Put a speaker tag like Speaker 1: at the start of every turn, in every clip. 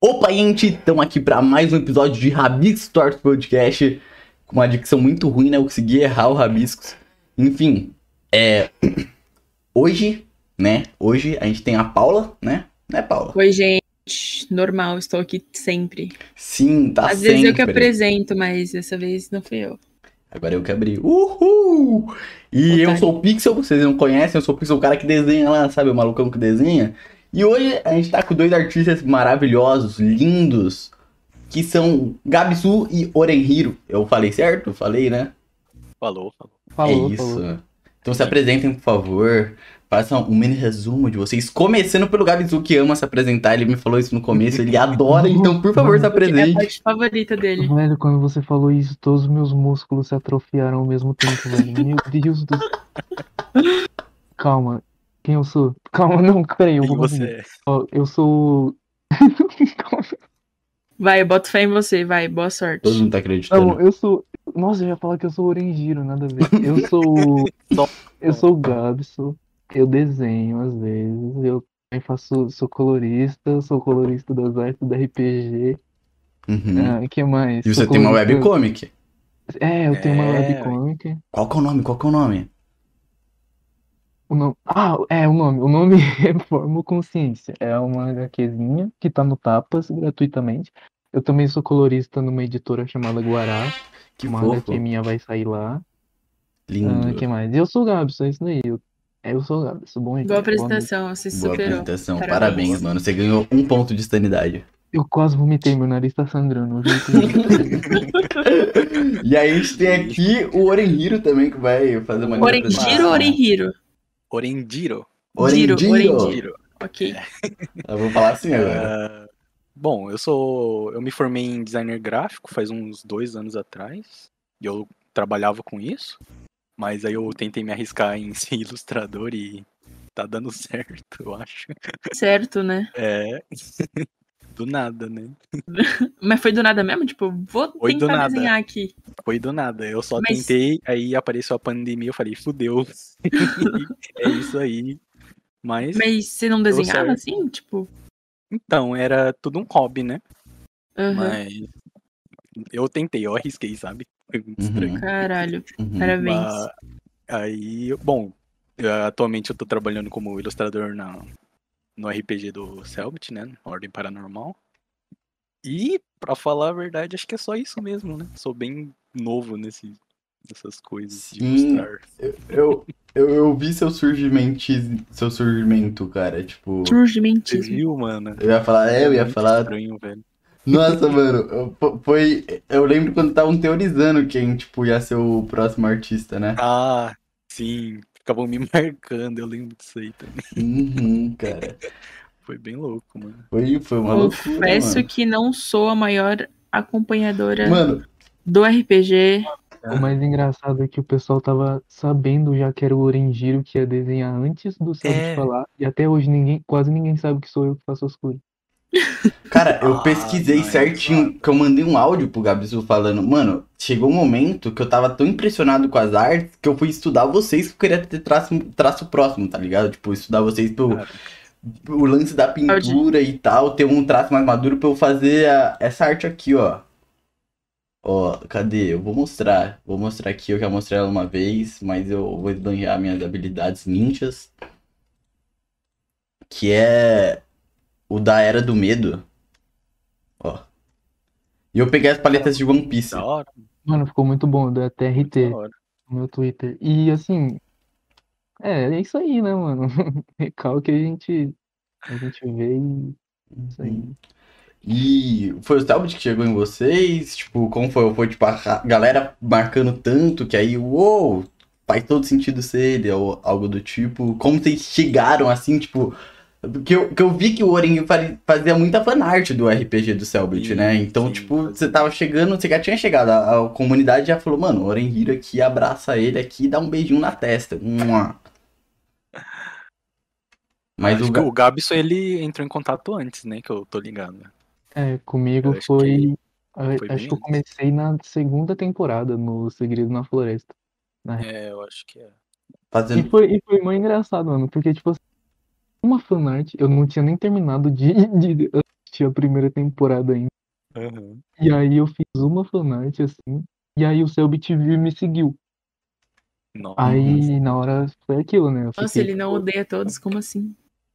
Speaker 1: Opa, gente! Estamos aqui para mais um episódio de Rabiscos Tortos Podcast. Com uma dicção muito ruim, né? Eu consegui errar o Rabiscos. Enfim, é. Hoje, né? Hoje a gente tem a Paula, né? Né, Paula?
Speaker 2: Oi, gente. Normal, estou aqui sempre.
Speaker 1: Sim, tá
Speaker 2: Às
Speaker 1: sempre.
Speaker 2: vezes eu que apresento, mas dessa vez não fui eu.
Speaker 1: Agora eu que abri. Uhul! E
Speaker 2: Otário.
Speaker 1: eu sou o Pixel, vocês não conhecem, eu sou o Pixel, o cara que desenha lá, sabe? O malucão que desenha. E hoje a gente tá com dois artistas maravilhosos, lindos, que são Gabisu e Orenhiro. Eu falei certo? Falei, né?
Speaker 3: Falou, falou.
Speaker 4: Falou,
Speaker 1: é isso.
Speaker 4: falou.
Speaker 1: Então se apresentem, por favor. Façam um mini resumo de vocês. Começando pelo Gabisu, que ama se apresentar. Ele me falou isso no começo, ele adora. Então, por favor, se
Speaker 2: Porque é a
Speaker 1: apresente.
Speaker 2: parte favorita dele.
Speaker 4: Velho, quando você falou isso, todos os meus músculos se atrofiaram ao mesmo tempo, velho. Meu Deus do Calma. Quem eu sou? Calma, não, peraí, eu
Speaker 3: Quem
Speaker 4: vou
Speaker 3: você é?
Speaker 4: Ó, Eu sou. Calma.
Speaker 2: Vai, eu boto fé em você, vai, boa sorte.
Speaker 1: Todo mundo tá acreditando.
Speaker 4: Não, eu sou. Nossa, eu ia falar que eu sou orangiro, nada a ver. Eu sou. eu sou o Gabson. Eu desenho às vezes. Eu também faço. Sou colorista. Sou colorista das artes da RPG.
Speaker 1: Uhum.
Speaker 4: Ah, O que mais?
Speaker 1: E
Speaker 4: Sou
Speaker 1: você tem uma
Speaker 4: colorista-
Speaker 1: webcomic.
Speaker 4: É, eu tenho uma
Speaker 3: É,
Speaker 4: webcomic.
Speaker 1: Qual que é o nome? Qual que é o nome?
Speaker 4: O nome... Ah, é, o nome. O nome é Formo Consciência. É uma HQzinha que tá no Tapas gratuitamente. Eu também sou colorista numa editora chamada Guará.
Speaker 1: Que
Speaker 4: Uma
Speaker 1: fofo.
Speaker 4: HQ minha vai sair lá.
Speaker 1: Lindo.
Speaker 4: Ah, que mais? E Eu sou o Gabs, é isso daí. Eu, é, eu sou o Gabs, bom
Speaker 2: Boa
Speaker 4: dia, boa noite.
Speaker 2: apresentação, você se
Speaker 1: Boa
Speaker 2: superou.
Speaker 1: apresentação.
Speaker 2: Parabéns.
Speaker 1: Parabéns. mano. Você ganhou um ponto de sanidade.
Speaker 4: Eu quase vomitei, meu nariz tá sangrando. eu juro que-
Speaker 1: e aí a gente tem aqui o Orenhiro também, que vai fazer uma grande
Speaker 2: Orengiro
Speaker 1: apresentação.
Speaker 2: ou Orenhiro?
Speaker 3: Orendiro.
Speaker 2: Orengiro,
Speaker 1: Orendiro.
Speaker 2: Orendiro. Ok.
Speaker 1: Eu vou falar assim agora.
Speaker 3: Ah, bom, eu sou. Eu me formei em designer gráfico faz uns dois anos atrás. E eu trabalhava com isso. Mas aí eu tentei me arriscar em ser ilustrador e tá dando certo, eu acho.
Speaker 2: Certo, né?
Speaker 3: É. Do nada, né?
Speaker 2: Mas foi do nada mesmo? Tipo, vou
Speaker 3: Foi do
Speaker 2: tentar
Speaker 3: nada.
Speaker 2: desenhar aqui.
Speaker 3: Foi do nada. Eu só
Speaker 2: Mas-
Speaker 3: tentei, aí apareceu a pandemia, eu falei, fudeu. é isso aí. Mas,
Speaker 2: Mas você não
Speaker 3: Deu
Speaker 2: desenhava
Speaker 3: certo.
Speaker 2: assim? Tipo.
Speaker 3: então, era tudo um hobby, né?
Speaker 2: aham.
Speaker 3: Mas eu tentei, eu arrisquei, sabe? Foi muito estranho.
Speaker 2: Caralho,
Speaker 1: Uhum.
Speaker 2: parabéns.
Speaker 3: Mas aí, bom, eu- atualmente eu tô trabalhando como ilustrador na, no RPG do Selbit, né? Ordem Paranormal. E, pra falar a verdade, acho que é só isso mesmo, né? Sou bem novo nesse, nessas coisas de
Speaker 1: Sim.
Speaker 3: ilustrar.
Speaker 1: Eu, eu, eu vi seu surgimento, seu surgimento, cara. Tipo,
Speaker 3: Você
Speaker 2: Surgimentismo.
Speaker 3: viu, mano?
Speaker 1: eu ia falar, é, eu ia
Speaker 3: Muito
Speaker 1: falar,
Speaker 3: Estranho, velho.
Speaker 1: Nossa, mano, eu- fo- foi. Eu lembro quando estavam teorizando quem, tipo, ia ser o próximo artista, né?
Speaker 3: Ah, sim. Acabou me marcando, eu lembro disso aí também.
Speaker 1: Uhum, cara.
Speaker 3: Foi bem louco, mano.
Speaker 1: Foi, foi uma loucura.
Speaker 2: Confesso
Speaker 1: mano.
Speaker 2: que não sou a maior acompanhadora
Speaker 1: Mano,
Speaker 2: do RPG.
Speaker 4: O mais engraçado é que o pessoal tava sabendo já que era o Orangiro que ia desenhar antes do Sabe
Speaker 3: É.
Speaker 4: falar. E até hoje ninguém, quase ninguém sabe que sou eu que faço as coisas.
Speaker 1: cara, eu
Speaker 3: Ah,
Speaker 1: pesquisei
Speaker 3: não, é
Speaker 1: certinho que eu mandei um áudio pro Gabisu falando, mano, chegou um momento que eu tava tão impressionado com as artes que eu fui estudar vocês que eu queria ter traço, traço próximo, tá ligado? Tipo, estudar vocês pelo.
Speaker 3: Cara.
Speaker 1: O lance da pintura e tal, ter um traço mais maduro pra eu fazer a- essa arte aqui, ó. Ó, cadê? Eu vou mostrar. Vou mostrar aqui, eu já mostrei ela uma vez, mas eu vou esbanjar minhas habilidades ninjas. Que é o da Era do Medo. Ó. E eu peguei as paletas de One Piece.
Speaker 3: Da hora,
Speaker 4: Mano, ficou muito bom, da
Speaker 3: muito
Speaker 4: TRT.
Speaker 3: da hora.
Speaker 4: no meu Twitter. E assim, é, é isso aí, né, mano? Recalque a gente, a gente vê e é isso aí.
Speaker 3: Hum.
Speaker 1: E foi o Talbot que chegou em vocês? Tipo, como foi? Foi tipo a ra- galera marcando tanto que aí, uou, faz todo sentido ser ele, ou algo do tipo. Como vocês chegaram assim, tipo. Que eu, que eu vi que o Oren fa- fazia muita fanart do RPG do Selbit,
Speaker 3: Sim,
Speaker 1: né? Então,
Speaker 3: sim,
Speaker 1: tipo,
Speaker 3: fazia.
Speaker 1: você tava chegando, você já tinha chegado, a, a comunidade já falou, mano, o Oren Hiro aqui, abraça ele aqui e dá um beijinho na testa. Mua. Mas o
Speaker 3: Acho que
Speaker 1: Ga-
Speaker 3: o Gabson, ele entrou em contato antes, né? Que eu tô ligado.
Speaker 4: É, comigo
Speaker 3: Eu acho
Speaker 4: foi,
Speaker 3: que
Speaker 4: a-
Speaker 3: foi
Speaker 4: acho
Speaker 3: bem
Speaker 4: que eu comecei na segunda temporada no Segredo na Floresta.
Speaker 3: É, eu acho que é.
Speaker 4: E
Speaker 1: fazendo.
Speaker 4: foi, e foi muito engraçado, mano, porque tipo assim, uma fanart, eu não tinha nem terminado de, de assisti a primeira temporada ainda.
Speaker 3: Aham.
Speaker 4: E aí eu fiz uma fanart assim. E aí o Selbit viu e me seguiu.
Speaker 1: Ah,
Speaker 3: Nossa.
Speaker 4: Aí
Speaker 3: Uhum.
Speaker 4: na hora foi aquilo, né? Eu
Speaker 2: Nossa,
Speaker 4: fiquei,
Speaker 2: ele não
Speaker 4: tipo,
Speaker 2: odeia todos, como assim?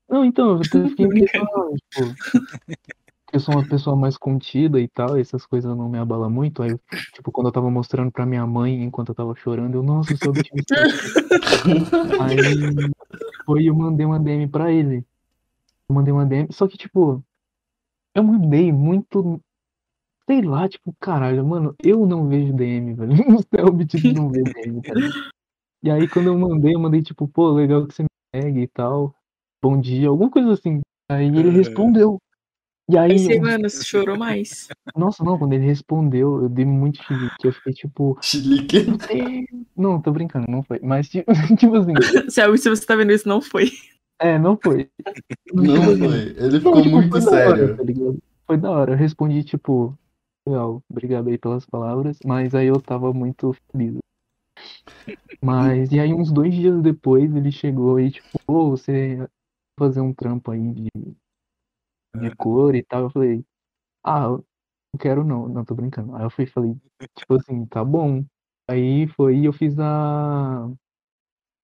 Speaker 4: Não, então, eu até fiquei
Speaker 2: Tô brincando.
Speaker 4: impressionado, tipo, eu sou uma pessoa mais contida e tal, essas coisas não me abalam muito. Aí, eu, tipo, quando eu tava mostrando pra minha mãe enquanto eu tava chorando, eu, nossa, eu sou otimista. Aí foi eu mandei um uma DM pra ele. Eu mandei um uma DM, só que, tipo, eu mandei muito. Sei lá, tipo, caralho, mano, eu não vejo DM, velho. O Selbit não vê DM, cara. E aí, quando eu mandei, eu mandei, tipo, pô, legal que você me segue e tal. Bom dia, alguma coisa assim. Aí ele
Speaker 3: É.
Speaker 4: respondeu. E aí,
Speaker 2: Aí
Speaker 4: eu-
Speaker 2: você, mano, chorou mais.
Speaker 4: nossa, não, quando ele respondeu, eu dei muito chilique. Eu fiquei tipo,
Speaker 1: Chilique.
Speaker 4: meu Deus. Não, tô brincando, não foi. Mas, tipo, tipo assim,
Speaker 2: Selby, se você tá vendo isso, não foi.
Speaker 4: é, não foi. Mas,
Speaker 1: Não
Speaker 4: tipo assim,
Speaker 1: foi. Ele
Speaker 4: Não,
Speaker 1: ficou
Speaker 4: tipo,
Speaker 1: muito
Speaker 4: foi da hora,
Speaker 1: sério.
Speaker 4: tá ligado? Foi da hora. Eu respondi, tipo, legal, obrigado aí pelas palavras, mas aí eu tava muito feliz. Mas, e aí uns dois dias depois ele chegou e, tipo, ô, você vai fazer um trampo aí de,
Speaker 1: É.
Speaker 4: de cor e tal. Eu falei, ah, eu não quero não, não tô brincando. Aí eu fui e falei, tipo assim, tá bom. Aí foi e eu fiz a,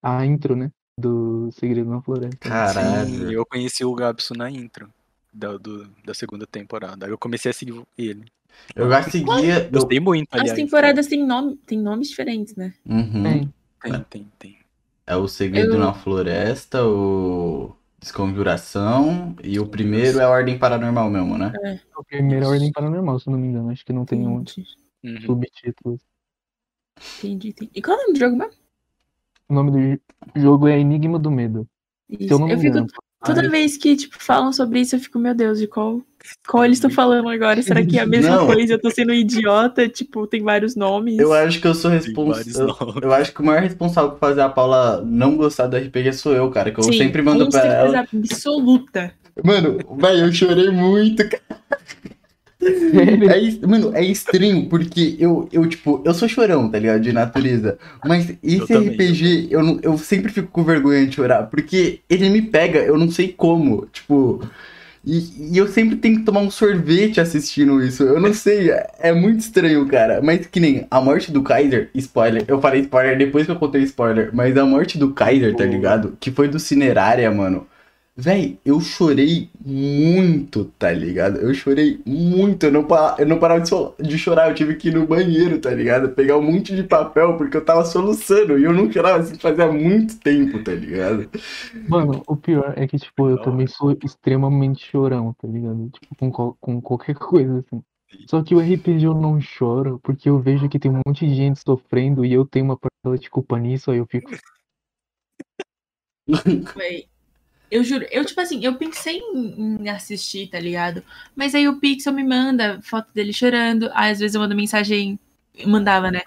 Speaker 4: a intro, né? Do Segredo na Floresta.
Speaker 1: Caralho.
Speaker 3: Sim, eu conheci o Gabson na intro da, do- da segunda temporada. Aí eu comecei a seguir ele.
Speaker 1: Eu já seguia. eu-
Speaker 3: Gostei muito, aliás.
Speaker 1: é.
Speaker 2: As temporadas têm nome, tem nomes diferentes, né?
Speaker 1: Uhum.
Speaker 4: Bem,
Speaker 3: Tem, né? tem, tem.
Speaker 1: É o Segredo
Speaker 2: Eu-
Speaker 1: na Floresta, o Desconjuração e o primeiro é a Ordem Paranormal mesmo, né?
Speaker 4: é o primeiro Ordem Paranormal, se eu não me engano. Acho que não tem um
Speaker 2: Entendi,
Speaker 3: Uhum.
Speaker 4: subtítulos.
Speaker 2: entendi, entendi. E qual é o nome do jogo mesmo?
Speaker 4: O nome do jo- jogo é Enigma do Medo. Se eu
Speaker 2: Isso.
Speaker 4: não me
Speaker 2: Eu fico
Speaker 4: engano.
Speaker 2: Toda vez que, tipo, falam sobre isso, eu fico, meu Deus, de qual, qual eles estão falando agora? Será que é a mesma
Speaker 1: Não.
Speaker 2: coisa? Eu tô sendo um idiota, tipo, tem vários nomes.
Speaker 1: Eu acho que eu sou
Speaker 3: Tem vários
Speaker 1: responsável.
Speaker 3: nomes.
Speaker 1: Eu acho que o maior responsável por fazer a Paula não gostar do RPG sou eu, cara. Que eu
Speaker 2: Sim,
Speaker 1: sempre mando
Speaker 2: com
Speaker 1: pra
Speaker 2: certeza
Speaker 1: ela.
Speaker 2: absoluta.
Speaker 1: Mano, velho, eu chorei muito, cara. É, is- mano, é estranho, porque eu, eu, tipo, eu sou chorão, tá ligado? De natureza. Mas esse
Speaker 3: também,
Speaker 1: RPG, eu, não- eu sempre fico com vergonha de chorar, porque ele me pega, eu não sei como. Tipo. E, e eu sempre tenho que tomar um sorvete assistindo isso. Eu não sei, é- é muito estranho, cara. Mas que nem a morte do Kaiser, spoiler. Eu falei spoiler depois que eu contei spoiler, mas a morte do Kaiser, tá
Speaker 4: Pô.
Speaker 1: ligado? Que foi do Cinerária, mano. Véi, eu chorei muito, tá ligado? Eu chorei muito, eu não, pa- eu não parava de, sol- de chorar, eu tive que ir no banheiro, tá ligado? Pegar um monte de papel, porque eu tava soluçando, e eu não chorava assim fazia muito tempo, tá ligado?
Speaker 4: Mano, o pior é que, tipo, eu
Speaker 3: Da
Speaker 4: também
Speaker 3: hora.
Speaker 4: sou extremamente chorão, tá ligado? Tipo, com, qual- com qualquer coisa, assim. Só que o RPG eu não choro, porque eu vejo que tem um monte de gente sofrendo e eu tenho uma parcela de culpa nisso, aí eu fico.
Speaker 2: Véi. Eu juro, eu, tipo assim, eu pensei em, em assistir, tá ligado? Mas aí o Pixel me manda foto dele chorando, aí às vezes eu mando mensagem, mandava, né?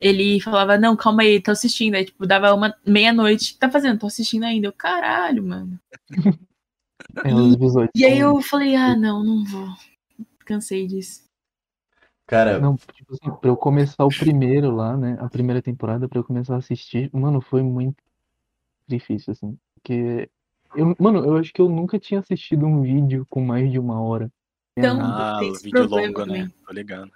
Speaker 2: Ele falava, não, calma aí, tô assistindo. Aí, tipo, dava uma meia-noite, tá fazendo? Tô assistindo ainda. Eu, caralho, mano.
Speaker 4: É, os episódios
Speaker 2: E aí
Speaker 4: são-
Speaker 2: eu falei, ah, não, não vou. Cansei disso.
Speaker 3: É.
Speaker 1: Cara,
Speaker 4: Não, tipo assim, pra eu começar o primeiro lá, né? A primeira temporada, pra eu começar a assistir, mano, foi muito difícil, assim. Porque. Eu, mano, eu acho que eu nunca tinha assistido um vídeo com mais de uma hora.
Speaker 2: Então,
Speaker 3: Ah,
Speaker 2: tem
Speaker 3: o
Speaker 2: esse
Speaker 3: vídeo
Speaker 2: problema
Speaker 3: longo, né?
Speaker 2: também.
Speaker 3: Tô ligado.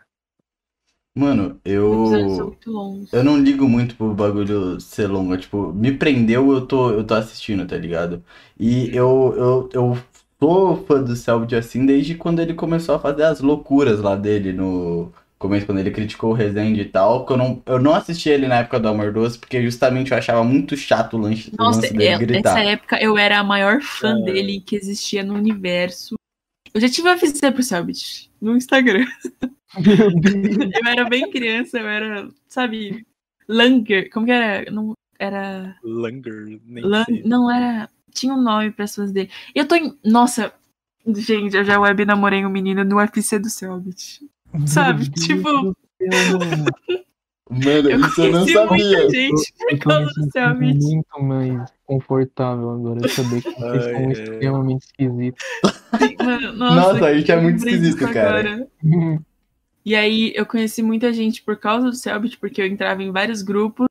Speaker 1: mano,
Speaker 2: Os episódios são
Speaker 1: eu.
Speaker 2: muito longos.
Speaker 1: Eu não ligo muito pro bagulho ser longo, tipo, me prendeu, eu tô, eu tô assistindo, tá ligado? E eu, eu, eu sou fã do Selbit assim desde quando ele começou a fazer as loucuras lá dele no começo, quando ele criticou o Rezende e tal, que eu não, eu não assisti ele na época do Amor Doce, porque justamente eu achava muito chato o lanche, o
Speaker 2: Nossa,
Speaker 1: lance dele
Speaker 2: é-
Speaker 1: gritar. Ah.
Speaker 2: essa época eu era a maior fã dele que existia no universo. Eu já tive uma visita pro Selbit no Instagram.
Speaker 4: Meu Deus.
Speaker 2: Eu era bem criança, eu era, sabe, Langer. Como que era? Não, era.
Speaker 3: Langer, nem
Speaker 2: Lan-
Speaker 3: sei.
Speaker 2: Não era. Tinha um nome para as pessoas dele. Eu tô em. Nossa, gente, eu já web namorei um menino no UFC do Selbit. Sabe,
Speaker 4: Meu Deus
Speaker 2: tipo-
Speaker 4: do céu, mano.
Speaker 1: Mano,
Speaker 2: Eu
Speaker 1: isso eu não
Speaker 2: conheci
Speaker 1: sabia.
Speaker 2: muita gente por
Speaker 4: Eu tô me
Speaker 2: causa do Selbit.
Speaker 4: sentindo muito mais confortável agora de saber que vocês
Speaker 3: Ai, é.
Speaker 4: são
Speaker 3: ai.
Speaker 4: extremamente esquisitos.
Speaker 2: Mano, nossa,
Speaker 1: Nossa, a gente é muito
Speaker 2: lembrei disso
Speaker 1: esquisito, cara.
Speaker 2: agora. E aí eu conheci muita gente por causa do Selbit, porque eu entrava em vários grupos.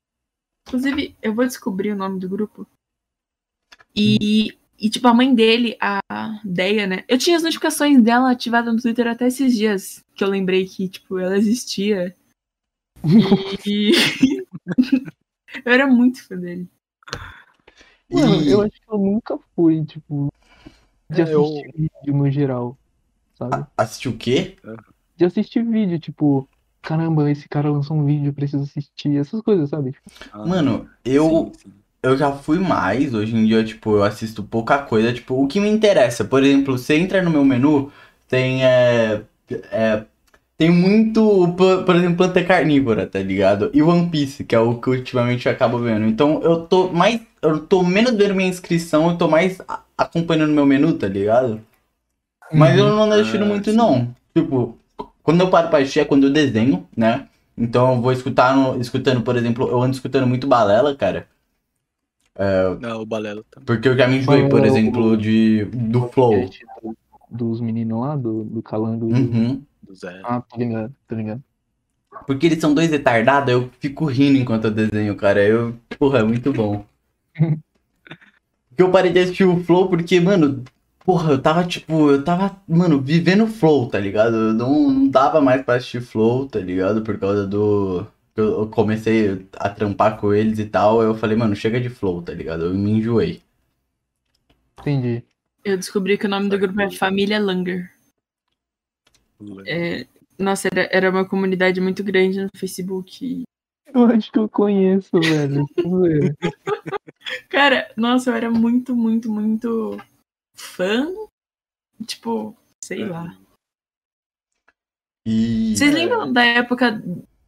Speaker 2: Inclusive, eu vou descobrir o nome do grupo. E E, tipo, a mãe dele, a Deia, né? Eu tinha as notificações dela ativadas no Twitter até esses dias, que eu lembrei que, tipo, ela existia. E. eu era muito fã dele.
Speaker 4: Mano,
Speaker 1: E-
Speaker 4: eu acho que eu nunca fui, tipo, de
Speaker 3: É, eu-
Speaker 4: assistir vídeo no geral, sabe?
Speaker 1: Assistiu o quê?
Speaker 4: De assistir vídeo, tipo, caramba, esse cara lançou um vídeo, eu preciso assistir, essas coisas, sabe? Tipo,
Speaker 3: Ah,
Speaker 1: Mano, eu,
Speaker 3: sim, sim.
Speaker 1: eu já fui mais. Hoje em dia, tipo, eu assisto pouca coisa. Tipo, o que me interessa. Por exemplo, você entra no meu menu, tem. É, é, tem muito, po- por exemplo, planta carnívora, tá ligado? E One Piece, que é o que ultimamente eu acabo vendo. Então eu tô mais. Eu tô menos vendo minha inscrição, eu tô mais a- acompanhando meu menu, tá ligado? Mas
Speaker 2: Uhum.
Speaker 1: eu não assisto
Speaker 3: Ah,
Speaker 1: muito,
Speaker 3: sim.
Speaker 1: não. Tipo, quando eu paro pra assistir é quando eu desenho, né? Então eu vou escutar, no- escutando, por exemplo, eu ando escutando muito balela, cara.
Speaker 3: Não, o Balelo também.
Speaker 1: Porque eu já me enjoei, por
Speaker 4: Balela é o-
Speaker 1: exemplo, de, do Flow.
Speaker 4: podcast do- é, tipo, dos meninos lá, do, do Calango e do-
Speaker 1: Uhum.
Speaker 3: Do Zé.
Speaker 4: Ah, tá ligado, tá ligado.
Speaker 1: Porque eles são dois retardados, eu fico rindo enquanto eu desenho, cara. Eu, porra, é muito bom. Porque eu parei de assistir o Flow porque, mano, porra, eu tava tipo, eu tava, mano, vivendo o Flow, tá ligado? Eu não, não dava mais pra assistir Flow, tá ligado? Por causa do. Eu eu comecei a trampar com eles e tal. Eu falei, mano, chega de Flow, tá ligado? Eu me enjoei.
Speaker 4: Entendi.
Speaker 2: Eu descobri que o nome do grupo é Família Langer. É, Nossa, era, era uma comunidade muito grande no Facebook.
Speaker 4: Eu acho que eu conheço, velho. é zoeira.
Speaker 2: Cara, nossa, eu era muito, muito, muito fã. Tipo, sei
Speaker 4: É.
Speaker 2: lá.
Speaker 1: E.
Speaker 2: Vocês lembram da época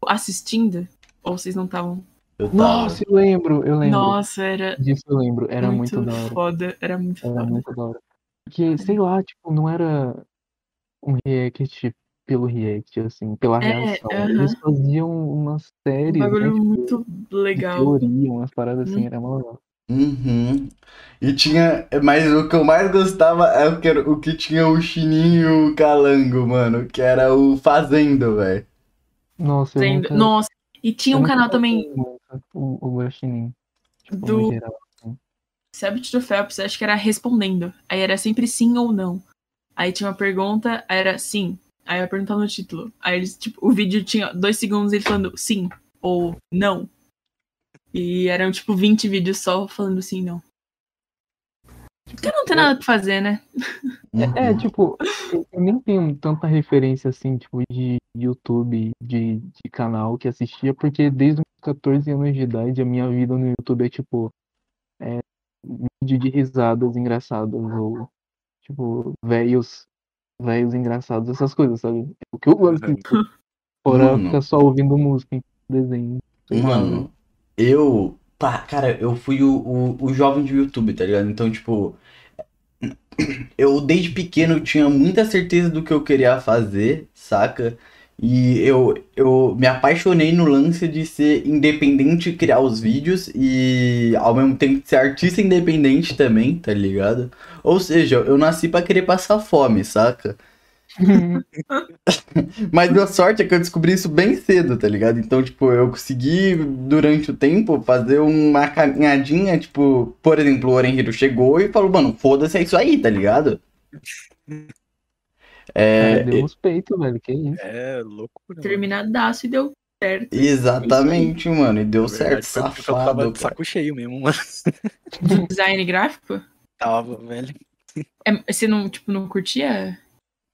Speaker 2: assistindo? Ou vocês não estavam?
Speaker 1: Eu tava.
Speaker 4: Nossa, eu lembro, eu lembro.
Speaker 2: Nossa, era
Speaker 4: Disso eu lembro, era muito, da hora.
Speaker 2: foda. Era muito
Speaker 4: Era
Speaker 2: foda.
Speaker 4: muito da hora. Porque, sei lá, tipo, não era um react pelo react, assim, pela
Speaker 2: É,
Speaker 4: reação.
Speaker 2: aham.
Speaker 4: Eles faziam umas
Speaker 2: Um
Speaker 4: séries, né,
Speaker 2: bagulho
Speaker 4: tipo,
Speaker 2: muito
Speaker 4: de
Speaker 2: legal.
Speaker 4: teoria, umas paradas assim, era mó legal.
Speaker 1: Uhum. E tinha. Mas o que eu mais gostava é o que, era- o que tinha o Chininho e o Calango, mano. Que era o Fazendo, velho.
Speaker 4: Nossa, eu
Speaker 2: Sendo-
Speaker 4: nunca...
Speaker 2: Nossa, e tinha
Speaker 4: eu
Speaker 2: um
Speaker 4: nunca
Speaker 2: canal também
Speaker 4: gostei muito O, o Guaxinim, tipo, no
Speaker 2: do
Speaker 4: geral.
Speaker 2: Cellbit do Phelps, acho que era respondendo. Aí era sempre sim ou não. Aí tinha uma pergunta, aí era sim. Aí eu perguntava no título. Aí eles, tipo, o vídeo tinha dois segundos ele falando sim ou não. E eram tipo 20 vídeos só falando sim não. Porque não tem nada pra fazer, né?
Speaker 1: Uhum.
Speaker 4: É, tipo, eu eu nem tenho tanta referência, assim, tipo, de YouTube, de, de canal que assistia, porque desde os 14 anos de idade a minha vida no YouTube é, tipo, é, vídeo de risadas engraçadas, ou, tipo, velhos, velhos engraçados, essas coisas, sabe? É o que eu gosto,
Speaker 3: Uhum.
Speaker 4: tipo, fora
Speaker 1: Mano.
Speaker 4: ficar só ouvindo música, desenho, sei lá,
Speaker 1: Mano, eu. Pá, cara, eu fui o, o, o jovem do YouTube, tá ligado? Então, tipo. Eu, desde pequeno, eu tinha muita certeza do que eu queria fazer, saca? E eu, eu me apaixonei no lance de ser independente, criar os vídeos e ao mesmo tempo ser artista independente também, tá ligado? Ou seja, eu nasci pra querer passar fome, saca? Mas a sorte é que eu descobri isso bem cedo, tá ligado? Então, tipo, eu consegui, durante o tempo, fazer uma caminhadinha, tipo, por exemplo, o Orenhiro chegou e falou, mano, foda-se, é isso aí, tá ligado?
Speaker 4: cara,
Speaker 1: É,
Speaker 4: deu uns peitos, velho, que isso.
Speaker 3: É loucura. mano.
Speaker 2: Terminadaço e deu certo.
Speaker 1: exatamente, mano, e deu
Speaker 3: Na É verdade,
Speaker 1: certo,
Speaker 3: foi porque eu tava
Speaker 1: safado,
Speaker 3: de
Speaker 1: cara.
Speaker 3: saco cheio mesmo, mano.
Speaker 2: Design gráfico?
Speaker 3: Tava, velho.
Speaker 2: É, você não, tipo, não curtia?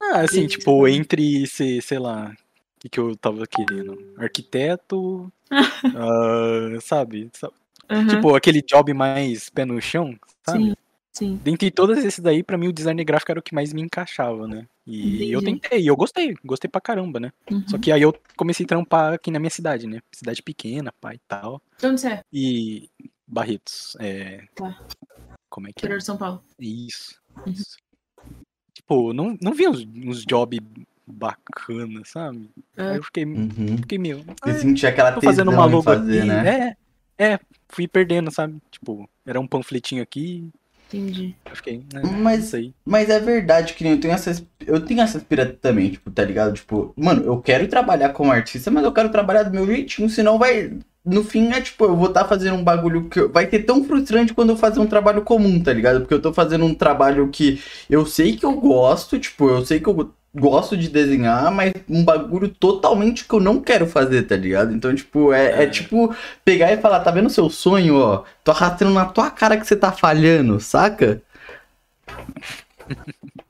Speaker 3: Ah, assim,
Speaker 2: Isso.
Speaker 3: tipo, entre ser, sei lá, o que, que eu tava querendo? Arquiteto, ah, sabe? Sa-
Speaker 2: Aham,
Speaker 3: Tipo, aquele job mais pé no chão, sabe?
Speaker 2: Sim, sim.
Speaker 3: Dentre todas esses daí, pra mim o design gráfico era o que mais me encaixava, né? E eu
Speaker 2: Entendi.
Speaker 3: tentei, eu gostei, gostei pra caramba, né?
Speaker 2: Uhum.
Speaker 3: Só que aí eu comecei a trampar aqui na minha cidade, né? Cidade pequena, pai e tal.
Speaker 2: Então, onde você é?
Speaker 3: E Barretos, é.
Speaker 2: Tá.
Speaker 3: Como é que é?
Speaker 2: Interior de São Paulo.
Speaker 3: Isso. isso. Tipo, não, não vi uns, uns jobs bacanas, sabe?
Speaker 2: É.
Speaker 3: Aí eu fiquei,
Speaker 1: Uhum.
Speaker 3: fiquei meio. "Ah,
Speaker 1: Você sentia aquela
Speaker 3: tô
Speaker 1: tesão
Speaker 3: fazendo uma
Speaker 1: em
Speaker 3: logo
Speaker 1: fazer,
Speaker 3: aqui.
Speaker 1: né?
Speaker 3: É, é, fui perdendo, sabe? Tipo, era um panfletinho aqui.
Speaker 2: Entendi.
Speaker 3: Eu fiquei, né?
Speaker 1: Mas
Speaker 3: Isso aí.
Speaker 1: Mas é verdade que nem eu tenho essas. Eu tenho essas piratas também, tipo, tá ligado? Tipo, mano, eu quero trabalhar como artista, mas eu quero trabalhar do meu jeitinho, senão vai. no fim é tipo, eu vou estar fazendo um bagulho que eu- vai ser tão frustrante quando eu fazer um trabalho comum, tá ligado? Porque eu tô fazendo um trabalho que eu sei que eu gosto, tipo, eu sei que eu gosto de desenhar, mas um bagulho totalmente que eu não quero fazer, tá ligado? Então, tipo, é, é
Speaker 3: É.
Speaker 1: tipo pegar e falar, tá vendo o seu sonho, ó? Tô arrastando na tua cara que você tá falhando, saca?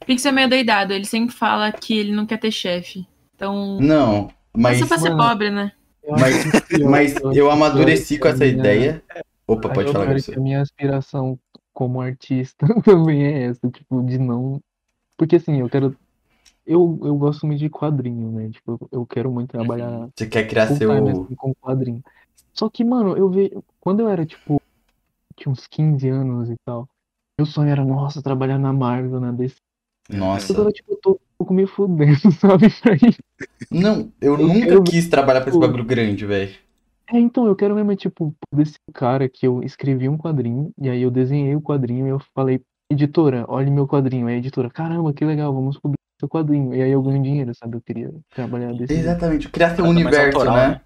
Speaker 2: Pix é meio doidado, ele sempre fala que ele não quer ter chefe. Então.
Speaker 1: Não, é.
Speaker 2: Mas
Speaker 1: Uhum. mas,
Speaker 2: só pra ser
Speaker 4: mano,
Speaker 2: pobre, né?
Speaker 4: Eu
Speaker 1: Mas-
Speaker 4: acho que pior-
Speaker 1: mas
Speaker 4: acho
Speaker 1: eu
Speaker 4: que
Speaker 1: amadureci
Speaker 4: pior
Speaker 1: com
Speaker 4: que a
Speaker 1: essa
Speaker 4: minha-
Speaker 1: ideia. Opa,
Speaker 4: eu
Speaker 1: pode falar,
Speaker 4: acho
Speaker 1: Garcia.
Speaker 4: que a minha aspiração como artista também é essa, tipo, de não. Porque assim, eu quero. Eu, eu gosto muito de quadrinho, né? Tipo, eu- eu quero muito trabalhar
Speaker 1: Você quer criar
Speaker 4: full time,
Speaker 1: Uhum. seu.
Speaker 4: assim, com quadrinho. Só que, mano, eu vejo. Quando eu era, tipo, tinha uns 15 anos e tal, meu sonho era, nossa, trabalhar na Marvel, na DC.
Speaker 1: Nossa.
Speaker 4: Agora, tipo, eu tô um pouco me fudendo, sabe? Pra isso.
Speaker 1: Não, eu nunca
Speaker 4: quero-
Speaker 1: quis trabalhar pra esse
Speaker 4: Pô.
Speaker 1: bagulho grande, velho.
Speaker 4: É, então, eu quero mesmo, é, tipo, poder ser o cara que eu escrevi um quadrinho, e aí eu desenhei o quadrinho, e eu falei, editora, olha meu quadrinho. Aí a editora, caramba, que legal, vamos publicar seu quadrinho. E aí eu ganho dinheiro, sabe? Eu queria trabalhar desse jeito.
Speaker 1: Exatamente, criar seu
Speaker 3: Nada tá mais
Speaker 1: universo,
Speaker 3: autoral,
Speaker 1: né?
Speaker 3: né?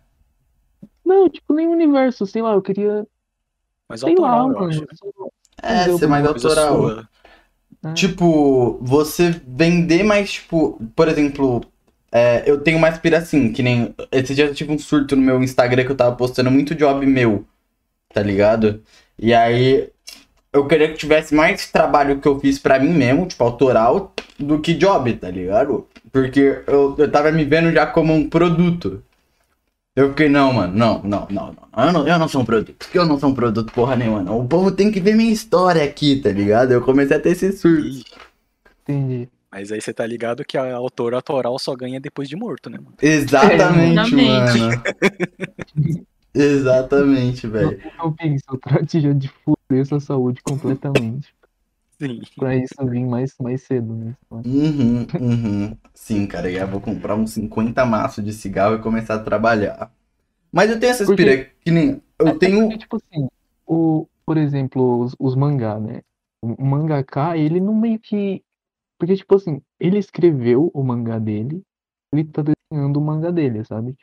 Speaker 4: Não, tipo, nem universo, sei lá, eu queria,
Speaker 3: Mas
Speaker 4: sei lá,
Speaker 3: autoral, eu
Speaker 4: mano,
Speaker 3: acho. né?
Speaker 4: sei lá,
Speaker 1: É,
Speaker 4: Entendeu?
Speaker 1: ser mais
Speaker 3: Coisa
Speaker 1: autoral.
Speaker 3: sua.
Speaker 4: né?
Speaker 1: Tipo, você vender mais, tipo, por exemplo, é, eu tenho uma aspiração, que nem. Esse dia eu tive um surto no meu Instagram que eu tava postando muito job meu, tá ligado? E aí eu queria que tivesse mais trabalho que eu fiz pra mim mesmo, tipo, autoral, do que job, tá ligado? Porque eu, eu tava me vendo já como um produto. Eu fiquei, não, mano, não, não, não, não. Eu não, eu não sou um produto. Eu não sou um produto, porra nenhuma, não. O povo tem que ver minha história aqui, tá ligado? Eu comecei a ter esse surto.
Speaker 3: Ih,
Speaker 4: Entendi.
Speaker 3: Mas aí você tá ligado que a autora autoral só ganha depois de morto, né, mano?
Speaker 1: Exatamente,
Speaker 2: Exatamente.
Speaker 1: mano. Exatamente, velho.
Speaker 4: Eu penso, eu trate já de fuder sua saúde completamente.
Speaker 3: Sim.
Speaker 4: Pra isso eu vim mais, mais cedo, né?
Speaker 1: Uhum, uhum. Sim, cara, eu vou comprar uns 50 maços de cigarro e começar a trabalhar. Mas eu tenho essa
Speaker 4: Por quê?
Speaker 1: aspira que nem.
Speaker 4: É,
Speaker 1: Eu
Speaker 4: é
Speaker 1: tenho.
Speaker 4: porque, tipo assim, o, por exemplo, os, os mangá, né? O mangaka, ele não meio que. Porque, tipo assim, ele escreveu o mangá dele, ele tá desenhando o mangá dele, sabe?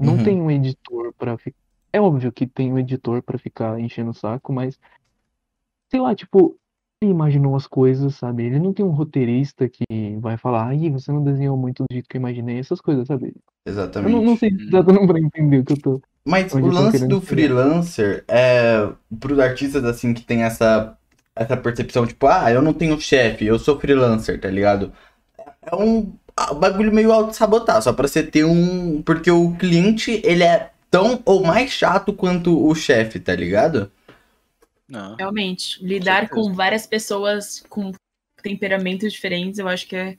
Speaker 4: Não
Speaker 1: Uhum.
Speaker 4: tem um editor pra ficar. É óbvio que tem um editor pra ficar enchendo o saco, mas. Sei lá, tipo, ele imaginou as coisas, sabe? Ele não tem um roteirista que vai falar, ai, você não desenhou muito do jeito que eu imaginei, essas coisas, sabe? Eu não, não
Speaker 1: Exatamente. Uhum.
Speaker 4: sei se dá dando pra entender o que eu tô.
Speaker 1: Mas
Speaker 4: Onde
Speaker 1: o
Speaker 4: estão
Speaker 1: lance
Speaker 4: querendo
Speaker 1: do
Speaker 4: chegar.
Speaker 1: freelancer é pros artistas assim que tem essa essa percepção tipo, ah, eu não tenho chefe, eu sou freelancer, tá ligado? É um ah, bagulho meio auto-sabotar, só pra você ter um, porque o cliente, ele é tão ou mais chato quanto o chefe, tá ligado?
Speaker 3: Não.
Speaker 2: Realmente. Lidar
Speaker 3: certeza.
Speaker 2: com várias pessoas com temperamentos diferentes, eu acho que é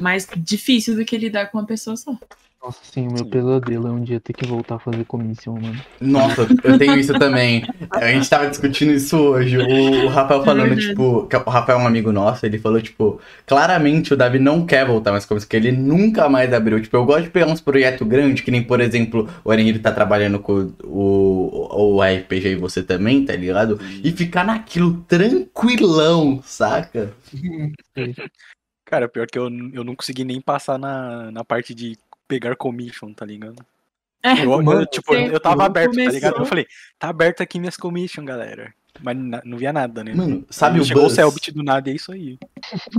Speaker 2: mais difícil do que lidar com uma pessoa só.
Speaker 4: Nossa, sim, o meu
Speaker 3: Sim.
Speaker 4: pesadelo é um dia ter que voltar a fazer commission, mano.
Speaker 1: Nossa, eu tenho isso também. A gente tava discutindo isso hoje. O, o Rafael falando,
Speaker 2: verdade.
Speaker 1: tipo, que o Rafael é um amigo nosso, ele falou, tipo, claramente o Davi não quer voltar mais com isso, que ele nunca mais abriu. Tipo, eu gosto de pegar uns projetos grandes, que nem, por exemplo, o Arenhiro tá trabalhando com o, o, o RPG e você também, tá ligado? E ficar naquilo tranquilão, saca?
Speaker 3: Cara, pior que eu, eu não consegui nem passar na, na parte de pegar commission, tá ligado?
Speaker 2: É.
Speaker 3: Eu, eu,
Speaker 4: Mano,
Speaker 3: tipo, eu
Speaker 2: você
Speaker 3: tava aberto, tá
Speaker 2: começou-
Speaker 3: ligado? Eu falei, tá aberto aqui minhas commission, galera. Mas na- não via nada, né?
Speaker 1: Mano, sabe
Speaker 3: Aí
Speaker 1: o
Speaker 3: Chegou
Speaker 1: Buzz?
Speaker 3: o Selbit do nada e é isso aí.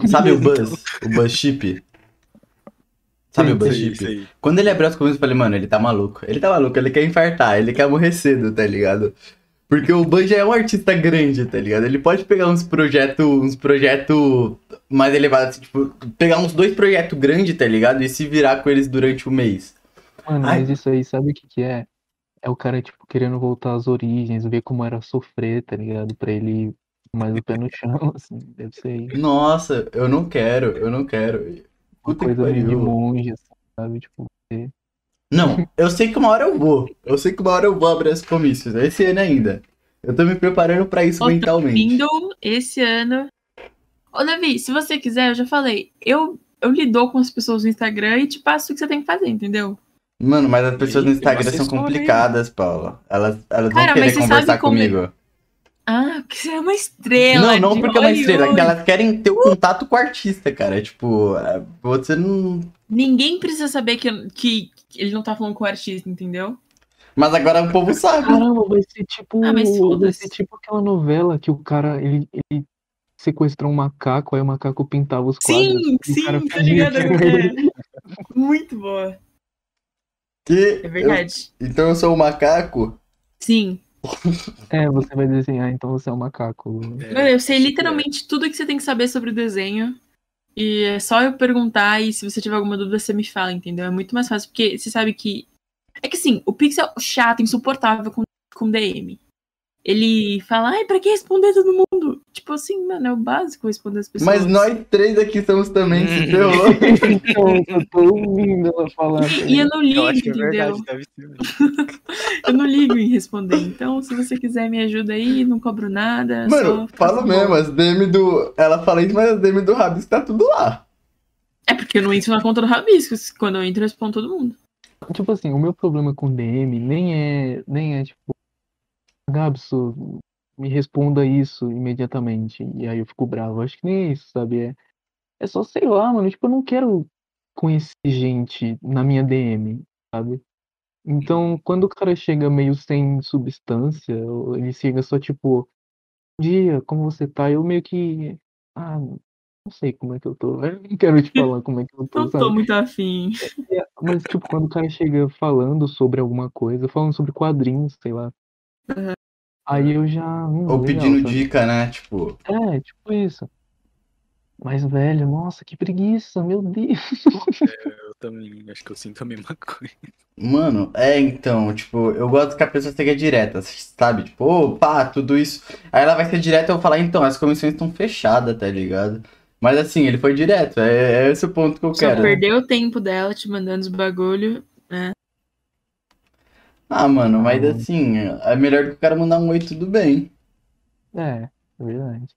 Speaker 1: Sabe o Buzz? O Buzz Chip? Sabe
Speaker 4: então. Sim,
Speaker 1: o Buzz
Speaker 3: Isso aí,
Speaker 1: Chip?
Speaker 3: isso aí.
Speaker 1: Quando ele abriu as coisas, eu falei, mano, ele tá maluco. Ele tá maluco, ele quer infartar, ele quer morrer cedo, tá ligado? Porque o Ban já é um artista grande, tá ligado? Ele pode pegar uns projetos, uns projetos mais elevados, assim, tipo, pegar uns dois projetos grandes, tá ligado? E se virar com eles durante o mês.
Speaker 4: Mano,
Speaker 1: Ai.
Speaker 4: mas isso aí, sabe o que que é? É o cara, tipo, querendo voltar às origens, ver como era sofrer, tá ligado? Pra ele ir mais o pé no chão, assim, deve ser aí.
Speaker 1: Nossa, eu não quero, eu não quero.
Speaker 4: Uma
Speaker 1: Puta que
Speaker 4: coisa meio de
Speaker 1: pariu.
Speaker 4: monge, assim, sabe? Tipo,
Speaker 2: Ah,
Speaker 1: Não, eu sei que uma hora eu vou. Eu sei que uma hora eu vou abrir as comícios. Esse ano ainda. Eu tô me preparando pra isso
Speaker 2: Ô, tá
Speaker 1: mentalmente.
Speaker 2: Window esse ano. Ô, Davi, se você quiser, eu já falei, eu, eu lido com as pessoas no Instagram e te passo o que você tem que fazer, entendeu?
Speaker 1: Mano, mas as pessoas no
Speaker 3: Ih, tem uma
Speaker 1: Instagram são
Speaker 3: assessora aí.
Speaker 1: complicadas, Paula. Elas, elas vão
Speaker 2: Cara,
Speaker 1: querer
Speaker 2: mas você sabe
Speaker 1: conversar
Speaker 2: como é-
Speaker 1: comigo.
Speaker 2: Ah, porque você é uma estrela.
Speaker 1: Não, não
Speaker 2: de
Speaker 1: porque é uma
Speaker 2: oi,
Speaker 1: estrela,
Speaker 2: oi.
Speaker 1: é que elas querem ter o contato com o artista, cara. Tipo, é, você não.
Speaker 2: Ninguém precisa saber que, que ele não tá falando com o artista, entendeu?
Speaker 1: Mas agora o povo sabe.
Speaker 4: Caramba, vai ser tipo.
Speaker 2: Ah, mas foda-se.
Speaker 4: vai ser tipo aquela novela que o cara ele, ele sequestrou um macaco, aí o macaco pintava os quadros.
Speaker 3: um
Speaker 4: assim,
Speaker 2: Sim,
Speaker 4: e o cara
Speaker 2: sim, tá
Speaker 4: fingia
Speaker 2: ligado?
Speaker 4: que era ele.
Speaker 2: É. Muito boa.
Speaker 1: Que
Speaker 2: É verdade.
Speaker 1: eu- então eu sou o macaco.
Speaker 2: Sim.
Speaker 4: É, você vai desenhar, então você é um macaco.
Speaker 2: Mano, eu
Speaker 3: Tipo,
Speaker 2: sei literalmente tudo que você tem que saber sobre o desenho. E é só eu perguntar e se você tiver alguma dúvida, você me fala, entendeu? É muito mais fácil, porque você sabe que. É que assim, o Pixel é chato, insuportável com, com DM. Ele fala, ai, pra que responder todo mundo? Tipo assim, mano, é o básico responder as pessoas.
Speaker 1: Mas nós três aqui estamos também, se ferrou.
Speaker 4: então, eu tô ouvindo ela falar. tá
Speaker 2: E eu não ligo,
Speaker 3: Eu acho que é
Speaker 2: entendeu?
Speaker 3: verdade, deve ser. mesmo.
Speaker 2: Eu não ligo em responder. Então, se você quiser, me ajuda aí, não cobro nada.
Speaker 1: Mano,
Speaker 2: só faço
Speaker 1: fala
Speaker 2: um
Speaker 1: mesmo,
Speaker 2: bom.
Speaker 1: as DM do. Ela fala isso, mas as DM do Rabisco tá tudo lá.
Speaker 2: É porque eu não entro na conta do Rabiscos. Quando eu entro, eu respondo todo mundo.
Speaker 4: Tipo assim, o meu problema com DM nem é, nem é tipo, Gabso, me responda isso imediatamente. E aí eu fico bravo. Acho que nem é isso, sabe? É, é só, sei lá, mano. Tipo, eu não quero conhecer gente na minha DM, sabe? Então, quando o cara chega meio sem substância, ou ele chega só tipo, "Bom dia, como você tá? Eu meio que, ah, não sei como é que eu tô. Eu não quero te falar como é que eu tô,
Speaker 2: Não
Speaker 4: sabe?
Speaker 2: tô muito afim.
Speaker 4: É, Mas, tipo, quando o cara chega falando sobre alguma coisa, falando sobre quadrinhos, sei lá. Aí eu já. hum,
Speaker 1: Ou
Speaker 4: legal,
Speaker 1: pedindo
Speaker 4: sabe?
Speaker 1: dica, né? Tipo,
Speaker 4: É, tipo isso. Mas, velho, nossa, que preguiça, meu Deus.
Speaker 3: Eu também, acho que eu sinto a mesma coisa.
Speaker 1: mano, é então, tipo, eu gosto que a pessoa seja direta, sabe? Tipo, ô, pá, tudo isso. Aí ela vai ser direta e eu vou falar, então, as comissões estão fechadas, tá ligado? Mas assim, ele foi direto, é, é esse o ponto que eu
Speaker 2: Só
Speaker 1: quero.
Speaker 2: perdeu o tempo dela te mandando os bagulho.
Speaker 1: Ah, mano, mas
Speaker 4: Ah.
Speaker 1: assim, é melhor que o cara mandar um oi, tudo bem.
Speaker 4: É, é verdade.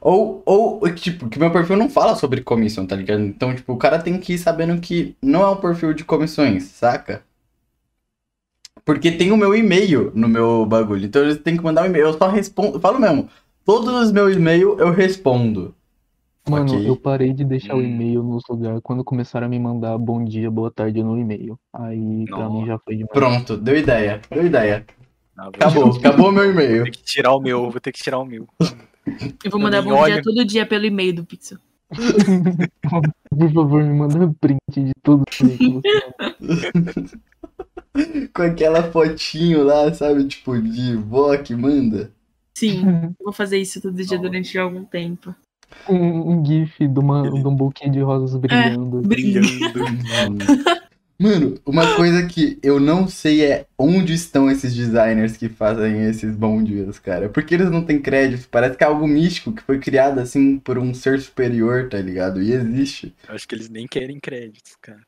Speaker 1: Ou, ou, tipo, que meu perfil não fala sobre comissão, tá ligado? Então, tipo, o cara tem que ir sabendo que não é um perfil de comissões, saca? Porque tem o meu e-mail no meu bagulho. Então eles têm que mandar um e-mail. Eu só respondo. Eu falo mesmo. Todos os meus e-mails eu respondo.
Speaker 4: Mano,
Speaker 1: Ok.
Speaker 4: eu parei de deixar o
Speaker 3: Hum.
Speaker 4: e-mail nos lugares quando começaram a me mandar bom dia, boa tarde no e-mail. Aí, pra mim,
Speaker 3: Nossa.
Speaker 4: já foi demais.
Speaker 1: Pronto, deu ideia. Deu ideia.
Speaker 3: Na verdade,
Speaker 1: Acabou,
Speaker 3: eu
Speaker 1: acabou meu
Speaker 3: Vou
Speaker 1: e-mail.
Speaker 3: ter que tirar o meu, vou ter que tirar o meu.
Speaker 2: Eu vou
Speaker 3: Eu
Speaker 2: mandar
Speaker 3: nem
Speaker 2: bom dia
Speaker 3: olho.
Speaker 2: todo dia pelo e-mail do Pixel.
Speaker 4: Por favor, me manda um print de tudo que você
Speaker 1: Com aquela fotinho lá, sabe? Tipo, de vó que manda.
Speaker 2: Sim, eu vou fazer isso todo dia
Speaker 3: Nossa.
Speaker 2: durante algum tempo.
Speaker 4: Um, um gif de, uma, de um buquê de
Speaker 3: É.
Speaker 4: rosas brilhando.
Speaker 2: Brilho.
Speaker 1: Mano, uma coisa que eu não sei é onde estão esses designers que fazem esses bons dias, cara. Porque eles não têm crédito, parece que é algo místico que foi criado assim por um ser superior, tá ligado? E existe.
Speaker 3: Acho que eles nem querem créditos, cara.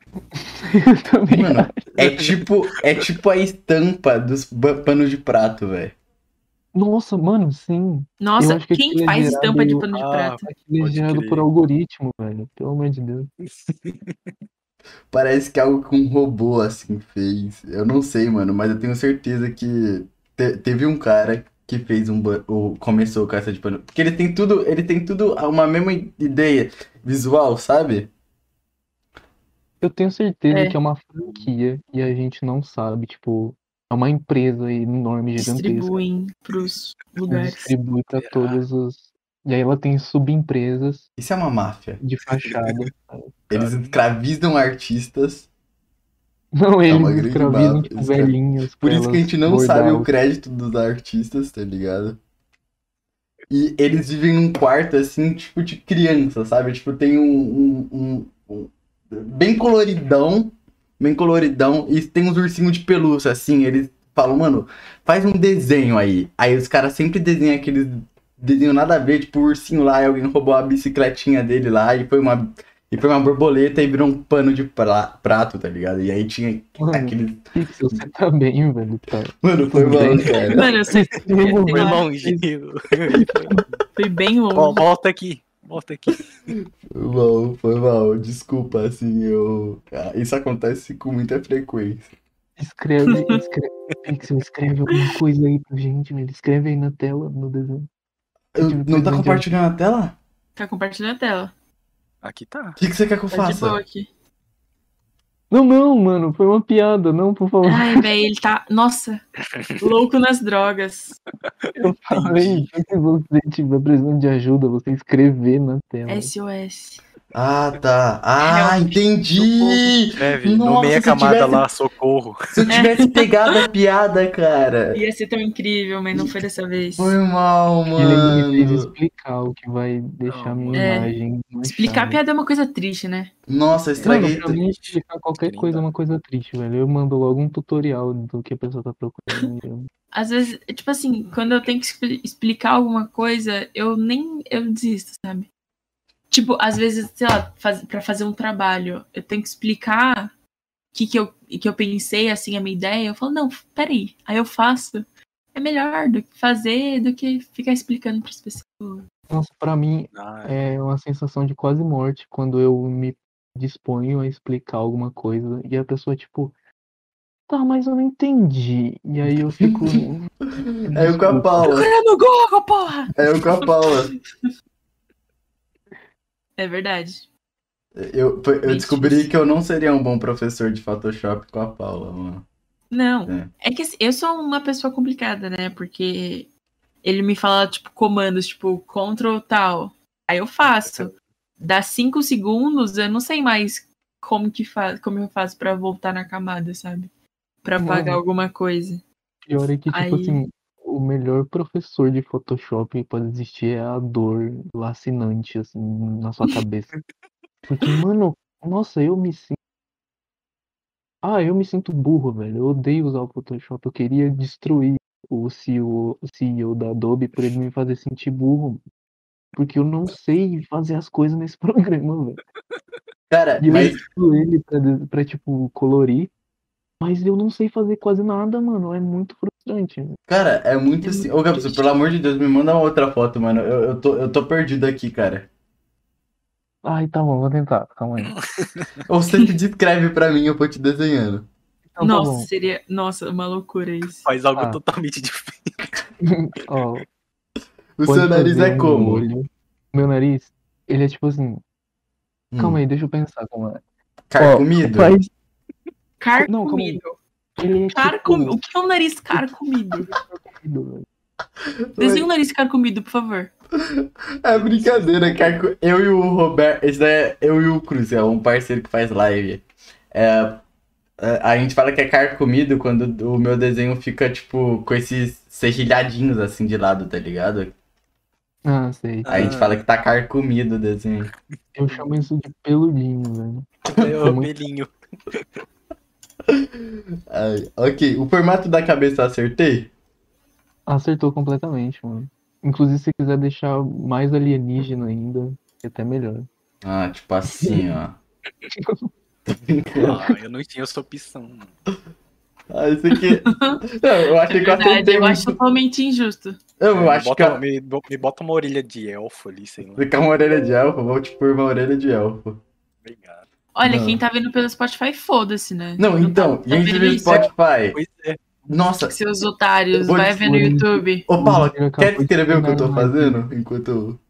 Speaker 4: Eu também
Speaker 1: Mano, é tipo, é tipo a estampa dos ba- panos de prato, velho.
Speaker 4: Nossa, mano, sim.
Speaker 2: Nossa,
Speaker 4: acho que
Speaker 2: quem
Speaker 4: aquilo é
Speaker 2: faz
Speaker 4: gerado-
Speaker 2: estampa de pano de
Speaker 3: Ah,
Speaker 2: prata?
Speaker 4: Aquilo é
Speaker 3: Pode
Speaker 4: gerado
Speaker 3: crer.
Speaker 4: por algoritmo, velho. Pelo amor de Deus.
Speaker 1: Parece que é algo que um robô assim fez. Eu não sei, mano, mas eu tenho certeza que te- teve um cara que fez um ba- ou começou com essa de pano. Porque ele tem tudo, ele tem tudo uma mesma ideia visual, sabe?
Speaker 4: Eu tenho certeza
Speaker 2: É.
Speaker 4: que é uma franquia e a gente não sabe, tipo, é uma empresa aí enorme, gigantesca,
Speaker 2: Distribuem pros
Speaker 4: que
Speaker 2: lugares.
Speaker 4: distribui pra
Speaker 3: Será?
Speaker 4: todos os. E aí ela tem subempresas
Speaker 1: Isso é uma máfia.
Speaker 4: de fachada.
Speaker 1: Eles
Speaker 3: Cara.
Speaker 1: escravizam artistas.
Speaker 4: Não,
Speaker 1: É
Speaker 4: eles
Speaker 1: uma grande
Speaker 4: escravizam,
Speaker 1: bala,
Speaker 4: tipo,
Speaker 1: escra-
Speaker 4: velhinhos
Speaker 1: Por
Speaker 4: pra
Speaker 1: isso que a
Speaker 4: elas
Speaker 1: gente não sabe o
Speaker 4: bordar
Speaker 1: crédito dos artistas, tá ligado? E eles vivem num quarto assim, tipo de criança, sabe? Tipo, tem um. um- um- um- bem coloridão. Bem coloridão. E tem uns ursinhos de pelúcia, assim. Eles falam, mano, faz um desenho aí. Aí os caras sempre desenham aqueles desenho nada a ver, tipo, o ursinho lá, e alguém roubou a bicicletinha dele lá e foi uma. E foi uma borboleta e virou um pano de pra- prato, tá ligado? E aí tinha
Speaker 4: Mano.
Speaker 1: aquele
Speaker 4: Pixel, você tá bem, velho, tá.
Speaker 1: Mano, foi
Speaker 4: Tudo
Speaker 1: mal,
Speaker 4: bem.
Speaker 1: cara.
Speaker 2: Mano, eu sei que
Speaker 3: Foi
Speaker 2: lá.
Speaker 3: longe.
Speaker 2: foi bem
Speaker 3: Ó,
Speaker 2: longe.
Speaker 3: volta aqui. Volta aqui.
Speaker 1: Foi mal, foi mal. Desculpa, assim, eu. Ah, Isso acontece com muita frequência.
Speaker 4: Escreve, escreve. Pixel, escreve alguma coisa aí pra gente, velho. Escreve aí na tela, no desenho.
Speaker 1: Eu-
Speaker 4: Tive
Speaker 1: não tá
Speaker 4: presente
Speaker 1: compartilhando a tela?
Speaker 2: Tá compartilhando a tela.
Speaker 3: Aqui tá.
Speaker 1: O que, que você quer que eu
Speaker 2: Tá de
Speaker 1: faça?
Speaker 2: boa aqui.
Speaker 4: Não, não, mano, foi uma piada, não, por favor.
Speaker 2: Ai, velho, ele tá. Nossa, louco nas drogas.
Speaker 4: Eu falei, se você tiver precisando de ajuda, você escrever na tela.
Speaker 2: É SOS.
Speaker 1: Ah, tá. Ah,
Speaker 2: Realmente,
Speaker 1: entendi!
Speaker 3: É, velho,
Speaker 1: Nossa,
Speaker 3: no meia
Speaker 1: se
Speaker 3: camada
Speaker 1: tivesse-
Speaker 3: lá, socorro.
Speaker 1: Se eu tivesse pegado a piada, cara.
Speaker 2: Ia ser tão incrível, mas não foi dessa vez.
Speaker 1: Foi mal, é
Speaker 4: Ele me fez
Speaker 1: mano.
Speaker 4: explicar o que vai deixar a minha
Speaker 2: É.
Speaker 4: imagem. mais
Speaker 2: Explicar a
Speaker 4: chata.
Speaker 2: piada é uma coisa triste, né?
Speaker 1: Nossa, eu estraguei.
Speaker 4: Mano, pra mim, explicar qualquer
Speaker 3: Linda.
Speaker 4: coisa é uma coisa triste, velho. Eu mando logo um tutorial do que a pessoa tá procurando. Eu-
Speaker 2: Às vezes, é tipo assim, quando eu tenho que expli- explicar alguma coisa, eu nem. Eu desisto, sabe? Tipo, às vezes, sei lá, faz, pra fazer um trabalho, eu tenho que explicar o que, que, eu, que eu pensei, assim, a minha ideia. Eu falo, não, peraí. Aí eu faço. É melhor do que fazer do que ficar explicando pras pessoas.
Speaker 4: Nossa, pra mim
Speaker 3: Ah,
Speaker 4: é uma sensação de quase morte quando eu me disponho a explicar alguma coisa e a pessoa, tipo, tá, mas eu não entendi. E aí eu fico.
Speaker 1: É eu com a
Speaker 4: Desculpa.
Speaker 1: Paula.
Speaker 2: Procura no Google, porra!
Speaker 1: É eu com a Paula.
Speaker 2: É verdade.
Speaker 1: Eu, foi- eu descobri que eu não seria um bom professor de Photoshop com a Paula, mano.
Speaker 2: Não.
Speaker 1: É.
Speaker 2: É que assim, eu sou uma pessoa complicada, né? Porque ele me fala, tipo, comandos, tipo, Ctrl tal. Aí eu faço. Dá cinco segundos, eu não sei mais como que faz, como eu faço pra voltar na camada, sabe? Pra
Speaker 4: Mano.
Speaker 2: apagar alguma coisa.
Speaker 4: Pior é que, tipo
Speaker 2: Aí-
Speaker 4: assim, o melhor professor de Photoshop que pode existir é a dor lacinante, assim, na sua cabeça. Porque, mano, nossa, eu me sinto. Ah, eu me sinto burro, velho. Eu odeio usar o Photoshop. Eu queria destruir o CEO, o CEO da Adobe por ele me fazer sentir burro. Porque eu não sei fazer as coisas nesse programa, velho.
Speaker 1: Cara,
Speaker 4: E eu
Speaker 1: mas
Speaker 4: uso ele pra, de- pra, tipo, colorir. Mas eu não sei fazer quase nada, mano. É muito frustrante.
Speaker 1: Cara, é muito
Speaker 2: É
Speaker 1: assim.
Speaker 2: muito
Speaker 1: Ô, Gabs,
Speaker 2: triste.
Speaker 1: pelo amor de Deus, me manda uma outra foto, mano. Eu, eu tô, eu tô perdido aqui, cara.
Speaker 4: Ai, tá bom, vou tentar. Calma aí.
Speaker 1: Ou você que descreve pra mim, eu vou te desenhando.
Speaker 4: Então,
Speaker 2: nossa,
Speaker 4: tá
Speaker 2: seria. Nossa, uma loucura isso.
Speaker 3: faz algo
Speaker 4: Ah.
Speaker 3: totalmente diferente.
Speaker 4: bom. Ó,
Speaker 1: O
Speaker 4: pode
Speaker 1: seu nariz
Speaker 4: fazer
Speaker 1: é
Speaker 4: um
Speaker 1: como?
Speaker 4: olho. Meu nariz, ele é tipo assim.
Speaker 1: Hum,
Speaker 4: Calma aí, deixa eu pensar como é.
Speaker 1: Carcomido?
Speaker 4: Mas Não, calma aí.
Speaker 2: Carcomido.
Speaker 4: ele é tipo
Speaker 2: Carcomido. O que é um nariz carcomido?
Speaker 4: carcomido, velho.
Speaker 2: Desenha um nariz carcomido, por favor.
Speaker 1: É brincadeira, carco... Eu e o Roberto. Esse daí é eu e o Cruz, é um parceiro que faz live. É, é, A gente fala que é carcomido quando o meu desenho fica, tipo, com esses serrilhadinhos assim de lado, tá ligado?
Speaker 4: Ah, sei.
Speaker 1: A gente
Speaker 3: Ah.
Speaker 1: fala que tá carcomido o desenho.
Speaker 2: Ah.
Speaker 4: Eu chamo isso de peludinho, velho.
Speaker 3: É o
Speaker 4: muito-
Speaker 3: belinho.
Speaker 1: Ai, ok, o formato da cabeça eu acertei?
Speaker 4: Acertou completamente, mano. Inclusive, se quiser deixar mais alienígena ainda, é até melhor.
Speaker 1: Ah, tipo assim, ó.
Speaker 3: Ah, eu não tinha essa opção. mano.
Speaker 1: Ah, isso aqui. Não, eu achei que eu
Speaker 2: É Verdade,
Speaker 1: acertei.
Speaker 2: eu acho
Speaker 1: muito.
Speaker 2: totalmente injusto.
Speaker 1: Eu, eu
Speaker 3: me,
Speaker 1: acho que
Speaker 3: bota,
Speaker 1: eu.
Speaker 3: me, bo- me bota uma orelha de elfo ali, sei lá.
Speaker 1: Você quer uma orelha de elfo? Eu Vou te pôr uma orelha de elfo.
Speaker 3: Obrigado.
Speaker 2: Olha,
Speaker 1: Não.
Speaker 2: quem tá vendo pelo Spotify, foda-se, né?
Speaker 1: Não, então,
Speaker 2: tá
Speaker 1: gente
Speaker 2: vendo
Speaker 1: do
Speaker 2: isso,
Speaker 1: Spotify.
Speaker 3: Pois é.
Speaker 1: Nossa,
Speaker 2: Seus otários,
Speaker 1: Olha
Speaker 2: vai
Speaker 1: que
Speaker 2: ver no
Speaker 4: bonito.
Speaker 2: YouTube.
Speaker 1: ô Paula,
Speaker 4: Ele acabou
Speaker 1: quer
Speaker 4: de
Speaker 1: descrever o que eu tô
Speaker 4: cair na armadilha.
Speaker 1: fazendo? Enquanto. eu-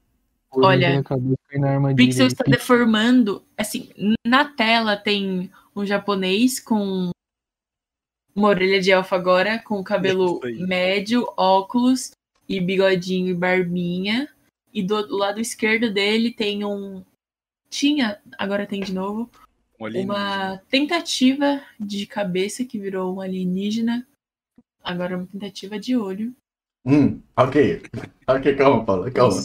Speaker 2: Olha,
Speaker 4: Ele acabou de cair na armadilha.
Speaker 2: Pixel está
Speaker 4: Pixel.
Speaker 2: tá deformando. Assim, na tela tem um japonês com uma orelha de elfo agora, com cabelo
Speaker 3: Isso aí.
Speaker 2: médio, óculos e bigodinho e barbinha. E do outro lado esquerdo dele tem um. Tinha, agora tem de novo.
Speaker 3: Um alienígena.
Speaker 2: uma tentativa de cabeça que virou um alienígena. Agora é uma tentativa de olho.
Speaker 1: Hum, ok. Ok, calma, Paula, calma.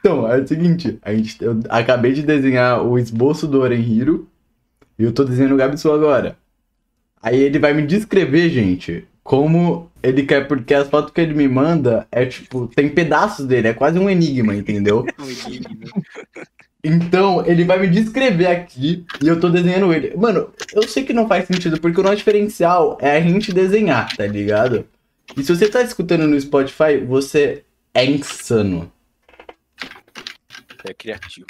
Speaker 1: Então, é o seguinte, a gente, eu acabei de desenhar o esboço do Orenhiro e eu tô desenhando o Gabisu agora. Aí ele vai me descrever, gente, como ele quer, porque as fotos que ele me manda é tipo, tem pedaços dele, é quase um enigma, entendeu?
Speaker 3: Um alienígena.
Speaker 1: Então, ele vai me descrever aqui e eu tô desenhando ele. Mano, eu sei que não faz sentido, porque o nosso diferencial é a gente desenhar, tá ligado? E se você tá escutando no Spotify, você é insano.
Speaker 3: É criativo.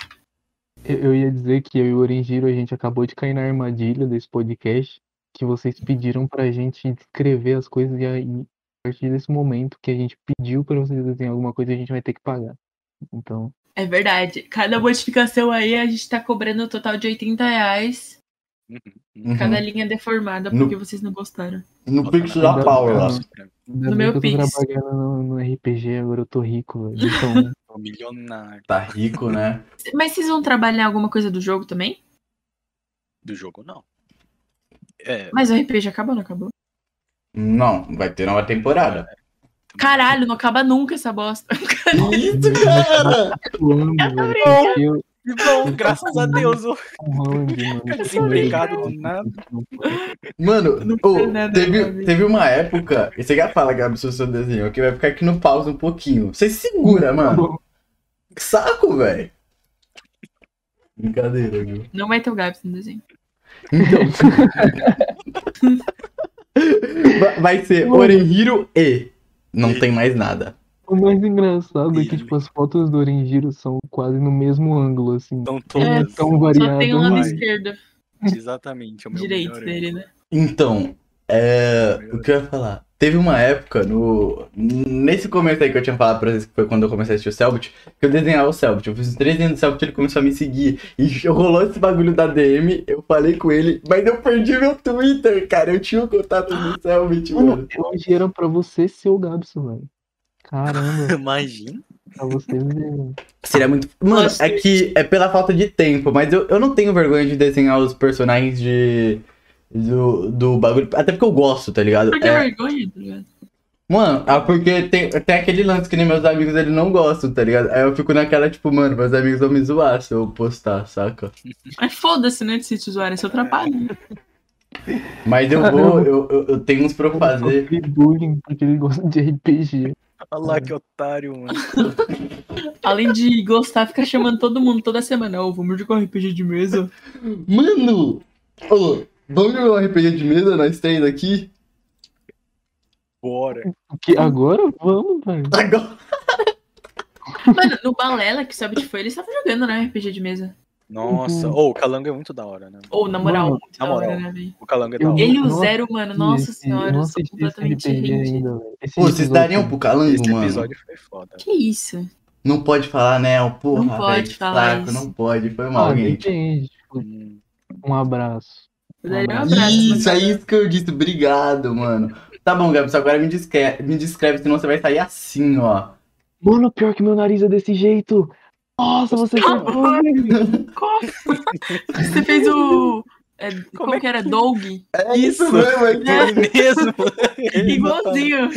Speaker 4: Eu, eu ia dizer que eu e o Orangiro, a gente acabou de cair na armadilha desse podcast, que vocês pediram pra gente escrever as coisas e aí, a partir desse momento que a gente pediu pra vocês desenhar alguma coisa, a gente vai ter que pagar. Então,
Speaker 2: É verdade. Cada modificação aí a gente tá cobrando um total de 80 reais. Cada linha deformada,
Speaker 1: No-
Speaker 2: porque vocês não gostaram.
Speaker 1: Uhum. No Pix da Paula.
Speaker 4: Ainda
Speaker 2: No
Speaker 4: bem
Speaker 2: meu
Speaker 4: que eu tô
Speaker 2: Pix.
Speaker 4: trabalhando no, no RPG, agora eu tô rico, velho. Então,
Speaker 3: Tô milionário
Speaker 1: Tá rico, né?
Speaker 2: Mas vocês vão trabalhar alguma coisa do jogo também?
Speaker 3: do jogo, não. É,
Speaker 2: Mas o RPG acabou, não acabou?
Speaker 1: Não, vai ter nova temporada.
Speaker 2: Caralho, não acaba nunca essa bosta. É
Speaker 1: Isso, cara!
Speaker 4: eu amo, velho.
Speaker 3: brincando.
Speaker 4: porque eu-
Speaker 3: que bom, graças a Deus, ô
Speaker 4: o Holland, mano.
Speaker 3: desempregado do nada.
Speaker 1: Mano,
Speaker 2: Não
Speaker 1: ô,
Speaker 2: tem nada pra
Speaker 1: teve,
Speaker 2: ver.
Speaker 1: teve uma época. Você já fala, Gabi, sobre o seu desenho, que vai ficar aqui no pausa um pouquinho. Você segura, mano. Que saco, velho. Brincadeira, viu?
Speaker 2: Não vai ter o Gabs no desenho.
Speaker 1: Então. Va- vai ser Orenhiro e. Não tem mais nada.
Speaker 4: O mais engraçado é que, tipo, as fotos do Orangiro são quase no mesmo ângulo, assim.
Speaker 3: Então
Speaker 4: Não é
Speaker 3: todas.
Speaker 4: tão
Speaker 2: Só tem o
Speaker 4: variado,
Speaker 2: lado
Speaker 3: mas-
Speaker 2: esquerdo,
Speaker 3: Exatamente, é o meu
Speaker 2: direito
Speaker 3: melhor
Speaker 2: dele, né?
Speaker 1: Então, é, o que eu ia falar? Teve uma época no. Nesse começo aí que eu tinha falado pra vocês, que foi quando eu comecei a assistir o Selbit, que eu desenhava o Selbit. Eu fiz os três anos do Selbit, ele começou a me seguir. E rolou esse bagulho da DM, eu falei com ele, mas eu perdi meu Twitter, cara. Eu tinha o contato do Selbit, mano.
Speaker 4: Mano, hoje era pra você ser o Gabson, velho. Caramba,
Speaker 3: Imagina.
Speaker 4: pra vocês verem.
Speaker 1: Seria muito. Mano,
Speaker 2: Nossa.
Speaker 1: é que é pela falta de tempo, mas eu, eu não tenho vergonha de desenhar os personagens de. Do, do bagulho. Até porque eu gosto, tá ligado?
Speaker 2: Porque
Speaker 1: É-
Speaker 2: é vergonha, tá ligado?
Speaker 1: Mano, ah, porque tem, tem aquele lance que nem meus amigos eles não gostam, tá ligado? Aí eu fico naquela, tipo, mano, meus amigos vão me zoar se eu postar, saca?
Speaker 2: Mas foda-se, né, de se te zoarem, é seu trabalho.
Speaker 1: Mas eu vou, eu, eu, eu tenho uns pra eu
Speaker 4: Eu
Speaker 1: fazer.
Speaker 4: sofri bullying porque ele gosta de RPG.
Speaker 3: Olha lá que otário, mano.
Speaker 2: Além de gostar, fica chamando todo mundo toda semana. Ô, vamos jogar um RPG de mesa.
Speaker 1: Mano! Ô, vamos jogar um RPG de mesa nós três aqui?
Speaker 3: Bora.
Speaker 4: Que agora vamos, velho.
Speaker 1: Agora!
Speaker 2: Mano, no Balela, que sabe que foi, eles estavam jogando, né, RPG de mesa.
Speaker 3: Nossa. Ô, o Calango é muito da hora, né?
Speaker 2: Ou, na moral,
Speaker 4: Mano,
Speaker 2: muito da
Speaker 3: na
Speaker 2: hora,
Speaker 3: moral.
Speaker 2: né, velho?
Speaker 3: O Calango é da
Speaker 4: Eu-
Speaker 3: hora.
Speaker 2: Ele e o
Speaker 4: Nossa,
Speaker 2: Zero, mano, nossa
Speaker 4: Esse-
Speaker 2: senhora, eu
Speaker 4: nossa,
Speaker 2: sou
Speaker 4: esse
Speaker 2: completamente
Speaker 4: RPG
Speaker 2: rende.
Speaker 4: ainda, velho. Esse
Speaker 1: Pô, vocês
Speaker 4: episódio-
Speaker 1: dariam um pro calango,
Speaker 3: Esse
Speaker 1: mano?
Speaker 3: episódio foi foda.
Speaker 2: Que isso?
Speaker 1: Não pode falar, né? O Porra,
Speaker 2: Não pode
Speaker 1: velho,
Speaker 2: falar
Speaker 1: saco,
Speaker 2: isso.
Speaker 1: não pode. Foi mal,
Speaker 4: Ah,
Speaker 1: gente.
Speaker 4: depende. Tipo,
Speaker 3: Hum,
Speaker 4: Um abraço.
Speaker 2: Eu daria um
Speaker 4: Ah,
Speaker 2: abraço. mas-
Speaker 1: Isso, é isso que eu disse. Obrigado, mano. Tá bom, Gabs, agora me descreve, me descreve, senão você vai sair assim, ó.
Speaker 4: Mano, pior que meu nariz é desse jeito. Nossa, você
Speaker 2: Tá
Speaker 4: foi-
Speaker 2: Como? Você fez o. É, como
Speaker 3: é
Speaker 2: que era? Doug?
Speaker 1: É
Speaker 3: isso,
Speaker 1: mesmo, é isso.
Speaker 3: Ele mesmo.
Speaker 2: Igualzinho.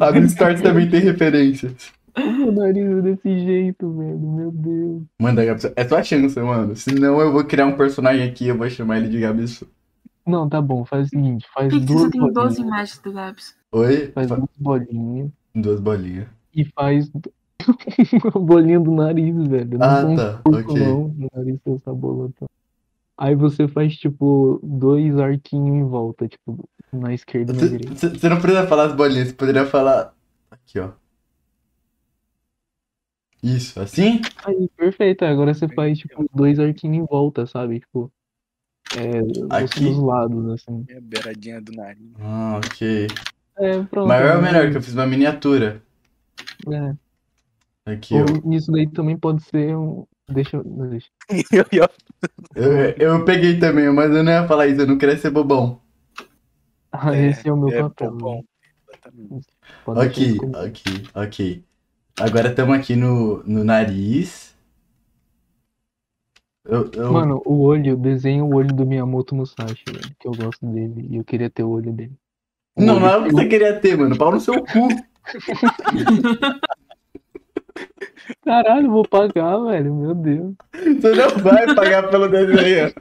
Speaker 1: A Miss Stars também tem referência.
Speaker 4: Meu nariz é desse jeito, velho. Meu Deus.
Speaker 1: Manda, Gabs. É tua chance, mano. Senão eu vou criar um personagem aqui e eu vou chamar ele de Gabs.
Speaker 4: Não, tá bom. Faz o seguinte. Faz
Speaker 2: Pix,
Speaker 4: duas
Speaker 2: eu tenho 12
Speaker 4: bolinhas.
Speaker 2: imagens do Gabs.
Speaker 1: Oi?
Speaker 4: Faz um
Speaker 1: Fa-
Speaker 4: duas bolinhas.
Speaker 1: Duas bolinhas.
Speaker 4: E faz do- uma bolinha do nariz, velho. Não
Speaker 1: Ah,
Speaker 4: tem
Speaker 1: tá.
Speaker 4: pouco,
Speaker 1: Ok.
Speaker 4: não. No nariz tem essa bolota. Aí você faz, tipo, dois arquinhos em volta. Tipo, na esquerda e na direita.
Speaker 1: Você não precisa falar as bolinhas, você poderia falar. Aqui, ó. Isso, assim?
Speaker 4: Aí, perfeito. Agora você faz, tipo, dois arquinhos em volta, sabe? Tipo, é, dos-
Speaker 1: Aqui?
Speaker 4: dos lados, assim.
Speaker 3: É, beiradinha do nariz.
Speaker 1: Ah, ok.
Speaker 4: É, pronto.
Speaker 1: Maior ou menor? Que eu fiz uma miniatura.
Speaker 4: É.
Speaker 1: Aqui, ó.
Speaker 4: Ou nisso daí também pode ser um. Deixa eu. não, Deixa.
Speaker 3: Eu ia
Speaker 1: Eu, eu peguei também, mas eu não ia falar isso, eu não queria ser bobão.
Speaker 4: Ah,
Speaker 3: É,
Speaker 4: esse é o meu
Speaker 3: é,
Speaker 4: papel.
Speaker 3: pompom. Exatamente.
Speaker 4: Pode deixar
Speaker 1: Ok,
Speaker 4: isso comigo.
Speaker 1: ok, ok. Agora estamos aqui no, no nariz. Eu, eu-
Speaker 4: Mano, o olho, desenha o olho do Miyamoto Musashi, velho, que eu gosto dele e eu queria ter o olho dele. O
Speaker 1: não,
Speaker 4: olho-
Speaker 1: não é o que você queria ter, mano. Pau no seu cu.
Speaker 4: Caralho, vou pagar, velho, meu Deus.
Speaker 1: Você não vai pagar pelo desenho.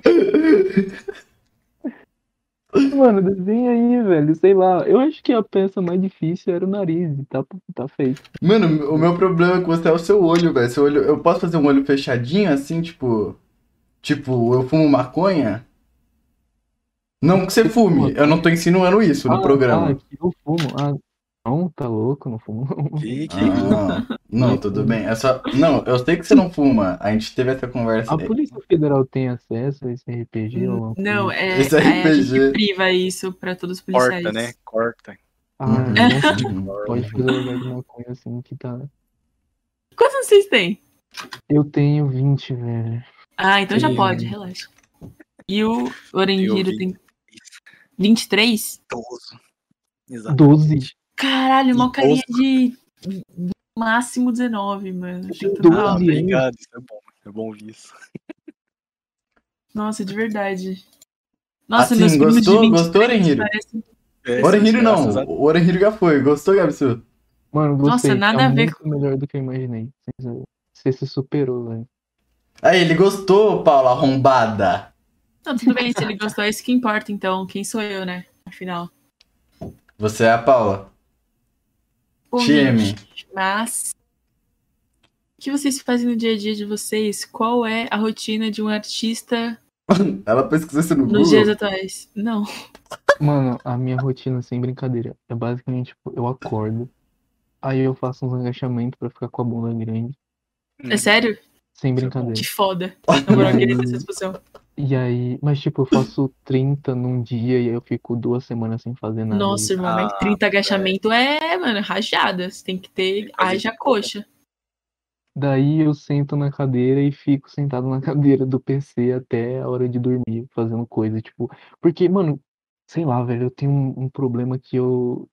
Speaker 4: Mano, desenha aí, velho, sei lá. Eu acho que a peça mais difícil era o nariz, e tá, tá feito.
Speaker 1: Mano, o meu problema com você é o seu olho, velho. Seu olho, eu posso fazer um olho fechadinho assim, tipo. Tipo, eu fumo maconha? Não que você fume, eu não tô insinuando isso no
Speaker 4: Ah,
Speaker 1: programa.
Speaker 4: Ah, que eu fumo. Ah, não, tá louco, não fumo. não.
Speaker 3: Que, que...
Speaker 1: Ah, não, tudo bem. É só. Não, eu sei que você não fuma. A gente teve essa conversa.
Speaker 2: Ah,
Speaker 4: A Polícia Federal tem acesso a esse RPG ou alguma coisa?
Speaker 2: Não, é,
Speaker 1: Esse
Speaker 2: é, a
Speaker 1: RPG.
Speaker 2: gente priva isso pra todos os policiais.
Speaker 3: Corta, né? Corta.
Speaker 4: Ah,
Speaker 1: Uhum.
Speaker 4: não
Speaker 1: Uhum.
Speaker 4: pode fazer lugar de maconha assim que tá.
Speaker 2: Quantos anos vocês têm?
Speaker 4: Eu tenho 20, velho.
Speaker 2: Ah, então já
Speaker 4: Sim.
Speaker 2: pode, relaxa. E o Orangiro
Speaker 3: vi.
Speaker 2: tem 23?
Speaker 3: Idoso.
Speaker 4: Doze.
Speaker 2: Caralho, uma
Speaker 3: Idoso.
Speaker 2: carinha de de máximo 19, mano. Achei que
Speaker 4: Doze
Speaker 3: Ah,
Speaker 2: tava-
Speaker 4: anos.
Speaker 3: obrigado, isso é bom. É bom ouvir isso.
Speaker 2: Nossa, de verdade.
Speaker 3: Ah,
Speaker 2: Nossa,
Speaker 1: Assim,
Speaker 2: meus primos
Speaker 1: gostou-
Speaker 2: de 23
Speaker 1: gostou, Orangiro?
Speaker 2: parecem-
Speaker 3: É,
Speaker 1: Orihiro não,
Speaker 3: graças a-
Speaker 1: o Orihiro já foi. Gostou, Gabsu?
Speaker 4: Mano,
Speaker 2: Nossa,
Speaker 4: gostei.
Speaker 2: nada
Speaker 4: é
Speaker 2: a ver
Speaker 4: muito melhor do que eu imaginei. sincero. Você se superou, velho.
Speaker 1: Aí, ele gostou, Paula, arrombada.
Speaker 2: Não, tudo bem, se ele gostou, é isso que importa, então. Quem sou eu, né? Afinal.
Speaker 1: Você é a Paula.
Speaker 2: Bom,
Speaker 1: Time.
Speaker 2: gente, mas. O que vocês fazem no dia a dia de vocês? Qual é a rotina de um artista
Speaker 1: Ela pesquisou isso no Google.
Speaker 2: nos dias atuais? Não.
Speaker 4: Mano, a minha rotina, sem brincadeira, é basicamente, tipo, eu acordo, aí eu faço uns agachamentos pra ficar com a bunda grande,
Speaker 2: É
Speaker 3: Uhum.
Speaker 2: sério?
Speaker 4: sem
Speaker 3: Isso é
Speaker 4: brincadeira.
Speaker 2: Que foda. Na moral, eu queria ter essa disposição.
Speaker 4: E aí, mas tipo, eu faço 30 num dia e aí eu fico duas semanas sem fazer nada.
Speaker 2: Nossa, irmão, mas
Speaker 3: Uhum. Ah,
Speaker 2: 30 agachamento é, mano, rajada. Você tem que
Speaker 3: Tem
Speaker 2: ter.
Speaker 3: que fazer
Speaker 2: Haja
Speaker 3: de
Speaker 2: coxa.
Speaker 4: Daí eu sento na cadeira e fico sentado na cadeira do PC até a hora de dormir, fazendo coisa, tipo, porque, mano, sei lá, velho, eu tenho um, um problema que eu.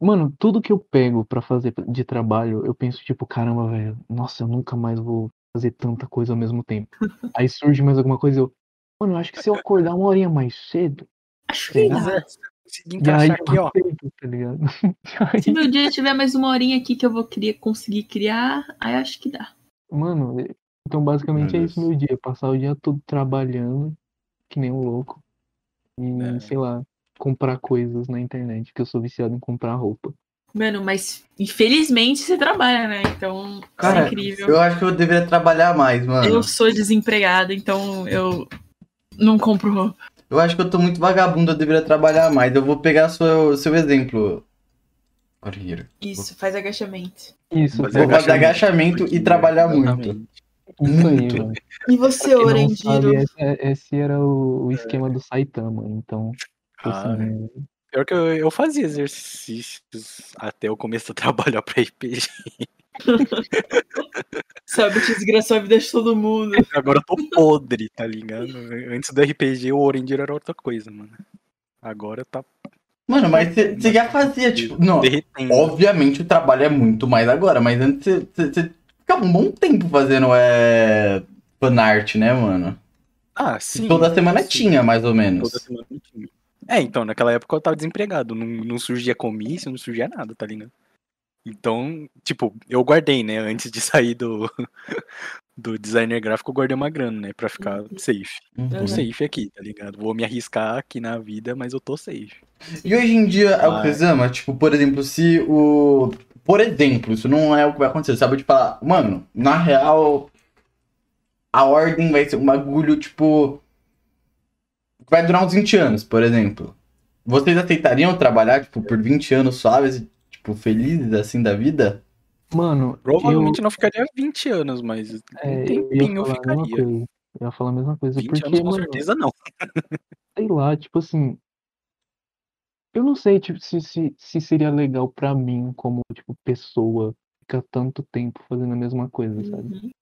Speaker 4: Mano, tudo que eu pego pra fazer de trabalho, eu penso, tipo, caramba, velho, nossa, eu nunca mais vou fazer tanta coisa ao mesmo tempo. Aí surge mais alguma coisa e eu, mano, eu acho que se eu acordar uma horinha mais cedo,
Speaker 2: Acho que
Speaker 4: Mas
Speaker 2: dá.
Speaker 3: Consegui
Speaker 4: e aí
Speaker 3: encaixar aqui,
Speaker 4: eu
Speaker 3: ó.
Speaker 4: aceito, tá ligado?
Speaker 2: Se meu dia tiver mais uma horinha aqui que eu vou criar, conseguir criar, aí acho que dá.
Speaker 4: Mano, é- então basicamente
Speaker 1: Meu
Speaker 4: é isso
Speaker 1: Deus.
Speaker 4: meu dia, passar o dia todo trabalhando, que nem um louco, e
Speaker 3: É.
Speaker 4: sei lá, comprar coisas na internet, que eu sou viciado em comprar roupa.
Speaker 2: Mano, mas infelizmente você trabalha, né? Então, isso é
Speaker 1: Cara,
Speaker 2: incrível.
Speaker 1: eu acho que eu deveria trabalhar mais, mano.
Speaker 2: Eu sou desempregada, então eu não compro roupa.
Speaker 1: Eu acho que eu tô muito vagabundo, eu deveria trabalhar mais. Eu vou pegar seu, seu exemplo, Orihiro.
Speaker 2: Isso, faz agachamento.
Speaker 4: Isso,
Speaker 3: Fazer
Speaker 1: Vou
Speaker 4: cara,
Speaker 1: fazer agachamento e trabalhar muito.
Speaker 3: Exatamente.
Speaker 4: isso aí,
Speaker 1: muito.
Speaker 4: velho.
Speaker 2: E você,
Speaker 4: Quem não
Speaker 2: Orendiro?
Speaker 4: sabe, esse, esse era o, o
Speaker 3: É.
Speaker 4: esquema do Saitama, então,
Speaker 3: Ah,
Speaker 4: assim,
Speaker 3: Pior que eu, eu fazia exercícios até eu começar a trabalhar pra RPG.
Speaker 2: Sabe que desgraçou a vida de todo mundo.
Speaker 3: Agora eu tô podre, tá ligado? Antes do RPG, o Orendiro era outra coisa, mano. Agora tá
Speaker 1: Mano, mas você já fazia, tipo. Não,
Speaker 3: derretendo.
Speaker 1: obviamente o trabalho é muito mais agora, mas antes você- você você ficava um bom tempo fazendo é, fanart, né, mano?
Speaker 3: Ah, sim.
Speaker 1: Toda semana
Speaker 3: sim.
Speaker 1: tinha, mais ou menos.
Speaker 3: Toda semana tinha. É, então, naquela época eu tava desempregado. Não, não surgia comício, não surgia nada, tá ligado? Então, tipo, eu guardei, né? Antes de sair do, do designer gráfico, eu guardei uma grana, né? Pra ficar safe. Tô
Speaker 1: Uhum.
Speaker 3: safe aqui, tá ligado? Vou me arriscar aqui na vida, mas eu tô safe.
Speaker 1: E hoje em dia é o que
Speaker 3: Mas-
Speaker 1: exama, tipo, por exemplo, se o. Por exemplo, isso não é o que vai acontecer, sabe? Tipo, falar, mano, na real, a ordem vai ser um bagulho, tipo. que Vai durar uns 20 anos, por exemplo. Vocês aceitariam trabalhar, tipo, por 20 anos suaves, e, tipo, felizes assim da vida?
Speaker 4: mano,
Speaker 3: Provavelmente não ficaria 20 anos, mas
Speaker 4: eu, é,
Speaker 3: um
Speaker 4: eu ia
Speaker 3: tempinho eu
Speaker 4: falar a mesma
Speaker 3: ficaria.
Speaker 4: coisa, eu ia falar a mesma coisa,
Speaker 3: 20
Speaker 4: porque,
Speaker 3: anos com
Speaker 4: mano,
Speaker 3: certeza não.
Speaker 4: sei lá, tipo assim, eu não sei, tipo, se, se, se seria legal pra mim como, tipo, pessoa ficar tanto tempo fazendo a mesma coisa,
Speaker 2: Uhum.
Speaker 4: sabe?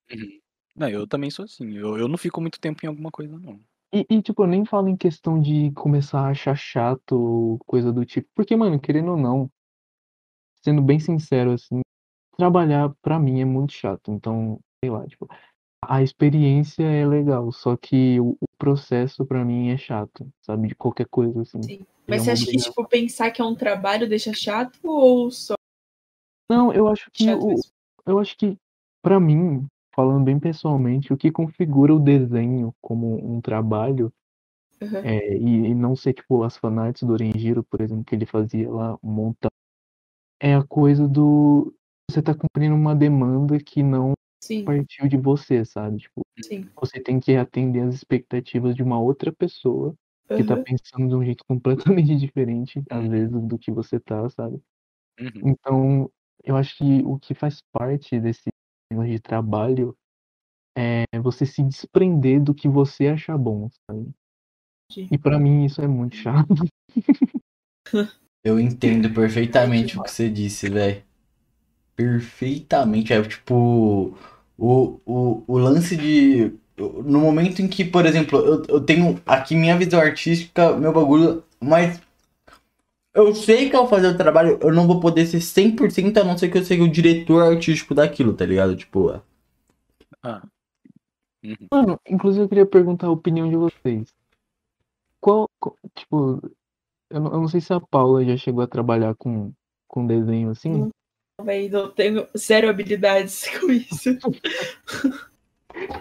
Speaker 3: Não, eu também sou assim. Eu, eu não fico muito tempo em alguma coisa, não.
Speaker 4: E, e, tipo, eu nem falo em questão de começar a achar chato ou coisa do tipo, porque, mano, querendo ou não, sendo bem sincero, assim, trabalhar pra mim é muito chato, então, sei lá, tipo, a experiência é legal, só que o, o processo pra mim é chato, sabe? De qualquer coisa, assim.
Speaker 2: Sim,
Speaker 4: ele é
Speaker 2: Mas você
Speaker 4: uma
Speaker 2: acha que,
Speaker 4: obrigação.
Speaker 2: tipo, pensar que é um trabalho deixa chato ou só
Speaker 4: Não, eu acho que
Speaker 2: chato
Speaker 4: o,
Speaker 2: mesmo?
Speaker 4: Eu acho que, pra mim, falando bem pessoalmente, o que configura o desenho como um trabalho
Speaker 2: Aham.
Speaker 4: é, e, e não ser tipo as fanarts do Orangiro, por exemplo, que ele fazia lá um montão, é a coisa do você tá cumprindo uma demanda que não
Speaker 2: Sim,
Speaker 4: partiu de você, sabe? Tipo,
Speaker 2: sim.
Speaker 4: você tem que atender às expectativas de uma outra pessoa que tá
Speaker 2: Aham.
Speaker 4: pensando de um jeito completamente diferente, às
Speaker 3: Uhum.
Speaker 4: vezes, do que você tá, sabe?
Speaker 3: Uhum.
Speaker 4: Então, eu acho que o que faz parte desse negócio de trabalho é você se desprender do que você achar bom, sabe?
Speaker 2: Entendi.
Speaker 4: E pra mim isso é muito chato.
Speaker 1: Eu entendo perfeitamente o que você disse, velho. Perfeitamente. É tipo. O, o, o lance de. no momento em que, por exemplo, eu, eu tenho aqui minha visão artística, meu bagulho, mas eu sei que ao fazer o trabalho eu não vou poder ser 100% a não ser que eu seja o diretor artístico daquilo, tá ligado? Tipo, é.
Speaker 3: Ah. Uhum.
Speaker 4: Mano, inclusive eu queria perguntar a opinião de vocês. Qual, qual- tipo, eu não, eu não sei se a Paula já chegou a trabalhar com, com desenho assim.
Speaker 2: Véi, não tenho zero habilidades com isso.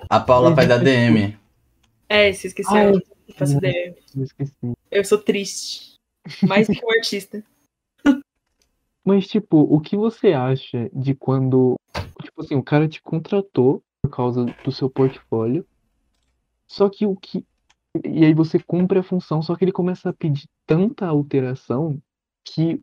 Speaker 1: a Paula faz ADM.
Speaker 2: É, se esqueceu.
Speaker 4: Ai, né?
Speaker 2: não faço ideia.
Speaker 4: Eu esqueci.
Speaker 2: Eu sou triste. Mais do que um artista.
Speaker 4: Mas, tipo, o que você acha de quando, tipo assim, o cara te contratou por causa do seu portfólio, só que o que. E aí você cumpre a função, só que ele começa a pedir tanta alteração que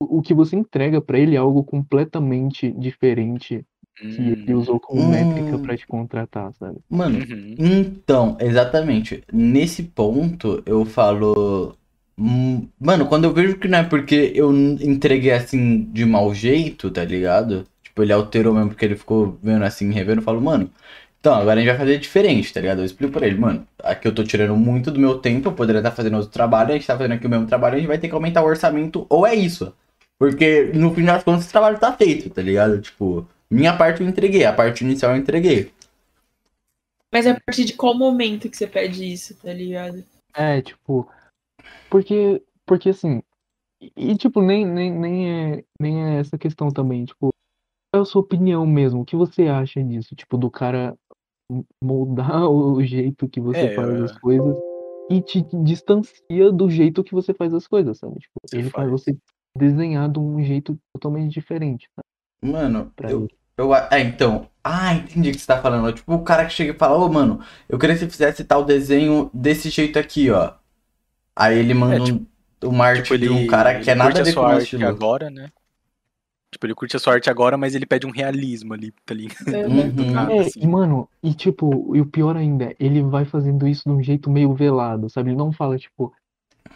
Speaker 4: o o que você entrega pra ele é algo completamente diferente que ele usou como
Speaker 1: Hum.
Speaker 4: métrica pra te contratar, sabe?
Speaker 1: Mano,
Speaker 3: Uhum.
Speaker 1: Então, exatamente. Nesse ponto, eu falo. "Hum, Mano, quando eu vejo que não é porque eu n- entreguei assim de mau jeito, tá ligado? Tipo, ele alterou mesmo porque ele ficou vendo assim, revendo, eu falo, mano. Então, agora a gente vai fazer diferente, tá ligado? Eu explico pra ele, mano. Aqui eu tô tirando muito do meu tempo, eu poderia estar fazendo outro trabalho, a gente tá fazendo aqui o mesmo trabalho, a gente vai ter que aumentar o orçamento, ou é isso. Porque no fim das contas, esse trabalho tá feito, tá ligado? Tipo, minha parte eu entreguei, a parte inicial eu entreguei.
Speaker 2: Mas é a partir de qual momento que você pede isso, tá ligado?
Speaker 4: É, tipo, porque, porque assim, e, e, tipo, nem, nem, nem é, nem é essa questão também, tipo, qual é a sua opinião mesmo? O que você acha disso? Tipo, do cara m- moldar o jeito que você
Speaker 3: É,
Speaker 4: faz
Speaker 3: eu-
Speaker 4: as coisas e te distancia do jeito que você faz as coisas, sabe? Tipo,
Speaker 3: Você
Speaker 4: ele faz
Speaker 3: faz.
Speaker 4: você desenhar de um jeito totalmente diferente, sabe?
Speaker 1: Mano,
Speaker 4: Pra
Speaker 1: eu,
Speaker 4: ele.
Speaker 1: Eu, a- é, então. Ah, entendi o que você tá falando. Tipo, o cara que chega e fala, ô, mano, eu queria que você fizesse tal desenho desse jeito aqui, ó. Aí ele manda
Speaker 3: É,
Speaker 1: um, uma arte
Speaker 3: Tipo, ele,
Speaker 1: de um cara que é
Speaker 3: ele
Speaker 1: nada
Speaker 3: curte
Speaker 1: a
Speaker 3: a
Speaker 1: ver com o
Speaker 3: sua
Speaker 1: meu
Speaker 3: arte
Speaker 1: estilo.
Speaker 3: agora, né? Tipo, ele curte a sua arte agora, mas ele pede um realismo ali, tá ligado?
Speaker 2: Então,
Speaker 1: Uhum.
Speaker 3: Ah,
Speaker 4: É, e,
Speaker 3: sim.
Speaker 4: mano, e tipo, e o pior ainda, ele vai fazendo isso de um jeito meio velado, sabe? Ele não fala, tipo,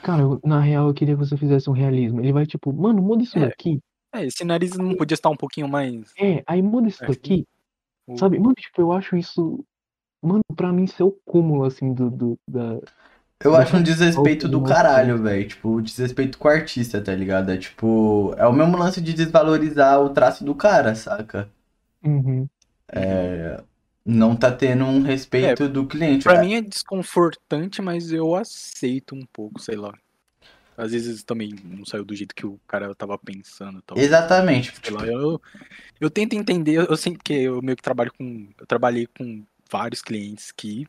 Speaker 4: cara, eu- na real eu queria que você fizesse um realismo. Ele vai, tipo, mano, muda isso
Speaker 3: É.
Speaker 4: daqui.
Speaker 3: É, esse nariz não podia estar um pouquinho mais.
Speaker 4: É, aí muda isso
Speaker 3: É.
Speaker 4: daqui,
Speaker 3: o-
Speaker 4: sabe? Mano, tipo, eu acho isso. Mano, pra mim, isso é o cúmulo, assim, do, do, da.
Speaker 1: Eu acho um desrespeito do
Speaker 4: Nossa.
Speaker 1: caralho, velho. Tipo, desrespeito com o artista, tá ligado? É tipo, é o mesmo lance de desvalorizar o traço do cara, saca?
Speaker 4: Uhum.
Speaker 1: É, não tá tendo um respeito do cliente.
Speaker 3: Pra mim é desconfortante, mas eu aceito um pouco, sei lá. Às vezes também não saiu do jeito que o cara tava pensando, tal.
Speaker 1: Exatamente. tipo,
Speaker 3: Sei lá, eu, eu tento entender, eu, eu sempre que eu meio que trabalho com, eu trabalhei com vários clientes que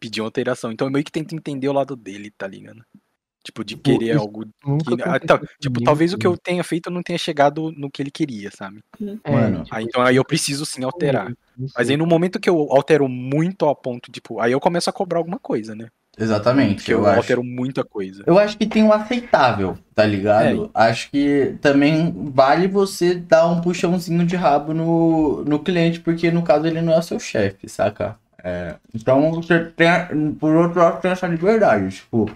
Speaker 3: pediam alteração, então eu meio que tento entender o lado dele, tá ligado? Tipo, de
Speaker 4: Pô,
Speaker 3: querer
Speaker 4: isso é
Speaker 3: algo
Speaker 4: Nunca
Speaker 3: que, ah, tá,
Speaker 4: aconteceu
Speaker 3: tipo,
Speaker 4: comigo,
Speaker 3: talvez o que
Speaker 4: mano.
Speaker 3: eu tenha feito não tenha chegado no que ele queria, sabe?
Speaker 4: É,
Speaker 1: Mano.
Speaker 4: tipo,
Speaker 3: Ah, então aí eu preciso sim alterar.
Speaker 4: não
Speaker 3: Mas aí
Speaker 4: sei.
Speaker 3: no momento que eu altero muito a ponto, tipo, aí eu começo a cobrar alguma coisa, né?
Speaker 1: Exatamente.
Speaker 3: Porque eu,
Speaker 1: eu acho.
Speaker 3: altero muita coisa.
Speaker 1: Eu acho que tem um aceitável, tá ligado? Acho que também vale você dar um puxãozinho de rabo no, no cliente, porque no caso ele não é o seu chefe, saca? É, então você tem, a- por outro lado, tem essa liberdade, tipo.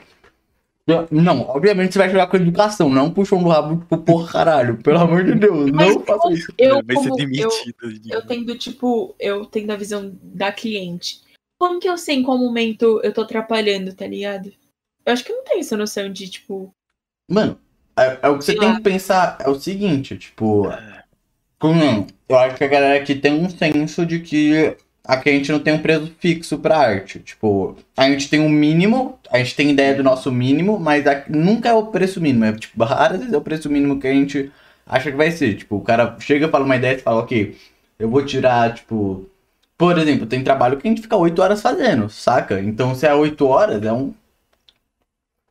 Speaker 1: Não, obviamente você vai jogar com educação, não puxão do rabo, tipo, porra, caralho, pelo amor de Deus,
Speaker 2: Mas
Speaker 1: não faça isso.
Speaker 2: eu,
Speaker 3: vai
Speaker 2: como,
Speaker 3: ser
Speaker 2: eu,
Speaker 3: demitido. de-
Speaker 2: eu tendo, tipo, eu tendo a visão da cliente. Como que eu sei em qual momento eu tô atrapalhando, tá ligado? Eu acho que eu não tenho essa noção de, tipo.
Speaker 1: Mano, é, é o que você
Speaker 2: Sei
Speaker 1: tem
Speaker 2: lá.
Speaker 1: que pensar é o seguinte, tipo,
Speaker 3: É.
Speaker 1: Como eu acho que a galera aqui tem um senso de que aqui a gente não tem um preço fixo pra arte. Tipo, a gente tem um mínimo, a gente tem ideia do nosso mínimo, mas a- nunca é o preço mínimo. É tipo, raras vezes é o preço mínimo que a gente acha que vai ser. Tipo, o cara chega, fala uma ideia e fala, ok, eu vou tirar, tipo. Por exemplo, tem trabalho que a gente fica 8 horas fazendo, saca? Então se é 8 horas, é um.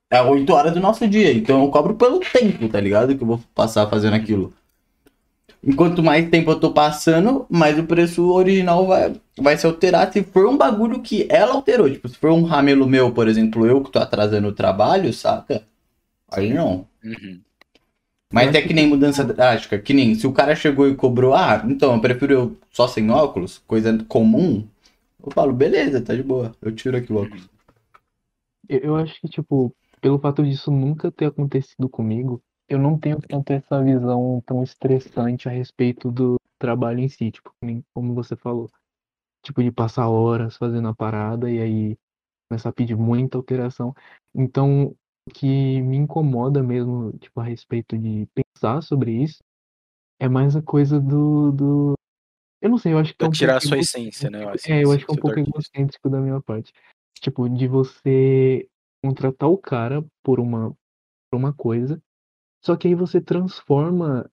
Speaker 1: É 8 horas do nosso dia. Então eu cobro pelo tempo, tá ligado? Que eu vou passar fazendo aquilo. Enquanto mais tempo eu tô passando, mais o preço original vai, vai se alterar. Se for um bagulho que ela alterou, tipo, se for um ramelo meu, por exemplo, eu que tô atrasando o trabalho, saca? Aí não.
Speaker 3: Uhum.
Speaker 4: um
Speaker 1: Mas é que nem mudança drástica, que nem se o cara chegou e cobrou, ah, então eu prefiro eu só sem óculos, coisa comum. Eu falo, beleza, tá de boa, eu tiro aqui o óculos.
Speaker 4: Eu, eu acho que, tipo, pelo fato disso nunca ter acontecido comigo, eu não tenho tanto essa visão tão estressante a respeito do trabalho em si, tipo, que nem como você falou. tipo, de passar horas fazendo a parada e aí começar a pedir muita alteração. Então, o que me incomoda mesmo, tipo, a respeito de pensar sobre isso, é mais a coisa do, do... Eu não sei, eu acho que é um
Speaker 3: tirar a
Speaker 4: pouco
Speaker 3: sua
Speaker 4: ego-
Speaker 3: essência, né?
Speaker 4: É, eu acho que é um pouco egocêntrico da minha parte. Tipo, de você contratar o cara por uma, por uma coisa, só que aí você transforma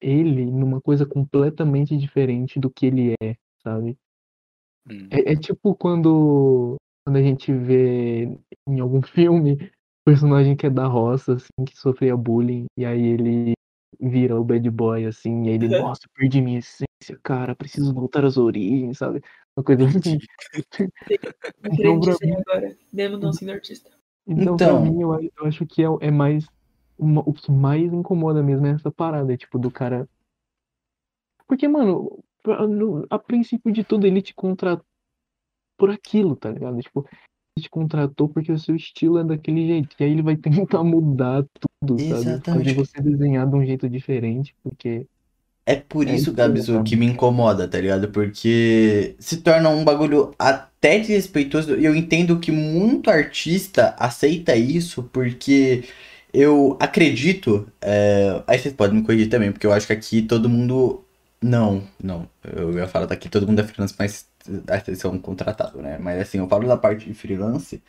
Speaker 4: ele numa coisa completamente diferente do que ele é, sabe?
Speaker 1: Hum.
Speaker 4: É, é tipo quando, quando a gente vê em algum filme o personagem que é da roça, assim, que sofria bullying, e aí ele vira o bad boy, assim, e aí ele, nossa, perdi minha essência, cara, preciso voltar às origens, sabe? Uma coisa assim.
Speaker 2: Não queria
Speaker 4: Então, pra
Speaker 2: dizer agora, mesmo não sendo artista.
Speaker 4: Então,
Speaker 1: Então.
Speaker 4: pra mim, eu, eu acho que é, é mais. uma- o que mais incomoda mesmo é essa parada, tipo, do cara. Porque, mano, pra- no- a princípio de tudo, ele te contratou por aquilo, tá ligado? Tipo, ele te contratou porque o seu estilo é daquele jeito. E aí ele vai tentar mudar tudo, sabe?
Speaker 1: Exatamente.
Speaker 4: Fazer você desenhar de um jeito diferente, porque.
Speaker 1: É por
Speaker 4: É
Speaker 1: isso,
Speaker 4: isso,
Speaker 1: Gabs,
Speaker 4: cara.
Speaker 1: que me incomoda, tá ligado? Porque se torna um bagulho até desrespeitoso. E eu entendo que muito artista aceita isso, porque eu acredito. é, Aí vocês podem me corrigir também, porque eu acho que aqui todo mundo. Não, não. Eu ia falar daqui todo mundo é freelance, mas ah, vocês são contratados, né? Mas assim, eu falo da parte de freelance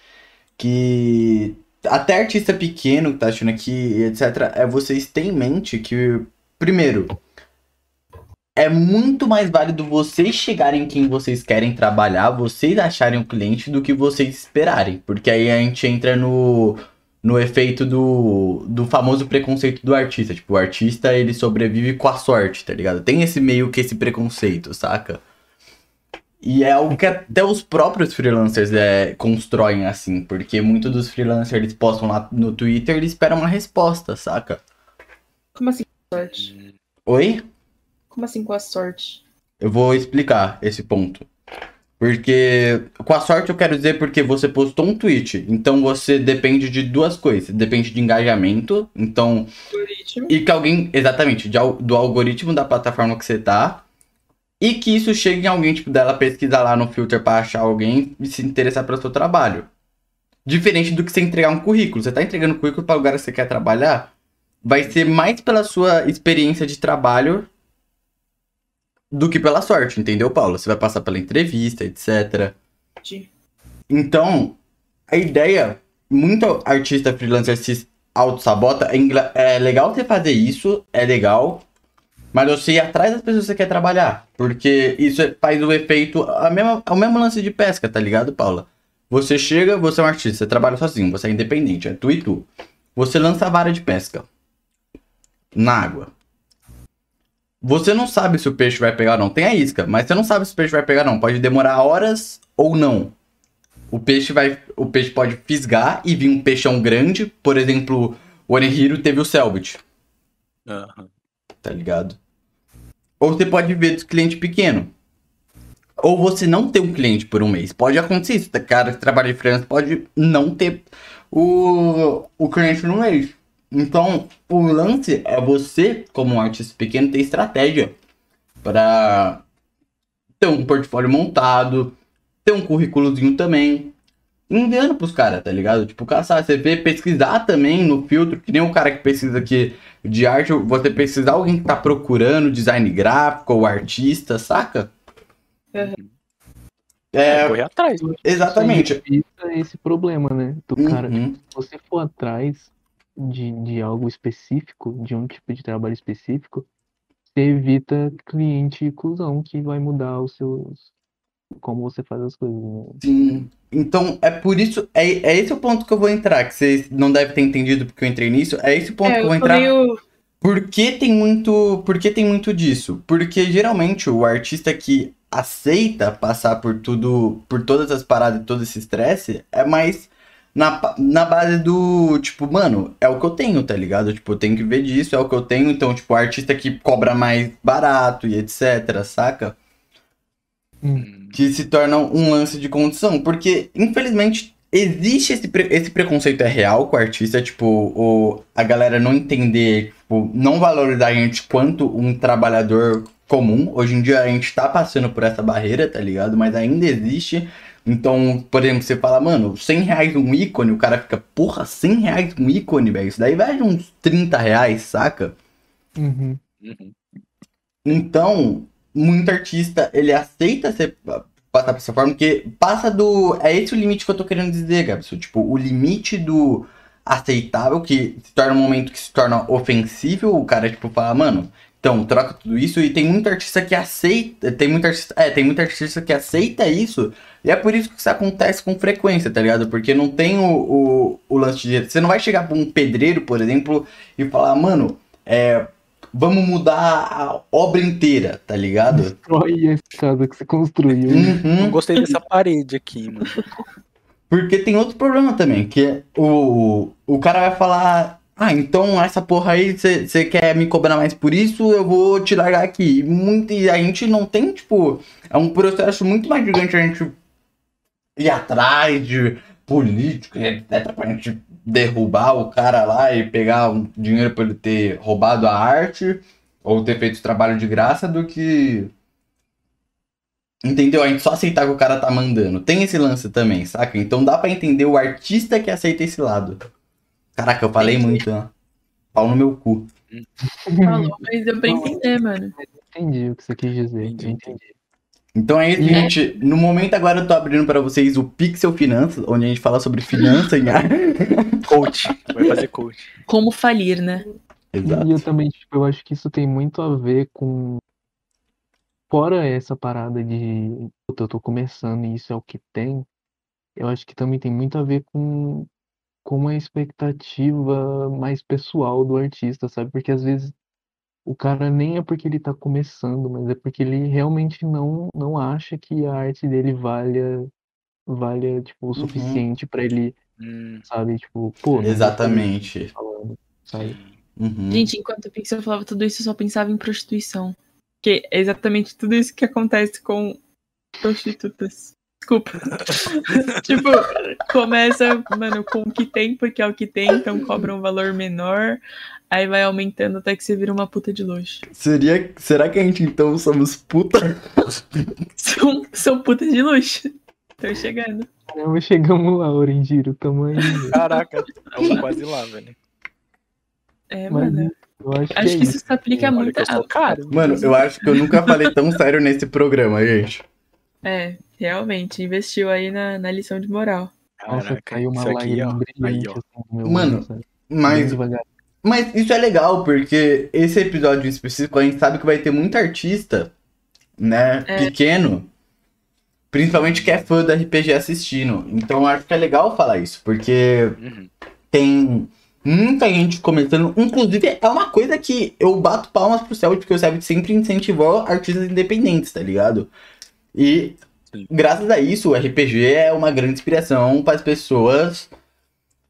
Speaker 1: que. Até artista pequeno que tá achando aqui, etc., é vocês têm em mente que, primeiro, é muito mais válido vocês chegarem quem vocês querem trabalhar, vocês acharem o cliente do que vocês esperarem. Porque aí a gente entra no, no efeito do, do famoso preconceito do artista. Tipo, o artista ele sobrevive com a sorte, tá ligado? Tem esse meio que esse preconceito, saca? E é algo que até os próprios freelancers é, constroem assim, porque muitos dos freelancers eles postam lá no Twitter e esperam uma resposta, saca?
Speaker 2: Como assim com a sorte?
Speaker 1: Oi?
Speaker 2: Como assim com a sorte?
Speaker 1: Eu vou explicar esse ponto. Porque, com a sorte, eu quero dizer porque você postou um tweet. Então você depende de duas coisas. Depende de engajamento. Então.
Speaker 2: Algoritmo.
Speaker 1: E que alguém. Exatamente, de al- do algoritmo da plataforma que você tá. E que isso chegue em alguém, tipo, dela pesquisar lá no filter pra achar alguém e se interessar pelo seu trabalho. Diferente do que você entregar um currículo. Você tá entregando um currículo pra lugar que você quer trabalhar. Vai ser mais pela sua experiência de trabalho do que pela sorte, entendeu, Paulo? Você vai passar pela entrevista, etc.
Speaker 2: Entendi.
Speaker 1: Então, a ideia, muito artista freelancer se auto-sabota, é, engla- é legal você fazer isso, é legal, mas você ir atrás das pessoas que você quer trabalhar, porque isso é- faz o efeito, a mesma, é o mesmo lance de pesca, tá ligado, Paula? Você chega, você é um artista, você trabalha sozinho, você é independente, é tu e tu. Você lança a vara de pesca na água. Você não sabe se o peixe vai pegar ou não. Tem a isca, mas você não sabe se o peixe vai pegar ou não. Pode demorar horas ou não. O peixe vai, o peixe pode fisgar e vir um peixão grande. Por exemplo, o Onihiro teve o Selbit, tá ligado? Ou você pode ver dos cliente pequeno. Ou você não ter um cliente por um mês. Pode acontecer isso. Cara que trabalha de freelance pode não ter o, o cliente no mês. Então, o lance é você, como um artista pequeno, ter estratégia para ter um portfólio montado, ter um currículozinho também. Enviando pros caras, tá ligado? Tipo, caçar, você vê, pesquisar também no filtro, que nem o cara que pesquisa aqui de arte, você pesquisar alguém que tá procurando design gráfico ou artista, saca?
Speaker 2: Uhum.
Speaker 1: É,
Speaker 3: correr atrás.
Speaker 1: exatamente.
Speaker 4: Isso é esse problema, né? Do cara,
Speaker 1: Uhum.
Speaker 4: se você for atrás de, de algo específico, de um tipo de trabalho específico, você evita cliente cuzão que vai mudar os seus. como você faz as coisas. né?
Speaker 1: Sim. Então, é por isso. É, é esse o ponto que eu vou entrar, que vocês não devem ter entendido porque eu entrei nisso. É esse o ponto
Speaker 2: É,
Speaker 1: que eu vou
Speaker 2: eu tô
Speaker 1: entrar.
Speaker 2: meio.
Speaker 1: Por que tem muito, por que tem muito disso? Porque geralmente o artista que aceita passar por tudo, por todas as paradas e todo esse estresse, é mais na, pa- na base do, tipo, mano, é o que eu tenho, tá ligado? Tipo, eu tenho que ver disso, é o que eu tenho, então, tipo, o artista que cobra mais barato e etc, saca? que se torna um lance de condição. Porque, infelizmente, existe esse, pre- esse preconceito é real com o artista, tipo, o, a galera não entender, tipo, não valorizar a gente quanto um trabalhador comum. Hoje em dia a gente tá passando por essa barreira, tá ligado? Mas ainda existe. Então, por exemplo, você fala, mano, 100 reais um ícone, o cara fica, porra, 100 reais um ícone, velho. Isso daí vale uns 30 reais, saca?
Speaker 4: Uhum.
Speaker 3: Uhum.
Speaker 1: Então, muito artista, ele aceita ser, passar por essa forma, porque passa do. É esse o limite que eu tô querendo dizer, Gabs. Tipo, o limite do aceitável, que se torna um momento que se torna ofensivo, o cara, tipo, fala, mano, então, troca tudo isso, e tem muito artista que aceita. Tem muito artista. É, tem muito artista que aceita isso. E é por isso que isso acontece com frequência, tá ligado? Porque não tem o, o, o lance de. Você não vai chegar pra um pedreiro, por exemplo, e falar, mano, é. Vamos mudar a obra inteira, tá ligado?
Speaker 4: Destrói a escada que você construiu.
Speaker 1: Uhum.
Speaker 3: Não gostei dessa parede aqui, mano.
Speaker 1: Porque tem outro problema também, que é o, o cara vai falar. Ah, então essa porra aí, você quer me cobrar mais por isso, eu vou te largar aqui. E Muito, e a gente não tem, tipo. É um processo muito mais gigante a gente ir atrás de político, e etc. Pra gente derrubar o cara lá e pegar um dinheiro por ele ter roubado a arte ou ter feito trabalho de graça do que. Entendeu? A gente só aceitar que o cara tá mandando. Tem esse lance também, saca? Então dá pra entender o artista que aceita esse lado. Caraca, eu falei muito, né? Pau no meu cu.
Speaker 2: Falou, mas deu pra entender, mano.
Speaker 4: Entendi o que você quis dizer.
Speaker 3: Entendi.
Speaker 4: eu entendi.
Speaker 1: Então é isso,
Speaker 2: É.
Speaker 1: gente. No momento agora eu tô abrindo pra vocês o Pixel Finanças, onde a gente fala sobre finança em arte.
Speaker 3: Coach. Vai fazer coach.
Speaker 2: Como falir, né?
Speaker 4: E
Speaker 1: Exato.
Speaker 4: eu também, tipo, eu acho que isso tem muito a ver com. Fora essa parada de, puta, eu tô começando e isso é o que tem, eu acho que também tem muito a ver com, com a expectativa mais pessoal do artista, sabe? Porque às vezes o cara nem é porque ele tá começando, mas é porque ele realmente não, não acha que a arte dele valha, valha, tipo,
Speaker 1: Uhum.
Speaker 4: o suficiente pra ele,
Speaker 3: Hum,
Speaker 4: sabe? Tipo, pô, não é isso que eu
Speaker 1: Exatamente.
Speaker 4: tô falando, sabe?
Speaker 3: Hum.
Speaker 1: Uhum.
Speaker 2: Gente, enquanto o Pixel falava tudo isso, eu só pensava em prostituição. Que é exatamente tudo isso que acontece com prostitutas. Desculpa. tipo, começa, mano, com o que tem, porque é o que tem, então cobra um valor menor. Aí vai aumentando até que você vira uma puta de luxo.
Speaker 1: Seria... Será que a gente então somos puta?
Speaker 2: São, são putas de luxo. Tô chegando.
Speaker 4: Não, chegamos lá, Orindiro, tamo aí.
Speaker 3: Caraca, tamo quase lá, velho.
Speaker 2: É,
Speaker 4: Mas
Speaker 2: mano.
Speaker 4: eu acho que é
Speaker 2: Acho que
Speaker 4: isso.
Speaker 2: isso se aplica
Speaker 3: Olha
Speaker 2: muito
Speaker 3: que eu
Speaker 2: a.
Speaker 3: sou caro.
Speaker 1: Mano, eu acho que eu nunca falei tão sério nesse programa, gente.
Speaker 2: É, realmente, investiu aí na, na lição de moral.
Speaker 4: Nossa,
Speaker 3: Caraca,
Speaker 4: caiu uma
Speaker 3: isso aqui,
Speaker 4: lágrima
Speaker 3: ó. Aí,
Speaker 4: brilhante
Speaker 3: ó.
Speaker 4: assim no meu
Speaker 1: Mano,
Speaker 4: olho, sabe? Bem
Speaker 1: Mas
Speaker 4: devagar.
Speaker 1: Mas isso é legal, porque esse episódio em específico a gente sabe que vai ter muito artista, né,
Speaker 2: É.
Speaker 1: pequeno, principalmente que é fã do RPG assistindo. Então eu acho que é legal falar isso, porque
Speaker 3: Uhum.
Speaker 1: tem muita gente comentando. Inclusive, é uma coisa que eu bato palmas pro Celtic, porque o Celtic sempre incentivou artistas independentes, tá ligado? E
Speaker 3: Sim.
Speaker 1: graças a isso, o RPG é uma grande inspiração para as pessoas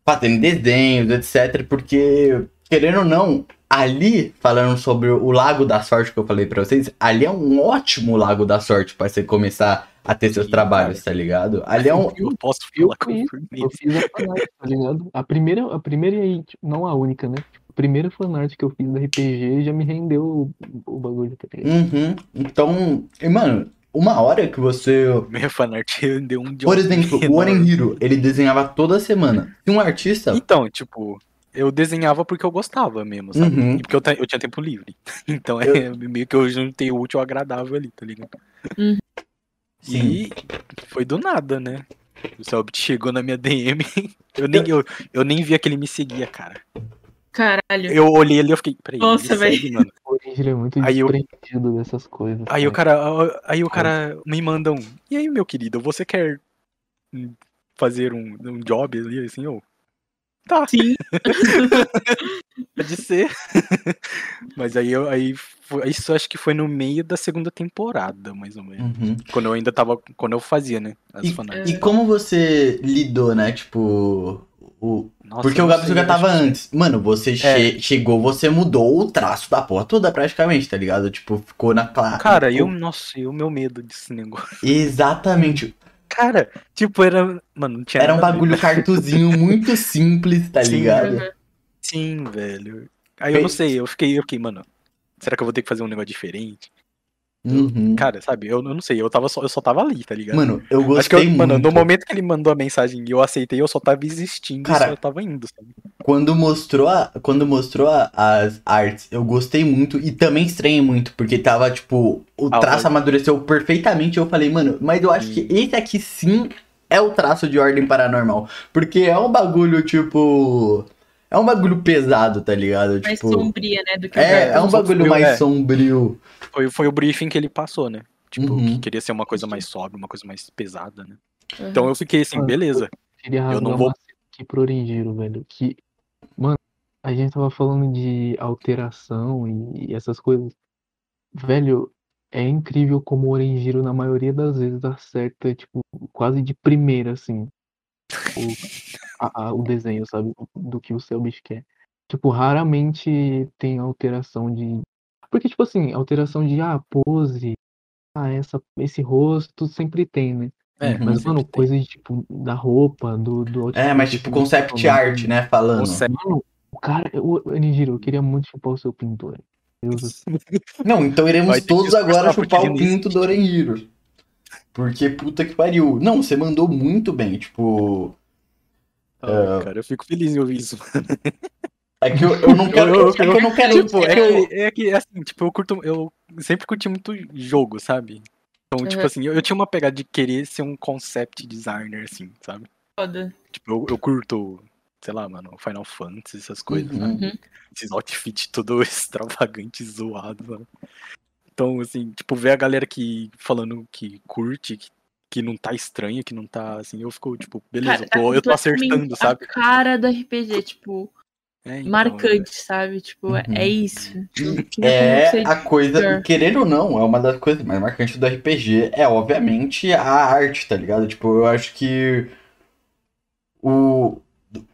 Speaker 1: fazendo desenhos, etc. Porque, querendo ou não, ali, falando sobre o Lago da Sorte que eu falei pra vocês, ali é um ótimo Lago da Sorte pra você começar a ter seus
Speaker 3: Sim,
Speaker 1: trabalhos, tá ligado? Ali é um.
Speaker 3: Eu posso
Speaker 4: assim, eu
Speaker 3: falar com
Speaker 4: conheço, Eu
Speaker 3: firmeza.
Speaker 4: fiz a fanart, tá ligado? A primeira, a primeira e tipo, não a única, né? Tipo, a primeira fanart que eu fiz da RPG já me rendeu o, o bagulho, tá
Speaker 3: Hum.
Speaker 4: ligado?
Speaker 1: Uhum. Então, e, mano, uma hora que você.
Speaker 3: Minha fanart deu um de
Speaker 1: Por
Speaker 3: um
Speaker 1: exemplo, o
Speaker 3: menor.
Speaker 1: Warren Hiro, ele desenhava toda semana. Se um artista.
Speaker 3: Então, tipo, eu desenhava porque eu gostava mesmo, sabe?
Speaker 1: Uhum.
Speaker 3: E porque eu, te- eu tinha tempo livre. Então é meio que eu juntei o útil ao agradável ali, tá ligado?
Speaker 2: Uhum.
Speaker 3: E foi do nada, né? O Selbit chegou na minha DM. Eu nem, eu, eu nem vi que ele me seguia, cara.
Speaker 2: Caralho.
Speaker 3: Eu olhei ali e eu fiquei, peraí, ele me
Speaker 2: Nossa,
Speaker 3: segue, mano.
Speaker 4: O Orindiro é muito
Speaker 3: Aí eu-
Speaker 4: desprendido dessas coisas.
Speaker 3: Aí o
Speaker 4: cara.
Speaker 3: cara, aí o cara me manda um. E aí, meu querido, você quer hum, fazer um, um job ali, assim, ou? Tá.
Speaker 2: Sim.
Speaker 3: Pode ser. Mas aí eu aí foi- isso acho que foi no meio da segunda temporada, mais ou menos.
Speaker 1: Uhum.
Speaker 3: Quando eu ainda tava. Quando eu fazia, né? As fanarts.
Speaker 1: E é. como você lidou, né? Tipo. O...
Speaker 3: Nossa,
Speaker 1: Porque
Speaker 3: eu
Speaker 1: o
Speaker 3: não
Speaker 1: Gabriel
Speaker 3: sei,
Speaker 1: já
Speaker 3: eu É.
Speaker 1: tava
Speaker 3: acho que-
Speaker 1: antes. Mano, você che- chegou, você mudou o traço da porra toda praticamente, tá ligado? Tipo, ficou na clara.
Speaker 3: Cara, eu. Nossa, e o meu medo desse negócio.
Speaker 1: Exatamente.
Speaker 3: Cara, tipo, era. Mano, não tinha
Speaker 1: Era um
Speaker 3: nada a ver.
Speaker 1: bagulho cartuzinho muito simples, tá
Speaker 3: Sim.
Speaker 1: ligado?
Speaker 2: Uhum.
Speaker 3: Sim, velho. Aí eu não sei, eu fiquei, eu fiquei, mano. Será que eu vou ter que fazer um negócio diferente?
Speaker 1: Uhum.
Speaker 3: Cara, sabe, eu, eu não sei, eu, tava só, eu só tava ali, tá ligado?
Speaker 1: Mano, eu
Speaker 3: Acho que eu,
Speaker 1: gostei
Speaker 3: mano,
Speaker 1: muito.
Speaker 3: no momento que ele mandou a mensagem e eu aceitei, eu só tava existindo,
Speaker 1: Cara,
Speaker 3: só tava indo, sabe?
Speaker 1: Quando mostrou, a, quando mostrou a- as artes, eu gostei muito e também estranhei muito, porque tava, tipo, o
Speaker 3: Ah,
Speaker 1: traço
Speaker 3: mas-
Speaker 1: amadureceu perfeitamente. Eu falei, mano, mas eu acho que esse aqui sim é o traço de ordem paranormal. Porque é um bagulho, tipo. É um bagulho pesado, tá ligado?
Speaker 2: Mais
Speaker 1: Tipo.
Speaker 2: sombria, né? Do que
Speaker 1: É, é um bagulho
Speaker 3: sombrio,
Speaker 1: mais
Speaker 3: é.
Speaker 1: sombrio.
Speaker 3: Foi, foi o briefing que ele passou, né? Tipo,
Speaker 1: Uhum.
Speaker 3: que queria ser uma coisa mais sóbria, uma coisa mais pesada, né?
Speaker 2: Uhum.
Speaker 3: Então eu fiquei assim,
Speaker 4: Mano,
Speaker 3: beleza.
Speaker 4: Queria
Speaker 3: Eu não
Speaker 4: rasgar
Speaker 3: vou-
Speaker 4: uma seda aqui pro Orenjiro, velho. Que, mano, a gente tava falando de alteração e, e essas coisas. Velho, é incrível como o Orenjiro, na maioria das vezes, acerta, tipo, quase de primeira, assim. O, a- a- o desenho, sabe? Do que o Selbit quer. Tipo, raramente tem alteração de. Porque, tipo assim, alteração de, ah, pose, ah, essa, esse rosto, sempre tem, né?
Speaker 3: É,
Speaker 1: Uhum.
Speaker 4: Mas,
Speaker 3: sempre
Speaker 4: mano,
Speaker 3: tem.
Speaker 4: coisa de, tipo, da roupa, do, do
Speaker 1: É,
Speaker 4: outfit,
Speaker 1: mas tipo,
Speaker 4: assim,
Speaker 1: concept
Speaker 4: falando.
Speaker 1: art, né? Falando.
Speaker 3: Concept.
Speaker 4: Mano, o cara, o Nijiro, eu queria muito chupar o seu pintor. Meu Deus do céu.
Speaker 1: Não, então
Speaker 3: Vai
Speaker 1: iremos
Speaker 3: ter que
Speaker 1: todos agora
Speaker 3: esforçar porque
Speaker 1: chupar
Speaker 3: ele
Speaker 1: o
Speaker 3: não
Speaker 1: pinto do Orenhiro. Porque puta que pariu. Não, você mandou muito bem, tipo.
Speaker 3: Ai, cara, eu fico feliz em ouvir isso.
Speaker 1: É que eu, eu não quero.
Speaker 3: Eu- eu-
Speaker 1: é que eu não quero.
Speaker 3: Tipo, é
Speaker 1: é que eu-
Speaker 3: que, é que, assim, tipo, eu curto, eu sempre curti muito jogo, sabe? Então, tipo
Speaker 2: Uhum.
Speaker 3: assim, eu, eu tinha uma pegada de querer ser um concept designer, assim, sabe?
Speaker 2: Foda.
Speaker 3: Tipo, eu, eu curto, sei lá, mano, Final Fantasy, essas coisas,
Speaker 1: Uhum.
Speaker 3: sabe? Esses outfits todo extravagante, zoado, sabe? Então, assim, tipo, ver a galera que falando que curte, que, que não tá estranho, que não tá, assim, eu fico, tipo, beleza,
Speaker 2: Cara, é
Speaker 3: eu tô, eu tô
Speaker 2: completamente
Speaker 3: acertando, sabe?
Speaker 2: A cara do RPG, tipo,
Speaker 3: É, então,
Speaker 2: marcante, sabe? Tipo, é-
Speaker 1: Uhum.
Speaker 2: é isso. Tipo, não
Speaker 1: É
Speaker 2: sei
Speaker 1: a coisa,
Speaker 2: dizer.
Speaker 1: querer ou não, é uma das coisas mais marcantes do RPG. É, obviamente, a arte, tá ligado? Tipo, eu acho que o,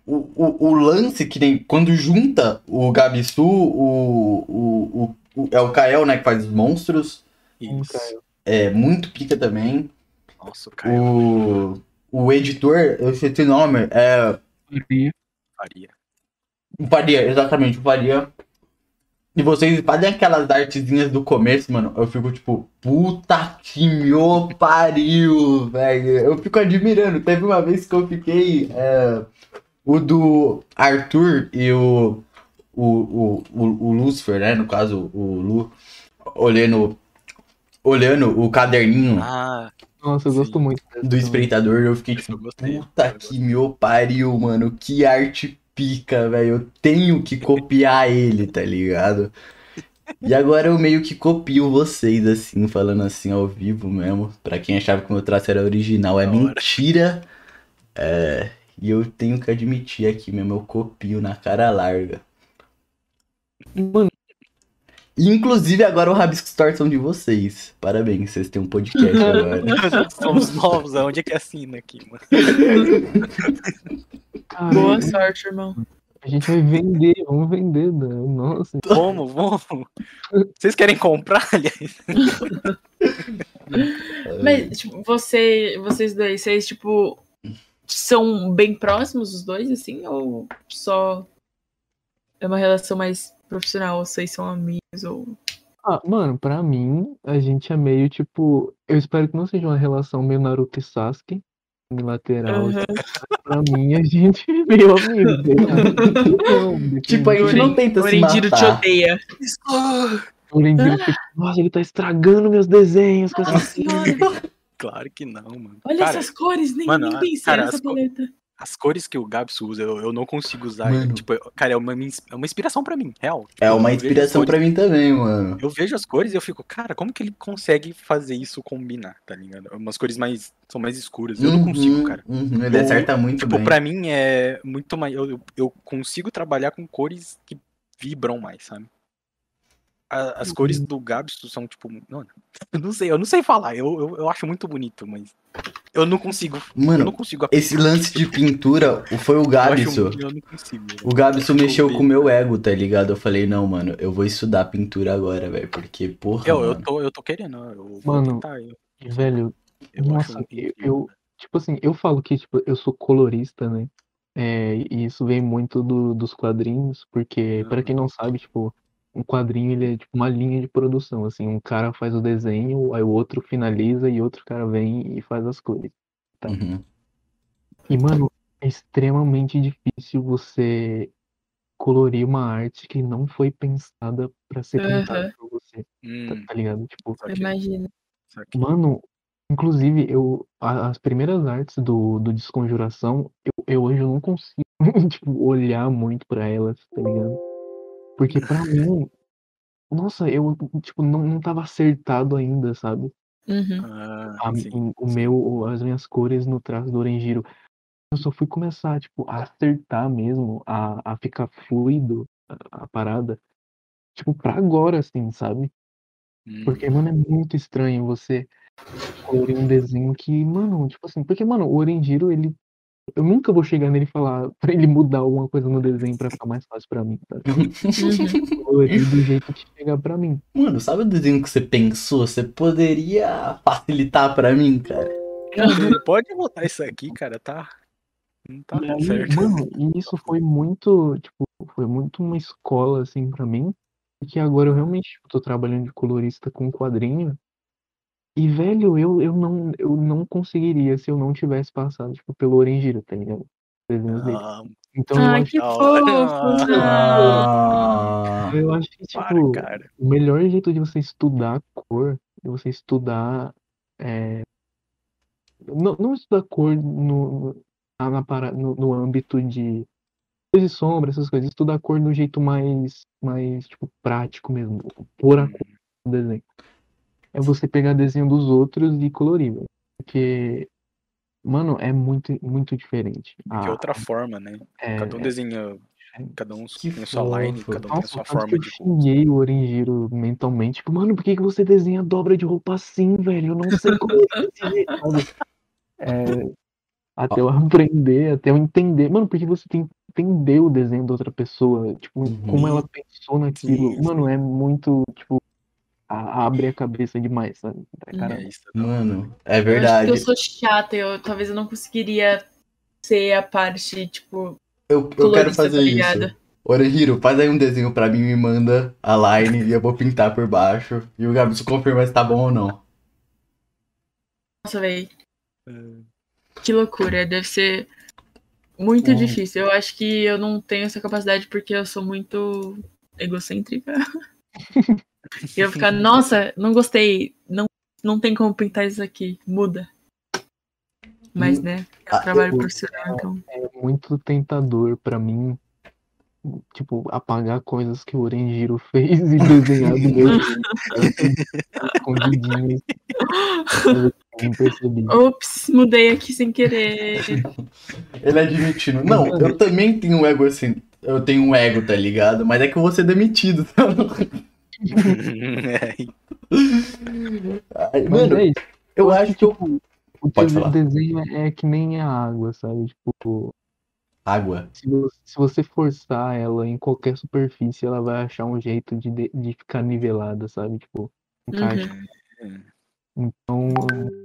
Speaker 1: o, o, o lance que nem quando junta o Gabisu, o, o, o, o- é o Kael, né, que faz os monstros,
Speaker 3: Isso.
Speaker 1: é muito pica também.
Speaker 3: Nossa, o Caio
Speaker 1: O, o editor, eu esqueci o nome, é
Speaker 3: faria.
Speaker 1: o Faria, exatamente, o Faria. E vocês fazem aquelas artezinhas do começo, mano. Eu fico tipo, puta que meu pariu, velho. Eu fico admirando. Teve uma vez que eu fiquei. é, o do Arthur e o. O, o, o, o Lucifer, né? No caso, o Lu. Olhando. Olhando o caderninho
Speaker 3: Ah,
Speaker 4: Nossa, eu
Speaker 3: Sim.
Speaker 4: gosto muito dessa
Speaker 1: do
Speaker 4: também.
Speaker 1: espreitador. Eu fiquei
Speaker 3: eu
Speaker 1: tipo,
Speaker 3: gostei.
Speaker 1: Puta que meu pariu, mano. Que arte pica, velho. Eu tenho que copiar ele, tá ligado? E agora eu meio que copio vocês, assim, falando assim ao vivo mesmo. Pra quem achava que o meu traço era original, é
Speaker 3: Da hora.
Speaker 1: mentira. É. E eu tenho que admitir aqui mesmo, eu copio na cara larga.
Speaker 4: Mano,
Speaker 1: E, Inclusive agora o Rabisco Store são de vocês. Parabéns, vocês têm um podcast agora.
Speaker 3: Somos novos, aonde é que assina aqui, mano?
Speaker 2: tipo,
Speaker 4: cara,
Speaker 3: Uhum.
Speaker 2: Boa sorte, irmão.
Speaker 4: a gente vai vender, vamos vender, né? Nossa.
Speaker 3: Vamos, vamos. Vocês querem comprar, aliás?
Speaker 1: É.
Speaker 2: Mas, tipo, você, vocês dois, vocês, tipo, são bem próximos os dois, assim? Ou só é uma relação mais profissional? Ou vocês são amigos? Ou...
Speaker 4: Ah, mano, pra mim, a gente é meio tipo. Eu espero que não seja uma relação meio Naruto e Sasuke, unilateral.
Speaker 2: Aham.
Speaker 3: tipo,
Speaker 4: Pra mim, a gente é meio amigo. tá ligado? Não,
Speaker 1: Tipo, a gente não tenta se
Speaker 2: Orendiro te
Speaker 1: matar.
Speaker 2: odeia.
Speaker 4: O Orenjiro fica, nossa, ele tá estragando meus desenhos com
Speaker 1: Tipo
Speaker 2: Nossa
Speaker 4: essa
Speaker 1: assim.
Speaker 2: senhora,
Speaker 3: Claro que não, mano.
Speaker 2: olha
Speaker 3: Cara,
Speaker 2: essas cores, nem,
Speaker 3: mano,
Speaker 2: nem
Speaker 3: a-
Speaker 2: pensei
Speaker 3: cara,
Speaker 2: nessa
Speaker 3: as co-
Speaker 2: paleta.
Speaker 3: as cores que o Gabs usa, eu, eu não consigo usar.
Speaker 1: Mano.
Speaker 3: Tipo, eu- cara, é uma, minha ins- é uma inspiração pra mim, real.
Speaker 1: É uma
Speaker 3: Eu vejo as
Speaker 1: inspiração
Speaker 3: cores-
Speaker 1: pra mim também, mano.
Speaker 3: Eu vejo as cores e eu fico, cara, como que ele consegue fazer isso combinar, tá ligado? Umas cores mais. são mais escuras. Eu não consigo,
Speaker 1: Uhum,
Speaker 3: cara.
Speaker 1: uhum, ele
Speaker 3: Eu-
Speaker 1: acerta muito
Speaker 3: Tipo,
Speaker 1: bem.
Speaker 3: pra mim é muito mais. Eu, eu- eu consigo trabalhar com cores que vibram mais, sabe? A- As cores do Gabsto são, tipo. Não, eu não sei, eu não sei falar. Eu, eu, eu acho muito bonito, mas. Eu não consigo. eu não
Speaker 1: Mano,
Speaker 3: consigo
Speaker 1: esse lance de pintura foi o
Speaker 3: aplicar.
Speaker 1: Gabson.
Speaker 3: Eu não consigo. velho.
Speaker 1: O Gabson
Speaker 3: Deixa eu
Speaker 1: mexeu
Speaker 3: ver.
Speaker 1: com o meu ego, tá ligado? Eu falei, não, mano, eu vou estudar pintura agora, velho. Porque, porra.
Speaker 3: Eu, eu,
Speaker 1: mano.
Speaker 3: tô, eu tô querendo. Eu vou
Speaker 4: Mano,
Speaker 3: tentar, eu,
Speaker 4: E, velho,
Speaker 3: eu
Speaker 4: nossa,
Speaker 3: acho um
Speaker 4: eu,
Speaker 3: incrível.
Speaker 4: eu- tipo assim, eu falo que tipo, eu sou colorista, né? É, e isso vem muito do- dos quadrinhos, porque, pra
Speaker 3: Aham.
Speaker 4: quem não sabe, tipo, um quadrinho, ele é tipo uma linha de produção, assim, um cara faz o desenho, aí o outro finaliza e outro cara vem e faz as cores. Tá.
Speaker 1: Uhum.
Speaker 4: E, mano, é extremamente difícil você colorir uma arte que não foi pensada pra ser
Speaker 2: Aham.
Speaker 4: pintada por você, tá,
Speaker 3: Hum,
Speaker 4: tá ligado? Tipo,
Speaker 3: saquei,
Speaker 2: Imagina.
Speaker 3: saquei.
Speaker 4: Mano, inclusive, eu, a- as primeiras artes do, do Desconjuração, eu, eu hoje eu não consigo, tipo, olhar muito pra elas, tá ligado? Porque pra mim, nossa, eu, tipo, não, não tava acertado ainda, sabe?
Speaker 2: Uhum.
Speaker 3: Ah,
Speaker 4: A-
Speaker 3: sim.
Speaker 4: o- o
Speaker 3: sim.
Speaker 4: meu, as minhas cores no traço do Orangiro. Eu só fui começar, tipo, a acertar mesmo, a, a ficar fluido a, a parada, tipo, pra agora, assim, sabe?
Speaker 3: Hum,
Speaker 4: Porque, mano, é muito estranho você colorir um desenho que, mano, tipo assim, porque, mano, o Orangiro, ele. Eu nunca vou chegar nele e falar pra ele mudar alguma coisa no desenho pra ficar mais fácil pra mim, tá?
Speaker 2: Uhum.
Speaker 4: Colorir do jeito que chegar pra mim.
Speaker 1: Mano, sabe o desenho que você pensou? Você poderia facilitar pra mim, cara.
Speaker 3: Caramba, Pode botar isso aqui, cara, tá? Não tá
Speaker 4: E aí,
Speaker 3: certo.
Speaker 4: mano, e isso foi muito, tipo, foi muito uma escola, assim, pra mim. Porque agora eu realmente, tipo, tô trabalhando de colorista com quadrinho. E, velho, eu, eu, não, eu não conseguiria se eu não tivesse passado, tipo, pelo Orangiro, tá ligado? Desenhos dele.
Speaker 3: Ah,
Speaker 4: Então, eu
Speaker 2: Ah,
Speaker 4: acho
Speaker 2: que
Speaker 3: da
Speaker 2: fofo!
Speaker 3: hora.
Speaker 2: Ah.
Speaker 1: Ah,
Speaker 4: Eu acho que,
Speaker 3: para,
Speaker 4: tipo,
Speaker 3: cara.
Speaker 4: o melhor jeito de você estudar cor é você estudar. é, Não, não estudar cor no, no- na, na para- no, no âmbito de luz e sombra, essas coisas. Estudar cor do jeito mais, mais tipo, prático mesmo. Pôr a cor no desenho. É você pegar desenho dos outros e colorir, velho. Porque, mano, é muito, muito diferente.
Speaker 3: Que
Speaker 4: Ah,
Speaker 3: outra forma, né?
Speaker 4: é,
Speaker 3: Cada um desenha,
Speaker 4: é-
Speaker 3: cada um
Speaker 1: Que
Speaker 3: tem a sua line,
Speaker 1: fofo.
Speaker 3: cada um tem a
Speaker 4: Nossa,
Speaker 3: sua
Speaker 4: tanto que
Speaker 3: forma
Speaker 4: eu
Speaker 3: de gosto.
Speaker 4: xinguei o Orangiro mentalmente. Tipo, mano, por que que você desenha dobra de roupa assim, velho? Eu não sei como é desse jeito", sabe? É, até eu aprender, até eu entender. Mano, porque você tem que entender o desenho da outra pessoa. Tipo,
Speaker 1: Uhum.
Speaker 4: como ela pensou naquilo.
Speaker 3: Sim,
Speaker 4: Mano, é muito, tipo, a- abre a cabeça demais, sabe? Cara,
Speaker 3: É isso, tá?
Speaker 1: Mano, é
Speaker 2: Eu acho que
Speaker 1: verdade.
Speaker 2: eu sou chata, eu talvez eu não conseguiria ser a parte, tipo,
Speaker 1: Eu, eu
Speaker 2: colorista,
Speaker 1: quero fazer
Speaker 2: tá
Speaker 1: isso.
Speaker 2: ligado?
Speaker 1: Orihiro, faz aí um desenho pra mim, me manda a line e eu vou pintar por baixo. E o Gabs confirma se tá bom ou não.
Speaker 2: Nossa, velho,
Speaker 3: É.
Speaker 2: que loucura. Deve ser muito
Speaker 1: Hum.
Speaker 2: difícil. Eu acho que eu não tenho essa capacidade porque eu sou muito egocêntrica. e eu ficar, nossa, não gostei. Não, não tem como pintar isso aqui. Muda. Mas, né, eu
Speaker 1: Ah,
Speaker 2: trabalho
Speaker 4: eu-
Speaker 2: profissional, então.
Speaker 4: é muito tentador pra mim, tipo, apagar coisas que o Orangiro fez e desenhar do meu jeito. sabe? Escondidinho, coisa que eu não percebi.
Speaker 2: Ops, mudei aqui sem querer.
Speaker 1: Ele é demitido. Não, eu também tenho um ego assim. Eu tenho um ego, tá ligado? Mas é que eu vou ser demitido. tá?
Speaker 3: É,
Speaker 1: Ai,
Speaker 4: Mas
Speaker 1: Mano,
Speaker 4: é isso.
Speaker 1: eu acho que eu.
Speaker 4: tipo, o
Speaker 1: Pode
Speaker 4: desenho-
Speaker 1: falar.
Speaker 4: desenho é que nem a água, sabe? Tipo,
Speaker 1: Água.
Speaker 4: se você, se você forçar ela em qualquer superfície, ela vai achar um jeito de, de, de ficar nivelada, sabe? Tipo,
Speaker 2: Uhum.
Speaker 4: encaixa. Então,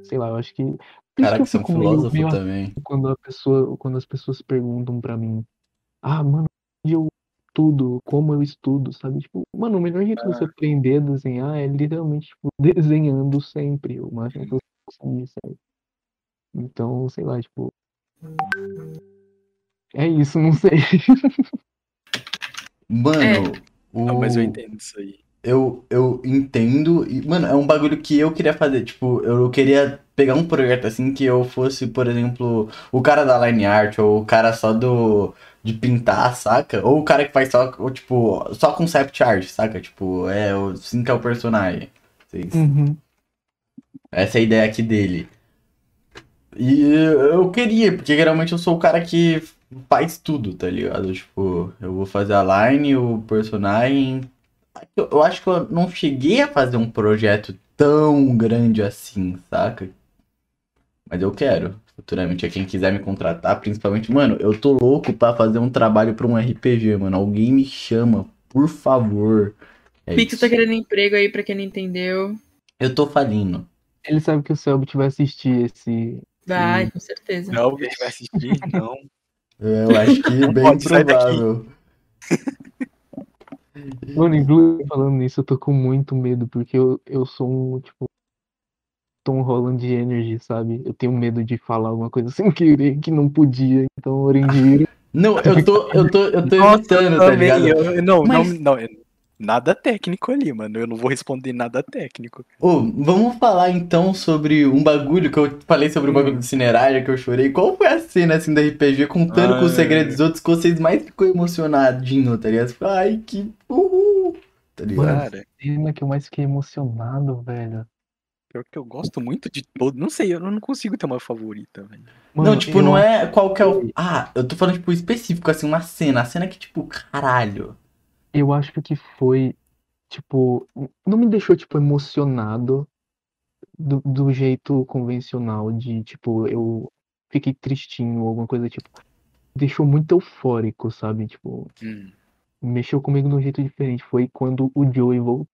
Speaker 4: sei lá, eu acho que. Por isso que
Speaker 1: Uhum. Caraca,
Speaker 4: eu
Speaker 1: você é um
Speaker 4: fico meio-
Speaker 1: filósofo
Speaker 4: meio É.
Speaker 1: também.
Speaker 4: quando a pessoa, quando as pessoas perguntam pra mim, ah, mano, onde eu estudo, como eu estudo, sabe? Tipo, mano, o melhor jeito de você aprender a desenhar é literalmente, tipo, desenhando sempre, o máximo que você conseguir, sabe? Então, sei lá, tipo. É isso, não sei.
Speaker 1: Mano, o.
Speaker 3: Ah, mas eu entendo isso aí.
Speaker 1: Eu, eu entendo. E, mano, é um bagulho que eu queria fazer. Tipo, eu queria pegar um projeto assim que eu fosse, por exemplo, o cara da line art, ou o cara só do. de pintar, saca? Ou o cara que faz só, ou, tipo, só concept art, saca? Tipo, é, o assim que é o personagem. Vocês- Essa é a ideia aqui dele. E eu queria, porque geralmente eu sou o cara que faz tudo, tá ligado? Tipo, eu vou fazer a line, o personagem. Eu, eu acho que eu não cheguei a fazer um projeto tão grande assim, saca? Mas eu quero. Futuramente, é quem quiser me contratar, principalmente. Mano, eu tô louco pra fazer um trabalho pra um RPG, mano. Alguém me chama, por favor. É
Speaker 2: Pix
Speaker 1: isso.
Speaker 2: tá querendo emprego aí, pra quem não entendeu.
Speaker 1: Eu tô falindo.
Speaker 4: Ele sabe que o Selbit vai assistir esse.
Speaker 2: Vai, com certeza.
Speaker 3: Não, alguém vai assistir? Não.
Speaker 1: Eu acho que é bem
Speaker 3: pode sair daqui.
Speaker 1: provável.
Speaker 4: Mano, inclusive falando nisso, eu tô com muito medo, porque eu, eu sou um, tipo, Tom Holland de Energy, sabe? Eu tenho medo de falar alguma coisa sem querer, que não podia, então Orangiro.
Speaker 1: Não, eu tô, eu tô, eu tô
Speaker 3: Nossa,
Speaker 1: evitando, tá
Speaker 3: também,
Speaker 1: ligado?
Speaker 3: eu- não,
Speaker 1: Mas-
Speaker 3: não, não, é Nada técnico ali, mano. Eu não vou responder nada técnico.
Speaker 1: Ô, vamos falar então sobre um bagulho que eu falei sobre o bagulho do Cinerária que eu chorei. Qual foi a cena assim da RPG contando com os
Speaker 3: Ai.
Speaker 1: segredos dos outros que vocês mais ficou emocionadinho, tá ligado? Você ficou, Ai, que uhul, tá ligado?
Speaker 3: Cara,
Speaker 4: Cena que eu mais fiquei emocionado, velho.
Speaker 3: pior que eu gosto muito de todo. Não sei, eu não consigo ter uma favorita, velho.
Speaker 1: Não,
Speaker 4: Mano,
Speaker 1: tipo,
Speaker 4: eu
Speaker 1: não
Speaker 4: acho
Speaker 1: é qualquer. Ah, eu tô falando, tipo, específico, assim, uma cena. A cena que, tipo, caralho.
Speaker 4: Eu acho que foi, tipo, não me deixou, tipo, emocionado do, do jeito convencional de, tipo, eu fiquei tristinho ou alguma coisa, tipo, deixou muito eufórico, sabe? Tipo,
Speaker 3: Hum.
Speaker 4: mexeu comigo de um jeito diferente. Foi quando o Joey voltou,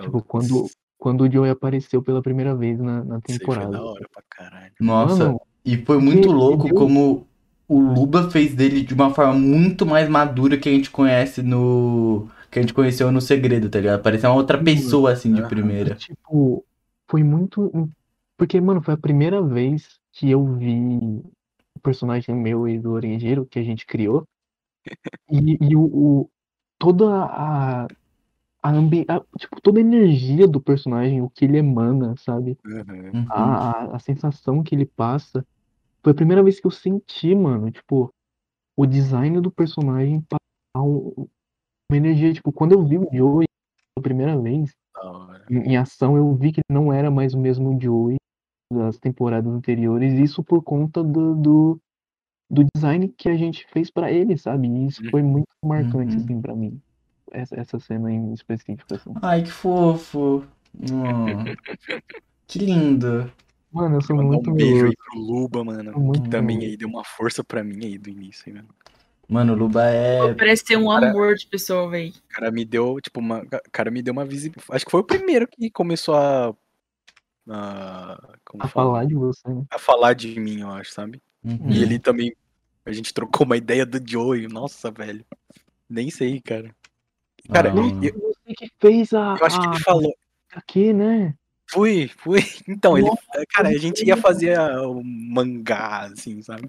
Speaker 4: tipo, quando, quando o Joey apareceu pela primeira vez na,
Speaker 3: Isso
Speaker 4: na
Speaker 3: aí foi
Speaker 4: temporada.
Speaker 3: da hora pra caralho.
Speaker 1: Nossa.
Speaker 4: Mano,
Speaker 1: E foi muito
Speaker 4: Ele-
Speaker 1: louco
Speaker 4: ele-
Speaker 1: como o Luba fez dele de uma forma muito mais madura que a gente conhece no. Que a gente conheceu no segredo, tá ligado? Parecia uma outra pessoa assim de
Speaker 3: Aham.
Speaker 1: primeira.
Speaker 4: Tipo, foi muito. Porque, mano, foi a primeira vez que eu vi o personagem meu e do Orangeiro que a gente criou. E, e o, o- toda a, a, ambi- a- tipo, toda a energia do personagem, o que ele emana, sabe?
Speaker 3: Aham.
Speaker 1: Uhum.
Speaker 4: A, a, a sensação que ele passa. Foi a primeira vez que eu senti, mano, tipo, o design do personagem passar um- uma energia. Tipo, quando eu vi o Joey pela primeira vez
Speaker 3: Da hora.
Speaker 4: em em ação, eu vi que ele não era mais o mesmo Joey das temporadas anteriores, isso por conta do, do, do design que a gente fez pra ele, sabe? E isso foi muito marcante,
Speaker 1: Uhum.
Speaker 4: assim, pra mim. Essa, essa cena em específico, assim.
Speaker 1: Ai, que fofo. Hum. Que lindo.
Speaker 4: Mano, eu sou
Speaker 3: Mandar
Speaker 4: muito
Speaker 3: um beijo
Speaker 4: meloso.
Speaker 3: aí pro Luba, mano.
Speaker 4: Muito
Speaker 3: que também
Speaker 4: meloso.
Speaker 3: aí deu uma força pra mim aí do início, hein, mano.
Speaker 1: Mano, o Luba é.
Speaker 2: Parece ser um
Speaker 3: Cara-
Speaker 2: amor de pessoa, velho.
Speaker 3: O cara me deu, tipo, uma. o cara me deu uma visibilidade. Acho que foi o primeiro que começou a. a como
Speaker 4: A
Speaker 3: fala?
Speaker 4: falar de você, né?
Speaker 3: A falar de mim, eu acho, sabe?
Speaker 1: Uhum.
Speaker 3: E ele também. A gente trocou uma ideia do Joey. Nossa, velho. Nem sei, cara. Cara,
Speaker 1: Ah,
Speaker 3: eu, eu-
Speaker 4: Você que fez a,
Speaker 3: eu acho que ele falou.
Speaker 4: aqui, né?
Speaker 3: Fui, fui. Então, ele. Cara, a
Speaker 4: eu
Speaker 3: gente
Speaker 4: sei.
Speaker 3: ia fazer a- o mangá, assim, sabe?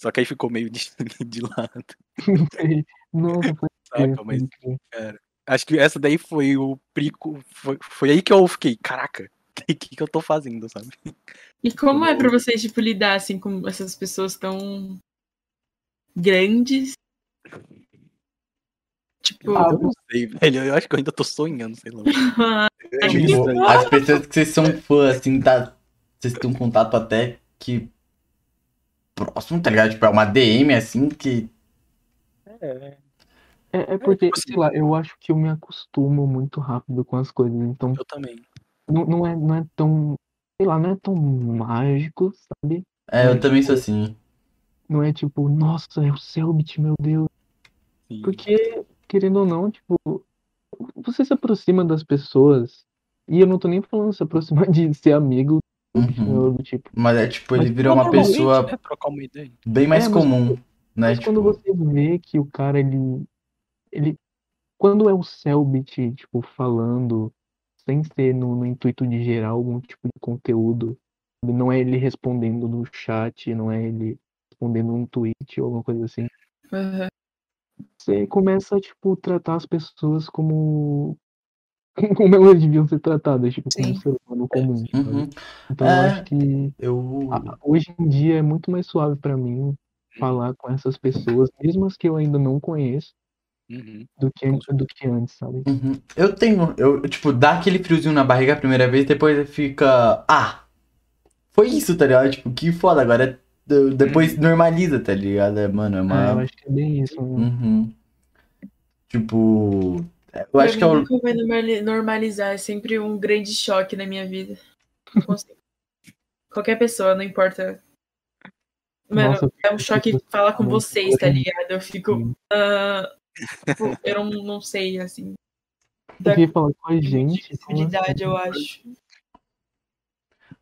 Speaker 3: Só que aí ficou meio de, de lado,
Speaker 4: Não sei. Nossa, foi
Speaker 3: saca?
Speaker 4: assim. incrível,
Speaker 3: Mas
Speaker 4: foi incrível.
Speaker 3: acho que essa daí foi o prico. Foi, foi aí que eu fiquei, caraca, o que, que eu tô fazendo, sabe?
Speaker 2: E como é pra vocês, tipo, lidar, assim, com essas pessoas tão grandes? Tipo,
Speaker 4: Ah,
Speaker 3: eu não sei, velho. Eu acho que eu ainda tô sonhando, sei lá. É
Speaker 2: Acho que
Speaker 3: isso
Speaker 1: Tipo,
Speaker 3: aí.
Speaker 1: as pessoas que vocês são fã, assim, tá. Vocês têm um contato até que. Próximo, tá ligado? Tipo, é uma DM, assim, que.
Speaker 4: É, é porque,
Speaker 3: tipo assim-
Speaker 4: sei lá, eu acho que eu me acostumo muito rápido com as coisas, então
Speaker 3: Eu também.
Speaker 4: Não, não é, não é tão, sei lá, não é tão mágico, sabe?
Speaker 1: É,
Speaker 3: Uhum.
Speaker 1: eu também sou assim.
Speaker 4: Não é tipo, nossa, é o Selbit, meu Deus.
Speaker 3: Sim.
Speaker 4: Porque, querendo ou não, tipo, você se aproxima das pessoas. E eu não tô nem falando se aproximar de ser amigo,
Speaker 1: Uhum.
Speaker 4: ou do tipo.
Speaker 1: Mas é tipo, ele
Speaker 4: Mas
Speaker 1: virou uma
Speaker 3: Normalmente,
Speaker 1: pessoa
Speaker 3: né, trocar uma ideia.
Speaker 1: bem mais
Speaker 4: É, mas-
Speaker 1: comum, né?
Speaker 4: Mas quando
Speaker 1: Tipo,
Speaker 4: você vê que o cara, ele. ele quando é o Selbit, tipo, falando, sem ser no, no intuito de gerar algum tipo de conteúdo, sabe? não é ele respondendo no chat, não é ele respondendo um tweet ou alguma coisa assim.
Speaker 2: Aham.
Speaker 4: Você começa a, tipo, tratar as pessoas como. Como elas deviam ser tratadas, tipo, como um
Speaker 2: Sim.
Speaker 4: ser humano comum. sabe?
Speaker 1: uhum. Ah,
Speaker 4: Então eu
Speaker 1: É.
Speaker 4: acho que
Speaker 1: Eu.
Speaker 4: a- hoje em dia é muito mais suave pra mim falar com essas pessoas, mesmo as que eu ainda não conheço,
Speaker 3: Uhum.
Speaker 4: do que, do que antes, sabe?
Speaker 1: Uhum. Eu tenho. Eu, tipo, dá aquele friozinho na barriga a primeira vez, depois fica. Ah! Foi isso, tá ligado? Tipo, que foda, agora. é- Depois normaliza, tá ligado? É, mano, é
Speaker 4: Ah, eu
Speaker 1: uma.
Speaker 4: acho que Uhum. é bem isso, mano.
Speaker 1: Uhum. Tipo. Eu
Speaker 2: Pra
Speaker 1: acho que é
Speaker 2: mim,
Speaker 1: o.
Speaker 2: nunca vai normali- normalizar, é sempre um grande choque na minha vida. Não consigo. Qualquer pessoa, não importa. Mano,
Speaker 4: Nossa,
Speaker 2: é um choque falar com
Speaker 4: muito
Speaker 2: vocês, tá
Speaker 4: bom.
Speaker 2: ligado? Eu fico.
Speaker 4: Sim.
Speaker 2: ah, tipo, eu não, não sei, assim. Tipo,
Speaker 4: eu queria falar com a gente. como assim?
Speaker 2: Dificuldade, eu acho.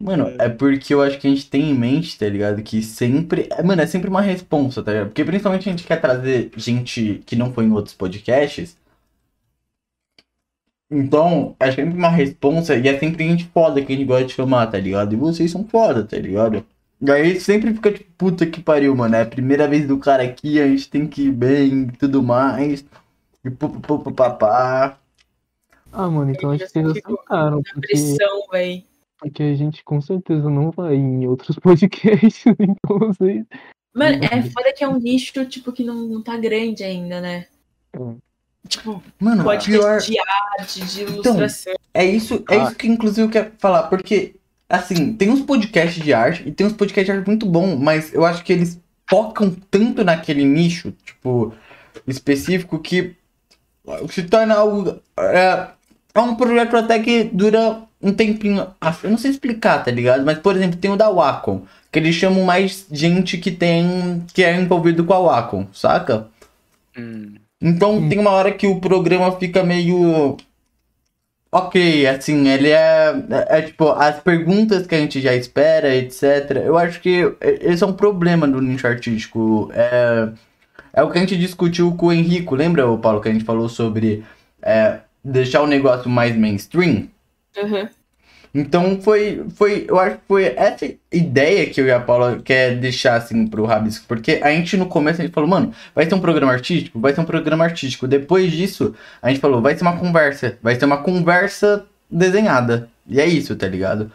Speaker 1: Mano, é porque eu acho que a gente tem em mente, tá ligado? Que sempre. é, Mano, é sempre uma responsa, tá ligado? Porque principalmente a gente quer trazer gente que não foi em outros podcasts. Então, é sempre uma responsa e é sempre gente foda que a gente gosta de chamar, tá ligado? E vocês são foda, tá ligado? E aí sempre fica tipo, puta que pariu, mano. É a primeira vez do cara aqui, a gente tem que ir bem e tudo mais. E papapá.
Speaker 4: Ah, mano, então acho que vocês acertaram,
Speaker 2: A
Speaker 4: porque,
Speaker 2: pressão, véi.
Speaker 4: porque a gente com certeza não vai em outros podcasts, então vocês.
Speaker 2: Mano, é
Speaker 1: Uhum.
Speaker 2: foda que é um nicho, tipo, que não, não tá grande ainda, né?
Speaker 4: Hum.
Speaker 2: Tipo,
Speaker 1: Mano, pior.
Speaker 2: podcast de arte, de ilustração.
Speaker 1: É isso, é
Speaker 3: Ah.
Speaker 1: isso que inclusive eu quero falar, porque assim, tem uns podcasts de arte e tem uns podcasts de arte muito bom, mas eu acho que eles focam tanto naquele nicho, tipo, específico que se torna algo é, é um projeto até que dura um tempinho. Ah, Eu não sei explicar, tá ligado? Mas por exemplo, tem o da Wacom, que eles chamam mais gente que tem que é envolvido com a Wacom, saca?
Speaker 3: Hum,
Speaker 1: Então
Speaker 4: Hum.
Speaker 1: tem uma hora que o programa fica meio. Ok, assim, ele é, é, é, tipo, as perguntas que a gente já espera, etc. Eu acho que é- esse é um problema do nicho artístico. É, é o que a gente discutiu com o Henrico, lembra, ô Paulo, que a gente falou sobre é, deixar o negócio mais mainstream?
Speaker 2: Aham.
Speaker 1: Então foi, foi, eu acho que foi essa ideia que eu e a Paula quer deixar assim pro Rabisco, porque a gente no começo a gente falou, mano, vai ter um programa artístico, vai ter um programa artístico. Depois disso, a gente falou, vai ser uma conversa, vai ser uma conversa desenhada. E é isso, tá ligado?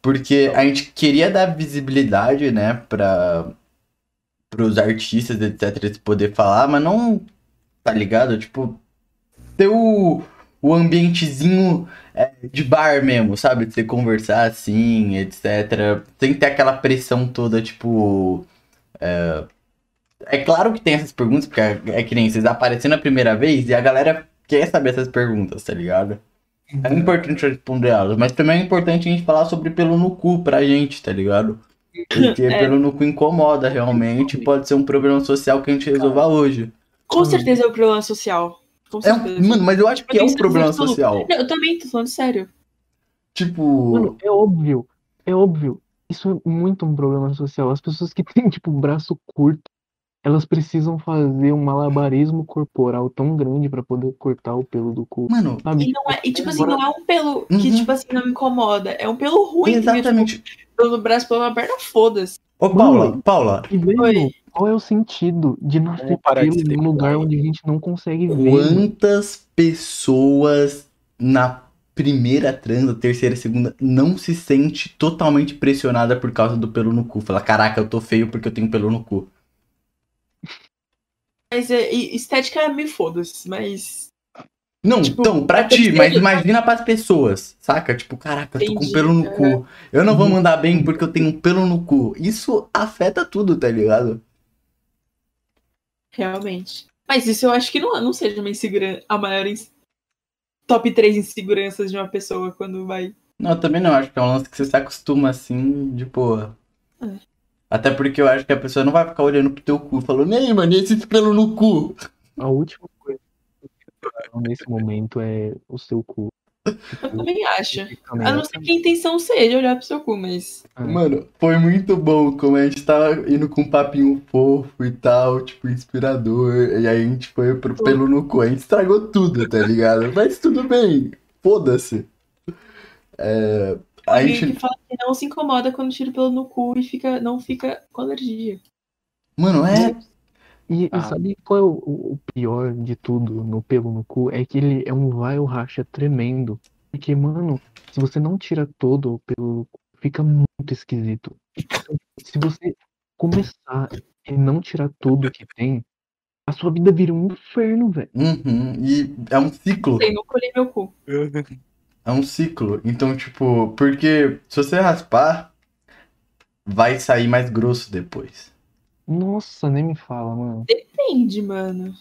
Speaker 1: Porque a gente queria dar visibilidade, né, para pros artistas, etc, eles poder falar, mas não tá ligado, tipo ter o, o ambientezinho é, de bar mesmo, sabe? De você conversar assim, etc. Sem ter aquela pressão toda, tipo. É, é claro que tem essas perguntas, porque é, é que nem vocês aparecendo a primeira vez e a galera quer saber essas perguntas, tá ligado? É importante responder elas, mas também é importante a gente falar sobre pelo no cu pra gente, tá ligado? Porque
Speaker 2: É.
Speaker 1: pelo no cu incomoda realmente, pode ser um problema social que a gente resolva hoje.
Speaker 2: Com certeza é um problema social. Com
Speaker 1: É
Speaker 2: certeza.
Speaker 1: um, mano, mas eu acho que é um
Speaker 2: Isso é
Speaker 1: problema
Speaker 2: absoluto.
Speaker 1: social.
Speaker 2: Não, eu também tô falando sério.
Speaker 1: Tipo.
Speaker 4: Mano, é óbvio, é óbvio. Isso é muito um problema social. As pessoas que têm, tipo, um braço curto, elas precisam fazer um malabarismo corporal tão grande pra poder cortar o pelo do cu.
Speaker 1: Mano,
Speaker 4: Sabe?
Speaker 2: E, não é, e tipo assim, não é um pelo que,
Speaker 1: Uhum.
Speaker 2: tipo assim, não me incomoda. É um pelo ruim. entendeu?
Speaker 1: exatamente.
Speaker 2: Tipo, pelo no braço, pelo na perna, foda-se.
Speaker 1: Ô, Paula, Paula,
Speaker 4: E, velho,
Speaker 2: Oi.
Speaker 4: qual é o sentido de nascer
Speaker 3: Vamos parar de
Speaker 4: pelo
Speaker 3: se
Speaker 4: em um lugar
Speaker 3: demorar.
Speaker 4: onde a gente não consegue ver? mano?
Speaker 1: Quantas pessoas na primeira transa, terceira, segunda, não se sente totalmente pressionada por causa do pelo no cu? Fala, caraca, eu tô feio porque eu tenho pelo no cu.
Speaker 2: Mas é, e- estética me foda-se. Mas
Speaker 1: Não,
Speaker 2: Tipo,
Speaker 1: então, pra
Speaker 2: eu
Speaker 1: ti,
Speaker 2: sei.
Speaker 1: mas imagina pras pessoas, saca? Tipo, caraca, eu tô com
Speaker 2: Entendi,
Speaker 1: pelo no cu. Eu não vou
Speaker 4: Uhum.
Speaker 1: mandar bem porque eu tenho pelo no cu. Isso afeta tudo, tá ligado?
Speaker 2: Realmente. Mas isso eu acho que não, não seja uma insegurança, a maior ins- top 3 inseguranças de uma pessoa quando vai.
Speaker 1: Não, eu também não acho que é um lance que você se acostuma assim, de boa.
Speaker 2: É.
Speaker 1: Até porque eu acho que a pessoa não vai ficar olhando pro teu cu falando, ei, mano, e esse pelo no cu?
Speaker 4: A última coisa que eu quero nesse momento é o seu cu. é
Speaker 2: Eu também acho. A não ser que a intenção seja olhar pro seu cu, mas.
Speaker 1: Mano, foi muito bom como a gente tava indo com um papinho fofo e tal, tipo, inspirador. E aí a gente foi pro pelo no cu. A gente estragou tudo, tá ligado? Mas tudo bem, foda-se. É, a
Speaker 2: alguém
Speaker 1: gente.
Speaker 2: que fala que não se incomoda quando tira pelo no cu e fica, não fica com alergia.
Speaker 1: Mano, é.
Speaker 4: E, e
Speaker 3: Ah.
Speaker 4: sabe qual é o, o- o pior de tudo no pelo no cu? É que ele é um vai ou racha tremendo. Porque, mano, se você não tira todo o pelo no cu, fica muito esquisito. Então, Se você começar e não tirar tudo que tem, a sua vida vira um inferno, velho.
Speaker 1: Uhum, e é um ciclo.
Speaker 2: Sei, não colhei meu cu.
Speaker 1: É um ciclo. Então, tipo, porque se você raspar, vai sair mais grosso depois.
Speaker 4: Nossa, nem me fala, mano.
Speaker 2: Depende, mano.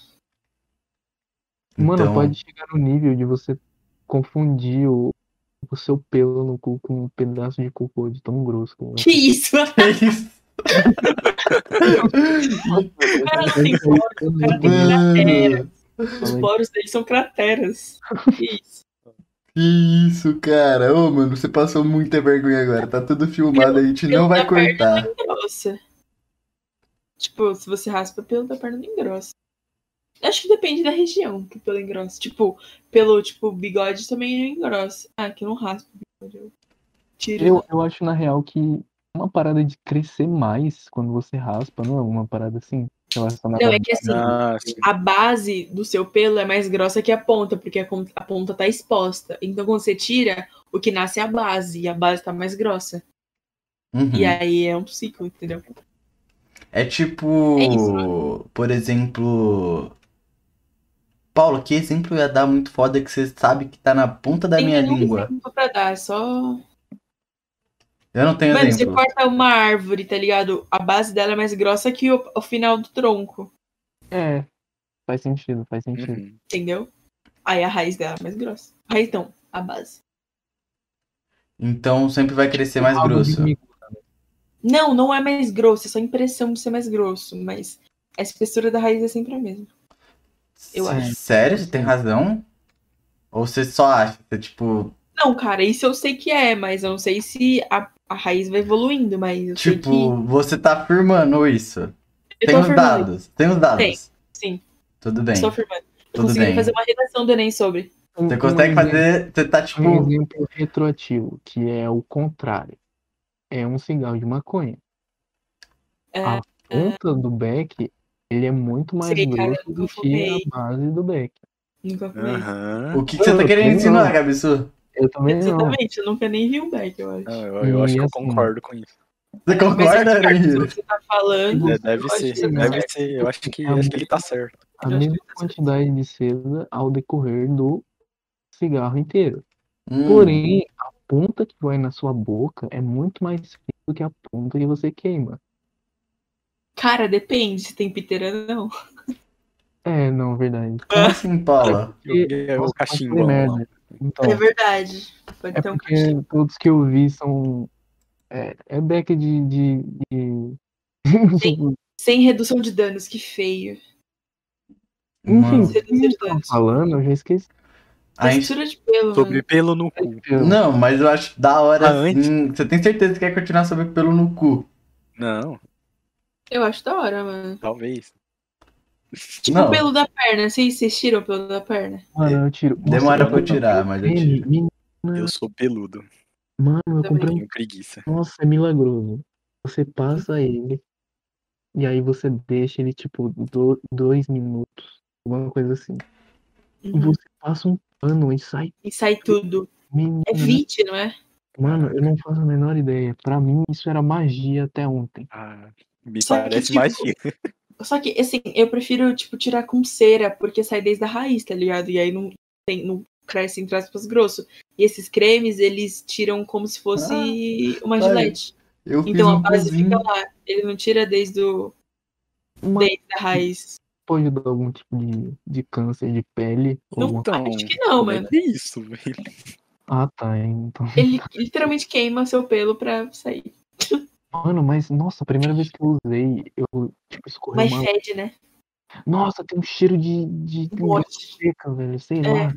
Speaker 4: Mano,
Speaker 1: Então,
Speaker 4: pode chegar no nível de você confundir o, o seu pelo no cu com um pedaço de cocô de tão grosso que
Speaker 2: Que isso?
Speaker 1: é isso.
Speaker 2: O cara tem poros, o cara tem
Speaker 1: Mano.
Speaker 2: crateras. Os poros dele são crateras. Que isso?
Speaker 1: Que Que Isso, cara. Ô, mano, você passou muita vergonha agora. Tá tudo filmado, a gente não vai cortar.
Speaker 2: engrossa. Tipo, se você raspa pelo da perna, não engrossa. Acho que depende da região que o pelo engrossa. Tipo, pelo tipo, bigode também não engrossa. Ah, que eu não raspo o bigode. Eu tiro.
Speaker 4: Eu, eu acho, na real, que uma parada de crescer mais quando você raspa, não é uma parada assim relacionada
Speaker 2: Não,
Speaker 4: a-
Speaker 2: é que assim,
Speaker 3: Ah, sim.
Speaker 2: a base do seu pelo é mais grossa que a ponta, porque a, con- a ponta tá exposta. Então, quando você tira, o que nasce é a base, e a base tá mais grossa.
Speaker 1: Uhum.
Speaker 2: E aí é um ciclo, entendeu?
Speaker 1: É tipo,
Speaker 2: É isso,
Speaker 1: por exemplo. Paulo, que exemplo ia dar muito foda que você sabe que tá na ponta da
Speaker 2: Tem
Speaker 1: minha
Speaker 2: nenhum
Speaker 1: língua?
Speaker 2: exemplo pra dar, é só
Speaker 1: Eu não tenho
Speaker 2: Mano, você
Speaker 1: exemplo.
Speaker 2: corta uma árvore, tá ligado? A base dela é mais grossa que o, o final do tronco,
Speaker 4: É, faz sentido, faz sentido.
Speaker 3: Uhum.
Speaker 2: entendeu? Aí a raiz dela é mais grossa. A raiz não, a base.
Speaker 1: Então sempre vai crescer
Speaker 2: Tipo,
Speaker 1: mais
Speaker 4: Algo
Speaker 1: grosso.
Speaker 4: de-
Speaker 2: Não, não é mais grosso, é só a impressão de ser mais grosso, mas a espessura da raiz é sempre a mesma.
Speaker 1: S-
Speaker 2: eu acho.
Speaker 1: Sério? Você tem razão? Ou você só acha? Você, tipo,
Speaker 2: Não, cara, isso eu sei que é, mas eu não sei se a, a raiz vai evoluindo, mas eu sei que.
Speaker 1: tipo, você tá afirmando isso.
Speaker 2: Eu
Speaker 1: Tem
Speaker 2: tô
Speaker 1: os
Speaker 2: afirmando,
Speaker 1: dados. Tem os dados.
Speaker 2: Tem, sim.
Speaker 1: Tudo bem.
Speaker 2: estou afirmando. Eu
Speaker 1: Tudo
Speaker 2: consegui
Speaker 1: bem.
Speaker 2: fazer uma redação do Enem sobre.
Speaker 1: Você consegue fazer. Você tá
Speaker 2: Hum.
Speaker 4: Um
Speaker 1: tipo.
Speaker 4: exemplo retroativo, que é o contrário. É um cigarro de maconha.
Speaker 2: É,
Speaker 4: a ponta do beck, ele é muito mais
Speaker 2: Sei, cara,
Speaker 4: grosso
Speaker 2: eu
Speaker 4: do que
Speaker 2: fumei.
Speaker 4: a base do beck.
Speaker 2: Nunca fui.
Speaker 3: Uhum. Aham.
Speaker 1: O que, que você tá
Speaker 4: Eu
Speaker 1: querendo
Speaker 4: tenho-
Speaker 1: ensinar, Gabisu?
Speaker 4: Eu também não.
Speaker 2: Exatamente, eu nunca nem vi um back, eu acho.
Speaker 3: Ah, Eu, eu acho que eu
Speaker 4: Assim.
Speaker 3: concordo com isso.
Speaker 1: Você
Speaker 2: Mas é
Speaker 1: concorda,
Speaker 2: que, cara,
Speaker 1: Reniro?
Speaker 2: se você tá falando.
Speaker 3: É, deve
Speaker 2: eu
Speaker 3: ser,
Speaker 2: acho que tá
Speaker 3: deve
Speaker 2: certo.
Speaker 3: ser. Eu acho que, acho que ele tá certo.
Speaker 2: Eu acho
Speaker 4: A
Speaker 2: que
Speaker 4: mesma
Speaker 2: tá certo.
Speaker 4: quantidade de seda ao decorrer do cigarro inteiro.
Speaker 1: Hum,
Speaker 4: Porém, a ponta que vai na sua boca é muito mais fina do que a ponta que você queima.
Speaker 2: Cara, depende se tem piteira ou não.
Speaker 4: É, não, verdade.
Speaker 1: como assim, Paula?
Speaker 3: Eu vi o
Speaker 4: Nossa,
Speaker 3: cachimbo
Speaker 4: que
Speaker 3: lá.
Speaker 4: merda. Então,
Speaker 2: É verdade. Pode
Speaker 4: É
Speaker 2: ter um
Speaker 4: porque
Speaker 2: cachimbo.
Speaker 4: todos que eu vi são. É, é beck de. de, de... tipo,
Speaker 2: Sim. Sem redução de danos, que feio.
Speaker 4: Enfim,
Speaker 1: Mano,
Speaker 4: o que eu tava
Speaker 2: então,
Speaker 4: falando, eu já esqueci.
Speaker 1: a gente-
Speaker 2: Textura de pelo,
Speaker 3: Sobre
Speaker 2: mano.
Speaker 3: pelo no cu.
Speaker 1: Não, mas eu acho da hora.
Speaker 3: Ah, antes?
Speaker 1: sim. Você tem certeza que quer continuar sobre pelo no cu?
Speaker 3: Não,
Speaker 2: Eu acho da hora, mano.
Speaker 3: talvez.
Speaker 2: Tipo
Speaker 1: Não.
Speaker 2: o pelo da perna. Vocês, vocês tiram o pelo da perna?
Speaker 4: Mano, eu tiro.
Speaker 1: é, Demora
Speaker 4: Nossa,
Speaker 1: pra eu tirar, mas eu
Speaker 4: tênis,
Speaker 1: tiro.
Speaker 4: men-
Speaker 3: Eu sou peludo.
Speaker 4: Mano, eu
Speaker 2: Também.
Speaker 4: comprei. um-
Speaker 3: Tenho preguiça.
Speaker 4: Nossa, é milagroso. Você passa ele e aí você deixa ele tipo do- dois minutos, alguma coisa assim.
Speaker 2: Uhum.
Speaker 4: Você passa um pano e sai.
Speaker 2: E sai tudo.
Speaker 4: Menino,
Speaker 2: É 20, não é?
Speaker 4: mano, eu não faço a menor ideia. Pra mim, isso era magia até ontem.
Speaker 3: Ah, me
Speaker 2: Só que,
Speaker 3: parece
Speaker 2: tipo,
Speaker 3: magia.
Speaker 2: Só que, assim, eu prefiro, tipo, tirar com cera, porque sai desde a raiz, tá ligado? E aí não, tem, não cresce, entre aspas, grosso. E esses cremes, eles tiram como se fosse uma
Speaker 1: olha,
Speaker 2: gilete.
Speaker 1: Eu fiz
Speaker 2: Então a
Speaker 1: um
Speaker 2: base
Speaker 1: cozinho.
Speaker 2: fica lá. Ele não tira desde, o,
Speaker 4: Mas
Speaker 2: desde a raiz.
Speaker 4: pode dar algum tipo de, de câncer de pele. ou alguma-
Speaker 3: Então,
Speaker 2: Acho que não,
Speaker 3: como é
Speaker 2: mano.
Speaker 3: que é isso, velho?
Speaker 4: Ah, tá. Então.
Speaker 2: Ele literalmente queima seu pelo pra sair.
Speaker 4: Mano, mas nossa, a primeira vez que eu usei, eu tipo, escorri
Speaker 2: Mas
Speaker 4: uma.
Speaker 2: fede, né?
Speaker 4: Nossa, tem um cheiro de, de de
Speaker 2: Morte.
Speaker 4: seca, velho. Sei
Speaker 2: É.
Speaker 4: lá.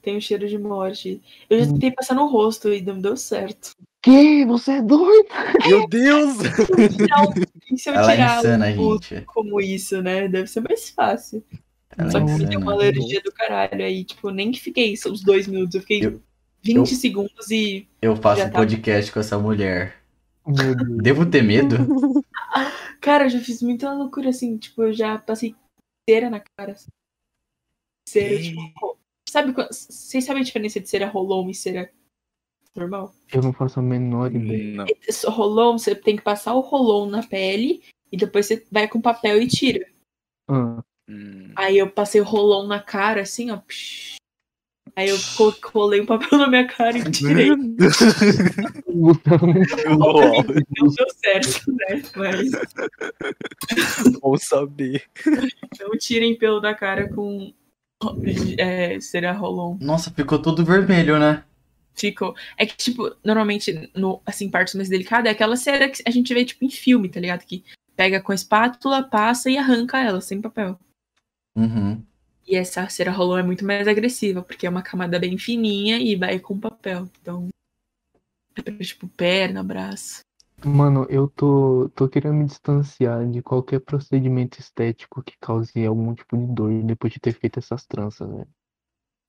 Speaker 2: Tem um cheiro de morte. Eu já tentei passar no rosto e não deu certo.
Speaker 4: Que? Você é doido?
Speaker 3: Meu Deus!
Speaker 2: Então, e se eu
Speaker 1: Ela é
Speaker 2: tirar
Speaker 1: insana,
Speaker 2: o rosto
Speaker 1: gente.
Speaker 2: como isso, né? Deve ser mais fácil.
Speaker 1: Ela
Speaker 2: Só
Speaker 1: é
Speaker 2: que eu
Speaker 1: insana.
Speaker 2: tenho uma alergia do caralho. Aí, tipo, nem fiquei isso, os dois minutos. Eu fiquei
Speaker 1: Eu-
Speaker 2: 20
Speaker 1: eu-
Speaker 2: segundos e.
Speaker 1: Eu faço
Speaker 2: Já
Speaker 1: um
Speaker 2: tá.
Speaker 1: podcast com essa mulher.
Speaker 4: Meu Deus.
Speaker 1: Devo ter medo?
Speaker 2: Cara, eu já fiz muita loucura assim. Tipo, eu já passei cera na cara. assim. Cera, tipo. ro- Sabe, quan- vocês sabem a diferença de cera rolom e cera normal?
Speaker 4: Eu não faço a menor ideia.
Speaker 3: Não.
Speaker 2: Esse Rolon, você tem que passar o rolon na pele e depois você vai com papel e tira.
Speaker 4: Ah,
Speaker 3: Hum,
Speaker 2: Aí eu passei o rolon na cara, assim, ó. psh. Aí eu co- colei um papel na minha cara e tirei.
Speaker 4: Gustavo,
Speaker 3: uau,
Speaker 2: Não deu certo, né? Mas
Speaker 3: Bom saber.
Speaker 2: não tirem pelo da cara com. É, será rolon.
Speaker 1: Nossa, ficou todo vermelho, né?
Speaker 2: Ficou. É que, tipo, normalmente, no, assim, partes mais delicadas, é aquela cera que a gente vê, tipo, em filme, tá ligado? Que pega com a espátula, passa e arranca ela, sem papel.
Speaker 1: Uhum.
Speaker 2: E essa cera rolon é muito mais agressiva, porque é uma camada bem fininha e vai com papel. Então, é pra, tipo perna, braço.
Speaker 4: Mano, eu tô, tô querendo me distanciar de qualquer procedimento estético que cause algum tipo de dor depois de ter feito essas tranças, velho.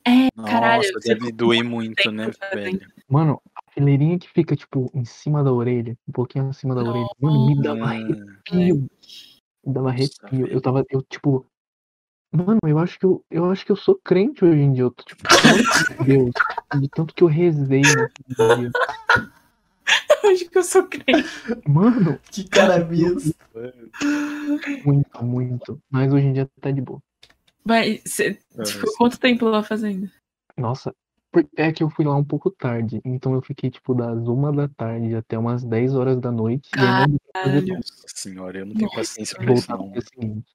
Speaker 2: É,
Speaker 3: Nossa,
Speaker 2: caralho. você
Speaker 3: deve doer muito,
Speaker 2: tempo
Speaker 3: né,
Speaker 2: pra
Speaker 3: velho?
Speaker 4: Mano, a fileirinha que fica, tipo, em cima da orelha, um pouquinho acima da orelha, mano, me dava
Speaker 3: Ah,
Speaker 4: arrepio. Me dava
Speaker 3: Nossa,
Speaker 4: arrepio.
Speaker 3: velho.
Speaker 4: Eu tava, eu, tipo. Mano, eu acho que eu, eu acho que eu sou crente hoje em dia. Eu tô, tipo, meu Deus, tipo, de tanto que eu rezei naquele dia.
Speaker 2: Eu acho que eu sou crente.
Speaker 4: Mano,
Speaker 1: Que cara mesmo.
Speaker 4: muito, muito. Mas hoje em dia tá de boa.
Speaker 2: Mas você ficou quanto tempo lá fazendo?
Speaker 4: Nossa, por- é que eu fui lá um pouco tarde. Então eu fiquei, tipo, das uma da tarde até umas 10 horas da noite. E
Speaker 3: Ah,
Speaker 4: aí não
Speaker 2: Caralho.
Speaker 3: Nossa senhora, eu não tenho
Speaker 2: Nossa,
Speaker 3: paciência pra isso,
Speaker 4: voltar no
Speaker 3: não.
Speaker 4: dia seguinte.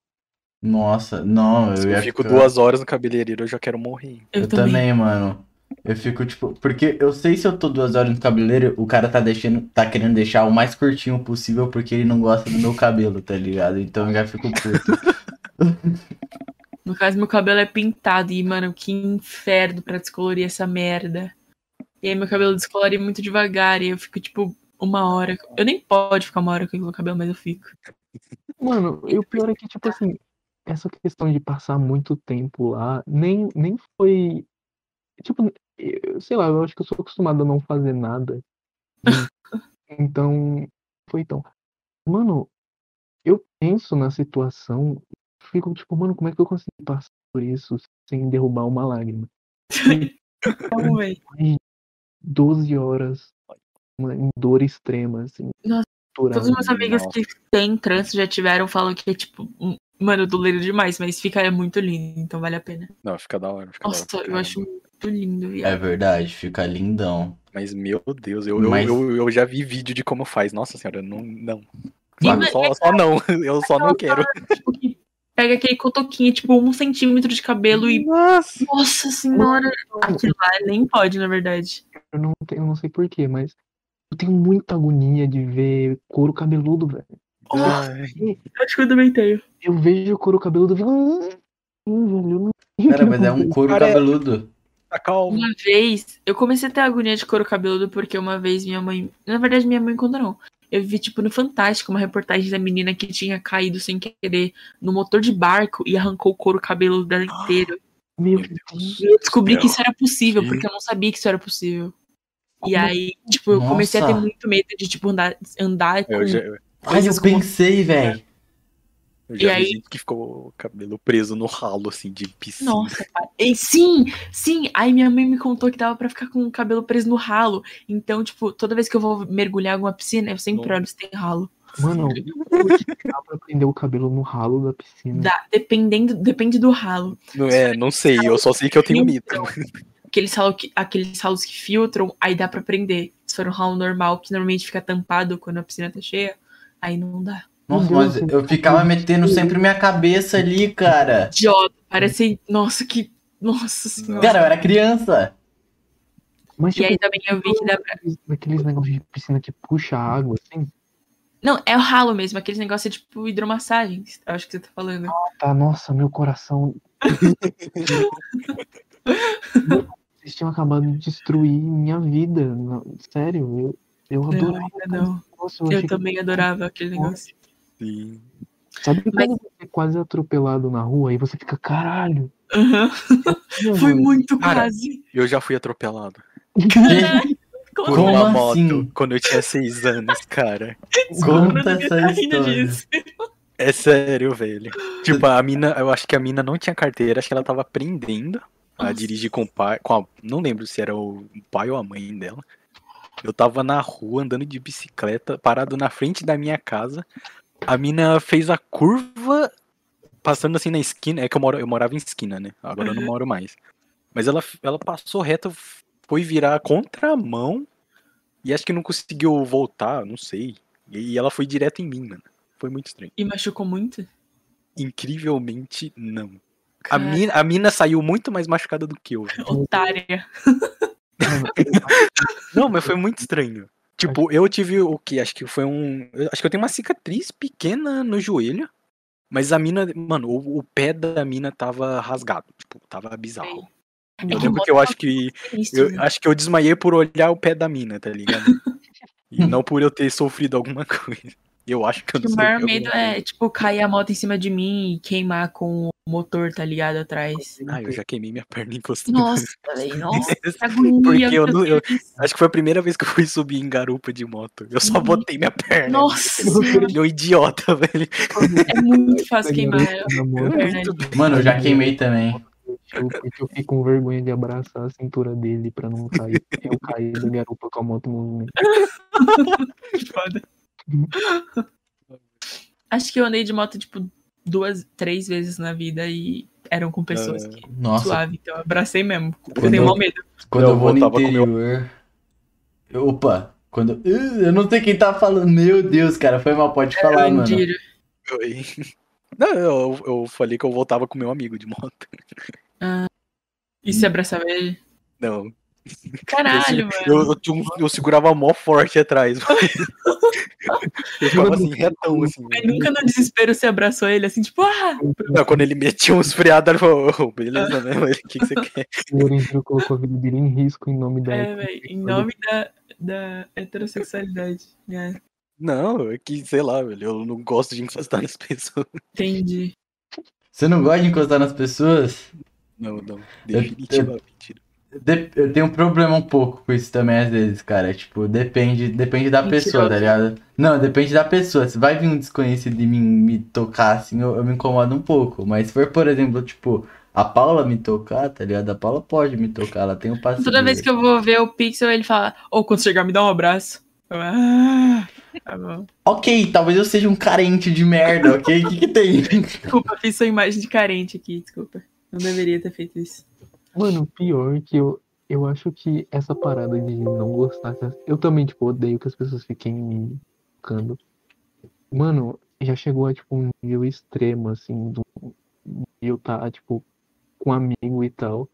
Speaker 1: Nossa, não, eu
Speaker 3: Se
Speaker 1: ia
Speaker 3: eu fico
Speaker 1: ficar-
Speaker 3: duas horas no cabeleireiro, eu já quero morrer.
Speaker 1: Eu, também. mano. Eu fico, tipo, porque eu sei se eu tô duas horas no cabeleireiro, o cara tá deixando, tá querendo deixar o mais curtinho possível porque ele não gosta do meu cabelo, tá ligado? Então eu já fico puto.
Speaker 2: No caso, meu cabelo é pintado e, mano, que inferno pra descolorir essa merda. E aí meu cabelo descolore muito devagar e eu fico, tipo, uma hora. Eu nem pode ficar uma hora com aquilo no cabelo, mas eu fico.
Speaker 4: Mano, e o pior é que, tipo assim, essa questão de passar muito tempo lá, nem, nem foi. Tipo, eu, sei lá, eu acho que eu sou acostumado a não fazer nada. Então, foi então. Mano, eu penso na situação, fico tipo, mano, como é que eu consegui passar por isso sem derrubar uma lágrima?
Speaker 2: Então, véi,
Speaker 4: 12 horas, uma, em dor extrema, assim.
Speaker 2: Nossa, todos os meus
Speaker 4: torturado.
Speaker 2: amigos que têm trans já tiveram falam que é, tipo, um- mano, doleiro demais, mas fica é muito lindo, então vale a pena.
Speaker 3: Não, fica da hora. Fica da
Speaker 2: Nossa,
Speaker 3: hora pra
Speaker 2: eu acho
Speaker 3: caramba.
Speaker 2: muito lindo,
Speaker 1: É
Speaker 2: viado.
Speaker 1: verdade, fica lindão.
Speaker 3: Mas, meu Deus, eu, eu-
Speaker 1: Mas-
Speaker 3: eu, eu, já vi vídeo de como faz. Nossa senhora, eu não. não.
Speaker 2: E,
Speaker 3: Só,
Speaker 2: mas-
Speaker 3: só, só não. Eu só não quero.
Speaker 2: Tipo, que pega aquele cotoquinho, tipo, um centímetro de cabelo e.
Speaker 3: Nossa!
Speaker 2: Nossa senhora! Aquilo lá nem pode, na verdade.
Speaker 4: Eu não tenho, eu não sei porquê, mas eu tenho muita agonia de ver couro cabeludo, velho.
Speaker 3: Ai,
Speaker 2: Acho que eu também tenho.
Speaker 4: Eu vejo couro cabeludo e fico. "Hum, hum, velho, eu não sei o
Speaker 1: Cara,
Speaker 4: que
Speaker 1: mas é um
Speaker 4: acontece."
Speaker 1: couro
Speaker 3: Cara, é-
Speaker 1: cabeludo.
Speaker 3: tá calmo.
Speaker 2: Uma vez, eu comecei a ter agonia de couro cabeludo porque uma vez minha mãe. Na verdade, minha mãe conta não. Eu vi, tipo, no Fantástico, uma reportagem da menina que tinha caído sem querer no motor de barco e arrancou o couro cabeludo dela inteiro.
Speaker 4: Meu
Speaker 3: Ah, Meu Deus.
Speaker 4: Deus.
Speaker 2: E eu descobri que
Speaker 3: Meu.
Speaker 2: isso era possível,
Speaker 3: Que-
Speaker 2: porque eu não sabia que isso era possível. E
Speaker 4: Como-
Speaker 2: aí, tipo, eu comecei a ter
Speaker 1: Nossa.
Speaker 2: muito medo de, tipo, andar, andar com
Speaker 3: Eu já,
Speaker 1: Ai, eu
Speaker 2: coisas como-
Speaker 1: pensei, velho.
Speaker 3: eu
Speaker 2: E
Speaker 3: já
Speaker 2: aí-
Speaker 3: vi gente que ficou o cabelo preso no ralo, assim, de piscina.
Speaker 2: Nossa, pai. E sim, sim. Aí minha mãe me contou que dava pra ficar com o cabelo preso no ralo. Então, tipo, toda vez que eu vou mergulhar em alguma piscina, eu sempre
Speaker 3: Nossa.
Speaker 2: olho se tem ralo.
Speaker 4: Mano, putz, dá pra prender o cabelo no ralo da piscina.
Speaker 2: Dá, dependendo, depende do ralo.
Speaker 3: Não, é, não sei, eu só sei que eu tenho mito.
Speaker 2: Filtram. Aqueles, ralo que, aqueles ralos que filtram, aí dá pra prender. Se for um ralo normal, que normalmente fica tampado quando a piscina tá cheia, aí não dá.
Speaker 1: Nossa,
Speaker 4: Meu
Speaker 1: mas
Speaker 4: Deus,
Speaker 1: eu ficava metendo sempre minha cabeça ali, cara.
Speaker 2: Idiota, parece. Nossa, que. Nossa senhora.
Speaker 1: Cara, eu era criança.
Speaker 4: Mas
Speaker 2: E
Speaker 4: tipo,
Speaker 2: aí também eu vi que dá pra.
Speaker 4: aqueles- aqueles negócios de piscina que puxa a água, assim.
Speaker 2: Não, é o ralo mesmo, aqueles negócios é tipo hidromassagem. Eu acho que você tá falando.
Speaker 1: Ah,
Speaker 4: Tá, nossa, meu coração. Vocês tinham acabado de destruir minha vida. não, sério, eu, eu
Speaker 2: Não,
Speaker 4: adorava.
Speaker 2: ainda não.
Speaker 4: Nossa, eu
Speaker 1: assim?
Speaker 4: achei
Speaker 2: Eu
Speaker 4: que-
Speaker 2: também adorava aquele negócio.
Speaker 3: Sim.
Speaker 4: Sabe
Speaker 2: Mas-
Speaker 4: quando você é quase atropelado na rua e você fica, caralho,
Speaker 2: Aham.
Speaker 4: meu
Speaker 2: Foi
Speaker 1: assim?
Speaker 4: Deus,
Speaker 2: muito
Speaker 3: Cara,
Speaker 2: quase.
Speaker 3: Eu já fui atropelado
Speaker 1: Que-
Speaker 3: por
Speaker 1: Como
Speaker 3: uma
Speaker 1: assim?
Speaker 3: moto quando eu tinha seis anos, cara.
Speaker 1: Conta
Speaker 2: Eu
Speaker 1: essa
Speaker 2: ainda
Speaker 1: história.
Speaker 2: disse.
Speaker 3: É sério, velho. Tipo, a mina, eu acho que a mina não tinha carteira, acho que ela tava aprendendo a
Speaker 2: Nossa.
Speaker 3: dirigir com o pai, com a- não lembro se era o pai ou a mãe dela. Eu tava na rua andando de bicicleta, parado na frente da minha casa. A mina fez a curva passando assim na esquina, é que eu, moro, eu morava em esquina, né? Agora eu não moro mais. Mas ela, ela passou reto, foi virar contramão e acho que não conseguiu voltar, não sei. E ela foi direto em mim, mano. Foi muito estranho.
Speaker 2: E machucou muito?
Speaker 3: Incrivelmente, não. A
Speaker 2: Cara,
Speaker 3: mina, a mina saiu muito mais machucada do que eu. velho.
Speaker 2: Otária.
Speaker 4: mano,
Speaker 3: Não, mas foi muito estranho. Tipo, eu tive o que? Acho que foi um. eu- Acho que eu tenho uma cicatriz pequena no joelho. Mas a mina, mano, o, o pé da mina tava rasgado. Tipo, tava bizarro.
Speaker 2: É
Speaker 3: Eu
Speaker 2: que
Speaker 3: lembro que eu acho que.
Speaker 2: Isso,
Speaker 3: Eu
Speaker 2: né?
Speaker 3: acho que eu desmaiei por olhar o pé da mina, tá ligado? e não por eu ter sofrido alguma coisa. Eu acho que eu
Speaker 2: Acho que
Speaker 3: não um
Speaker 2: o maior medo
Speaker 3: alguma
Speaker 2: é, tipo, cair a moto em cima de mim e queimar com o motor, tá ligado, atrás.
Speaker 3: coisa. Ah, eu já queimei minha perna em você.
Speaker 2: Nossa, velho, nossa, que agonia.
Speaker 3: Porque eu
Speaker 2: meu
Speaker 3: não- eu-
Speaker 2: Deus.
Speaker 3: Acho que foi a primeira vez que eu fui subir em garupa de moto. Eu só
Speaker 2: Uhum.
Speaker 3: botei minha perna.
Speaker 2: Nossa,
Speaker 3: Ele
Speaker 2: senhora,
Speaker 3: é um idiota, velho.
Speaker 2: é muito fácil queimar. é
Speaker 4: Na moto,
Speaker 2: Perna
Speaker 3: Muito bem.
Speaker 1: Mano, eu já queimei também.
Speaker 4: eu, eu fico com vergonha de abraçar a cintura dele pra não cair. Eu caí da garupa com a moto em movimento.
Speaker 2: Acho que eu andei de moto, tipo, duas, três vezes na vida e eram com
Speaker 3: É.
Speaker 2: pessoas que
Speaker 1: Nossa,
Speaker 2: suave, então eu abracei mesmo. Eu
Speaker 1: Quando
Speaker 2: tenho
Speaker 1: eu-
Speaker 2: mó medo.
Speaker 1: quando
Speaker 3: Eu
Speaker 1: eu vou no
Speaker 3: voltava com meu-
Speaker 1: interior. eu- Opa, quando. Ih, Eu não sei quem tá falando. Meu Deus, cara, foi mal, pode
Speaker 2: É,
Speaker 1: falar, mano.
Speaker 2: Mandiro.
Speaker 3: Oi. Não, eu, eu falei que eu voltava com meu amigo de moto.
Speaker 2: E se abraçava ele?
Speaker 3: Não.
Speaker 2: Caralho,
Speaker 3: Eu,
Speaker 2: mano.
Speaker 3: eu, tinha um- eu segurava mó forte atrás. eu ficava assim, retão, assim.
Speaker 2: Mas nunca no desespero você abraçou ele assim, tipo, ah!
Speaker 3: Não, quando ele metia uns freados, ele falou, "Ô, beleza, né? Mas o que, que você quer?
Speaker 4: O Lourenço colocou a vida dele em risco em nome da.
Speaker 1: Né?
Speaker 2: É, velho, em nome da, da heterossexualidade. né?
Speaker 3: Não, é que, sei lá, velho, eu não gosto de encostar nas pessoas.
Speaker 2: Entendi.
Speaker 1: Você não gosta de encostar nas pessoas?
Speaker 3: Não, não. Definitivamente.
Speaker 1: De- Eu tenho um problema um pouco com isso também, às vezes, cara. Tipo, depende, depende da
Speaker 2: Mentiroso.
Speaker 1: pessoa, tá ligado? Não, depende da pessoa. Se vai vir um desconhecido de mim me tocar, assim, eu, eu me incomodo um pouco. Mas se for, por exemplo, tipo, a Paula me tocar, tá ligado? A Paula pode me tocar, ela tem um passe
Speaker 2: Toda vez que eu vou ver o Pixel, ele fala, ou quando chegar, me dá um abraço. Eu, ah, tá bom.
Speaker 1: Ok, talvez eu seja um carente de merda, ok? O que que tem?
Speaker 2: Desculpa, fiz sua imagem de carente aqui, desculpa. Não deveria ter feito isso.
Speaker 4: Mano, pior que eu. Eu acho que essa parada de não gostar. que as- Eu também, tipo, odeio que as pessoas fiquem me tocando. Mano, já chegou a, tipo, um nível extremo, assim, do. de Eu tá, tipo, com um amigo e tal.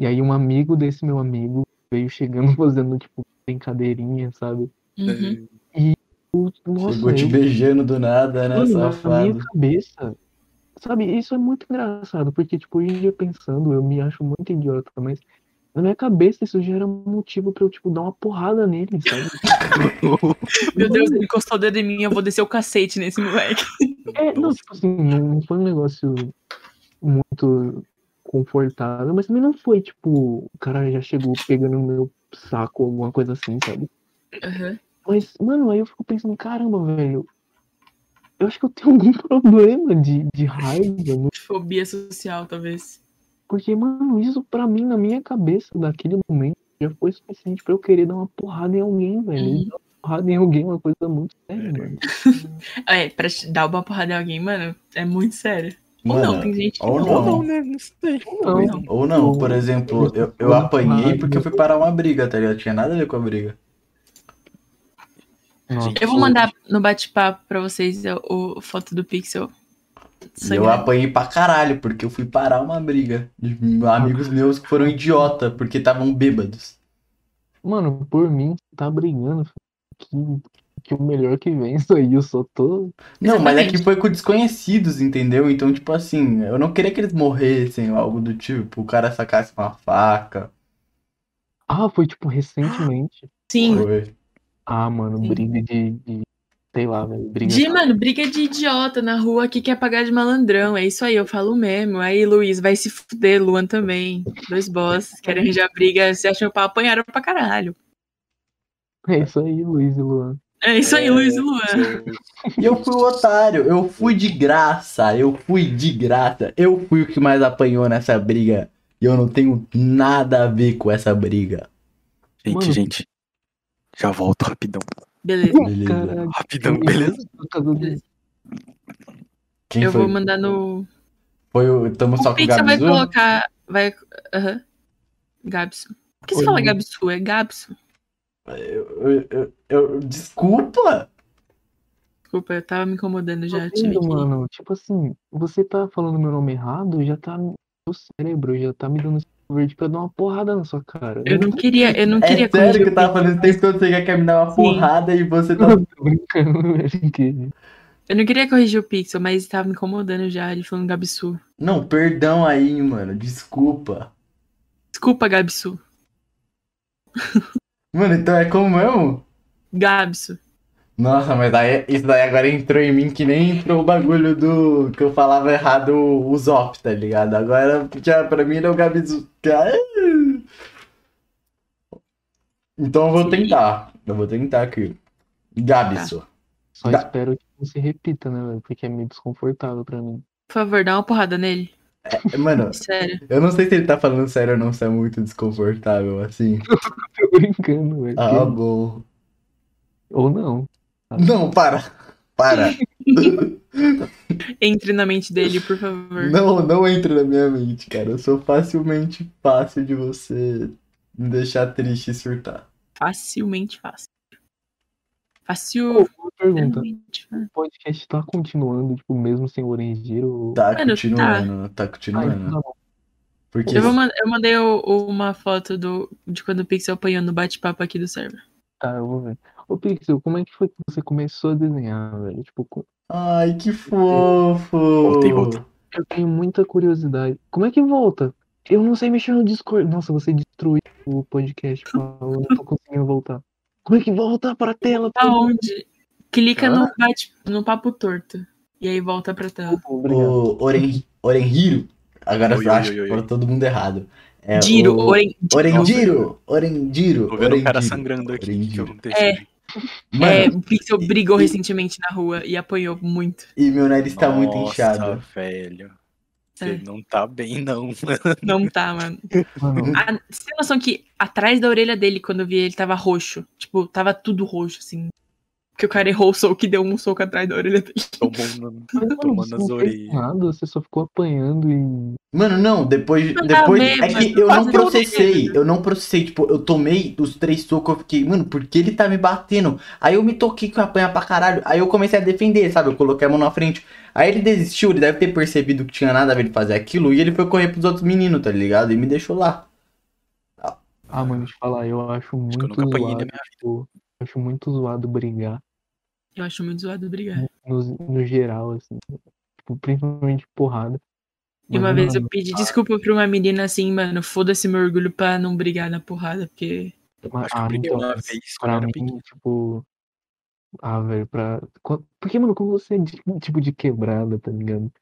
Speaker 4: E aí, um amigo desse meu amigo veio chegando fazendo, tipo, brincadeirinha, sabe?
Speaker 2: Uhum.
Speaker 4: Eu- Nossa,
Speaker 1: Chegou te
Speaker 4: eu-
Speaker 1: beijando do nada, né,
Speaker 4: Mano, na minha
Speaker 1: safado?
Speaker 4: cabeça, sabe, isso é muito engraçado, porque, tipo, hoje em dia pensando, eu me acho muito idiota, mas na minha cabeça isso já era motivo pra eu, tipo, dar uma porrada nele, sabe?
Speaker 1: É.
Speaker 2: Meu Deus, ele encostou o dedo em mim, eu vou descer o cacete nesse moleque.
Speaker 4: É, não, tipo assim, não foi um negócio muito confortável, mas também não foi, tipo, o cara já chegou pegando no meu saco, alguma coisa assim, sabe?
Speaker 2: Uhum.
Speaker 4: Mas, mano, aí eu fico pensando, caramba, velho, eu acho que eu tenho algum problema de, de raiva, não
Speaker 2: Fobia social, talvez.
Speaker 4: Porque, mano, isso pra mim, na minha cabeça, daquele momento, já foi suficiente pra eu querer dar uma porrada em alguém, velho.
Speaker 2: Uhum.
Speaker 4: E Dar uma porrada em alguém é uma coisa muito séria, mano.
Speaker 2: É, pra te dar uma porrada em alguém, mano, é muito sério. ou não,
Speaker 1: Mano,
Speaker 2: tem gente que
Speaker 1: ou
Speaker 2: não.
Speaker 1: não.
Speaker 3: Ou não, né? Não sei.
Speaker 4: Não,
Speaker 3: Talvez não.
Speaker 1: ou não, por exemplo, eu, eu apanhei porque eu fui parar uma briga, tá ligado? Tinha nada a ver com a briga.
Speaker 2: Eu vou mandar no bate-papo pra vocês a o foto do Pixel.
Speaker 1: E eu
Speaker 2: Sangrado.
Speaker 1: apanhei pra caralho, porque eu fui parar uma briga de amigos meus que foram idiota, porque estavam bêbados.
Speaker 4: Mano, por mim, tá brigando, filho, que, que o melhor que vem isso aí, eu só tô.
Speaker 1: Não, mas é que
Speaker 2: Exatamente.
Speaker 1: foi com desconhecidos, entendeu? Então, tipo assim, eu não queria que eles morressem ou algo do tipo, o cara sacasse uma faca.
Speaker 4: Ah, foi tipo recentemente.
Speaker 2: Sim.
Speaker 1: Foi.
Speaker 4: Ah, mano,
Speaker 2: Sim.
Speaker 4: briga de. de- sei lá, velho. Briga.
Speaker 2: De, mano, briga de idiota na rua que quer pagar de malandrão. É isso aí, eu falo mesmo. Aí, Luiz, vai se fuder, Luan também. Dois bosses,
Speaker 1: É.
Speaker 2: querem arranjar briga, se acham pra apanharam pra caralho.
Speaker 4: É isso aí, Luiz e Luan.
Speaker 2: É isso aí,
Speaker 3: É,
Speaker 2: Luiz e Luan.
Speaker 1: E eu fui o otário, eu fui de graça, eu fui de graça, eu fui o que mais apanhou nessa briga. E eu não tenho nada a ver com essa briga.
Speaker 3: Gente,
Speaker 4: Mano.
Speaker 3: gente. Já volto rapidão.
Speaker 2: Beleza.
Speaker 1: Beleza.
Speaker 4: Caralho,
Speaker 3: Rapidão, Então, beleza?
Speaker 4: por causa do-
Speaker 1: Quem
Speaker 2: Eu
Speaker 1: foi?
Speaker 2: vou mandar no.
Speaker 1: Foi o. Tamo só com
Speaker 2: O
Speaker 1: o
Speaker 2: Pixel vai
Speaker 1: Gabizu?
Speaker 2: colocar. Vai. Aham. Gabson. Por que você
Speaker 4: Oi,
Speaker 2: fala
Speaker 4: Lu.
Speaker 2: Gabsu? É Gabson?
Speaker 1: Eu, eu, eu, eu- desculpa!
Speaker 2: Desculpa, eu tava me incomodando já.
Speaker 4: Tá
Speaker 2: Tive
Speaker 4: vendo,
Speaker 2: que...
Speaker 4: mano, tipo assim, você tá falando meu nome errado, já tá. Meu cérebro já tá me dando sinal verde pra dar uma porrada na sua cara.
Speaker 2: Eu não queria, eu não queria
Speaker 1: É sério que
Speaker 2: corrigir
Speaker 1: eu tava falando isso desde quando você quer me dar uma
Speaker 2: Sim.
Speaker 1: porrada e você tá.
Speaker 4: tô brincando, velho. que-
Speaker 2: Eu não queria corrigir o Pixel, mas tava me incomodando já, ele falando Gabsu.
Speaker 1: Não, perdão aí, mano. Desculpa.
Speaker 2: Desculpa, Gabsu.
Speaker 1: Mano, então é como mesmo?
Speaker 2: Gabsu.
Speaker 1: Nossa, mas daí, isso daí agora entrou em mim que nem entrou o bagulho do que eu falava errado o Zop, tá ligado? Agora já, pra mim era o Gabizu. Então eu vou
Speaker 2: Sim.
Speaker 1: tentar. Eu vou tentar aqui. Gabisu.
Speaker 4: Só
Speaker 1: Dá-
Speaker 4: espero que não se repita, né, velho? Porque é meio desconfortável pra mim.
Speaker 2: Por favor, dá uma porrada nele.
Speaker 1: Mano,
Speaker 2: Sério.
Speaker 1: eu não sei se ele tá falando sério ou não, se é muito desconfortável assim.
Speaker 4: Tô brincando, velho.
Speaker 1: Ah, bom.
Speaker 4: Ou não.
Speaker 1: Não, para. Para.
Speaker 2: Entre na mente dele, por favor.
Speaker 1: Não, não entra na minha mente, cara. Eu sou facilmente fácil de você me deixar triste e surtar.
Speaker 2: Facilmente fácil. Fácil.
Speaker 4: Pô, uma pergunta.
Speaker 2: Realmente, né?
Speaker 4: O podcast tá continuando, tipo, mesmo sem o Orangiro?
Speaker 1: Tá
Speaker 2: Mano,
Speaker 1: continuando, tá
Speaker 4: Ah,
Speaker 1: continuando.
Speaker 4: então tá bom.
Speaker 1: Porque
Speaker 2: Eu, vou man- eu mandei o- o- uma foto do, de quando o Pixel apanhou no bate-papo aqui do server.
Speaker 4: Tá, eu vou ver. Ô, Pixel, como é que foi que você começou a desenhar, velho? Tipo, co-
Speaker 1: Ai, que fofo!
Speaker 3: Voltei, voltei.
Speaker 4: eu tenho muita curiosidade. Como é que volta? Eu não sei mexer no Discord. Nossa, você destruiu o podcast, Paulo. Eu não tô conseguindo voltar. Como é que volta pra tela?
Speaker 2: Tá onde? Clica no, bate, no papo torto. E aí volta pra tela.
Speaker 4: Obrigado.
Speaker 1: O Oren... Orenhiro. Agora
Speaker 3: Oi,
Speaker 1: eu
Speaker 3: oi,
Speaker 1: acho
Speaker 3: oi,
Speaker 1: que
Speaker 3: oi.
Speaker 1: falou todo mundo errado. É
Speaker 2: Giro,
Speaker 1: o...
Speaker 2: Oren.
Speaker 1: Orendiro! Orendiro!
Speaker 3: Tô vendo o cara
Speaker 1: Orendiro,
Speaker 3: sangrando aqui. O que que
Speaker 1: Orendiro.
Speaker 3: aconteceu?
Speaker 2: É.
Speaker 1: Mano,
Speaker 2: É, o Pixel
Speaker 1: e-
Speaker 2: brigou
Speaker 1: e-
Speaker 2: recentemente na rua e apanhou muito.
Speaker 1: e meu nariz tá muito
Speaker 3: Nossa,
Speaker 1: inchado.
Speaker 3: velho. Você
Speaker 2: É,
Speaker 3: não tá bem, não.
Speaker 2: não tá, mano.
Speaker 4: Mano,
Speaker 2: A, você tem noção que atrás da orelha dele, quando eu vi ele, tava roxo. Tipo, tava tudo roxo, assim. Porque o cara errou o soco e deu um soco atrás da orelha dele.
Speaker 3: Tomando,
Speaker 4: mas, mano,
Speaker 3: tomando
Speaker 4: você
Speaker 3: as
Speaker 4: não fez
Speaker 3: orelhas.
Speaker 4: nada, você só ficou apanhando e.
Speaker 1: Mano, não, depois.
Speaker 2: Não dá
Speaker 1: depois
Speaker 2: mesmo,
Speaker 1: é que
Speaker 2: não
Speaker 1: eu
Speaker 2: faz
Speaker 1: não
Speaker 2: nenhum
Speaker 1: processei.
Speaker 2: sentido.
Speaker 1: Eu não processei. Tipo, eu tomei os três socos. Eu fiquei, mano, por que ele tá me batendo? Aí eu me toquei que eu apanha pra caralho. Aí eu comecei a defender, sabe? Eu coloquei a mão na frente. Aí ele desistiu. Ele deve ter percebido que tinha nada a ver ele fazer aquilo. E ele foi correr pros outros meninos, tá ligado? E me deixou lá.
Speaker 4: Ah, mano, te falar, eu acho
Speaker 3: Acho que eu
Speaker 4: muito
Speaker 3: nunca apanhei né, na minha
Speaker 4: zoado,
Speaker 3: vida.
Speaker 4: tipo, eu acho muito zoado brigar.
Speaker 2: Eu acho muito zoado brigar.
Speaker 4: no, no geral, assim, tipo, principalmente porrada.
Speaker 2: E uma
Speaker 4: Mas,
Speaker 2: vez eu
Speaker 4: mano,
Speaker 2: pedi desculpa pra uma menina assim, mano, foda-se meu orgulho pra não brigar na porrada, porque.
Speaker 4: ma-
Speaker 3: Acho que eu
Speaker 4: ah,
Speaker 3: briguei
Speaker 4: então,
Speaker 3: uma vez quando
Speaker 2: um
Speaker 3: eu
Speaker 4: pra
Speaker 3: era
Speaker 4: mim,
Speaker 3: pequeno.
Speaker 4: tipo, ah, velho, pra. quan- Porque, mano, quando você é de- tipo de quebrada, tá ligado?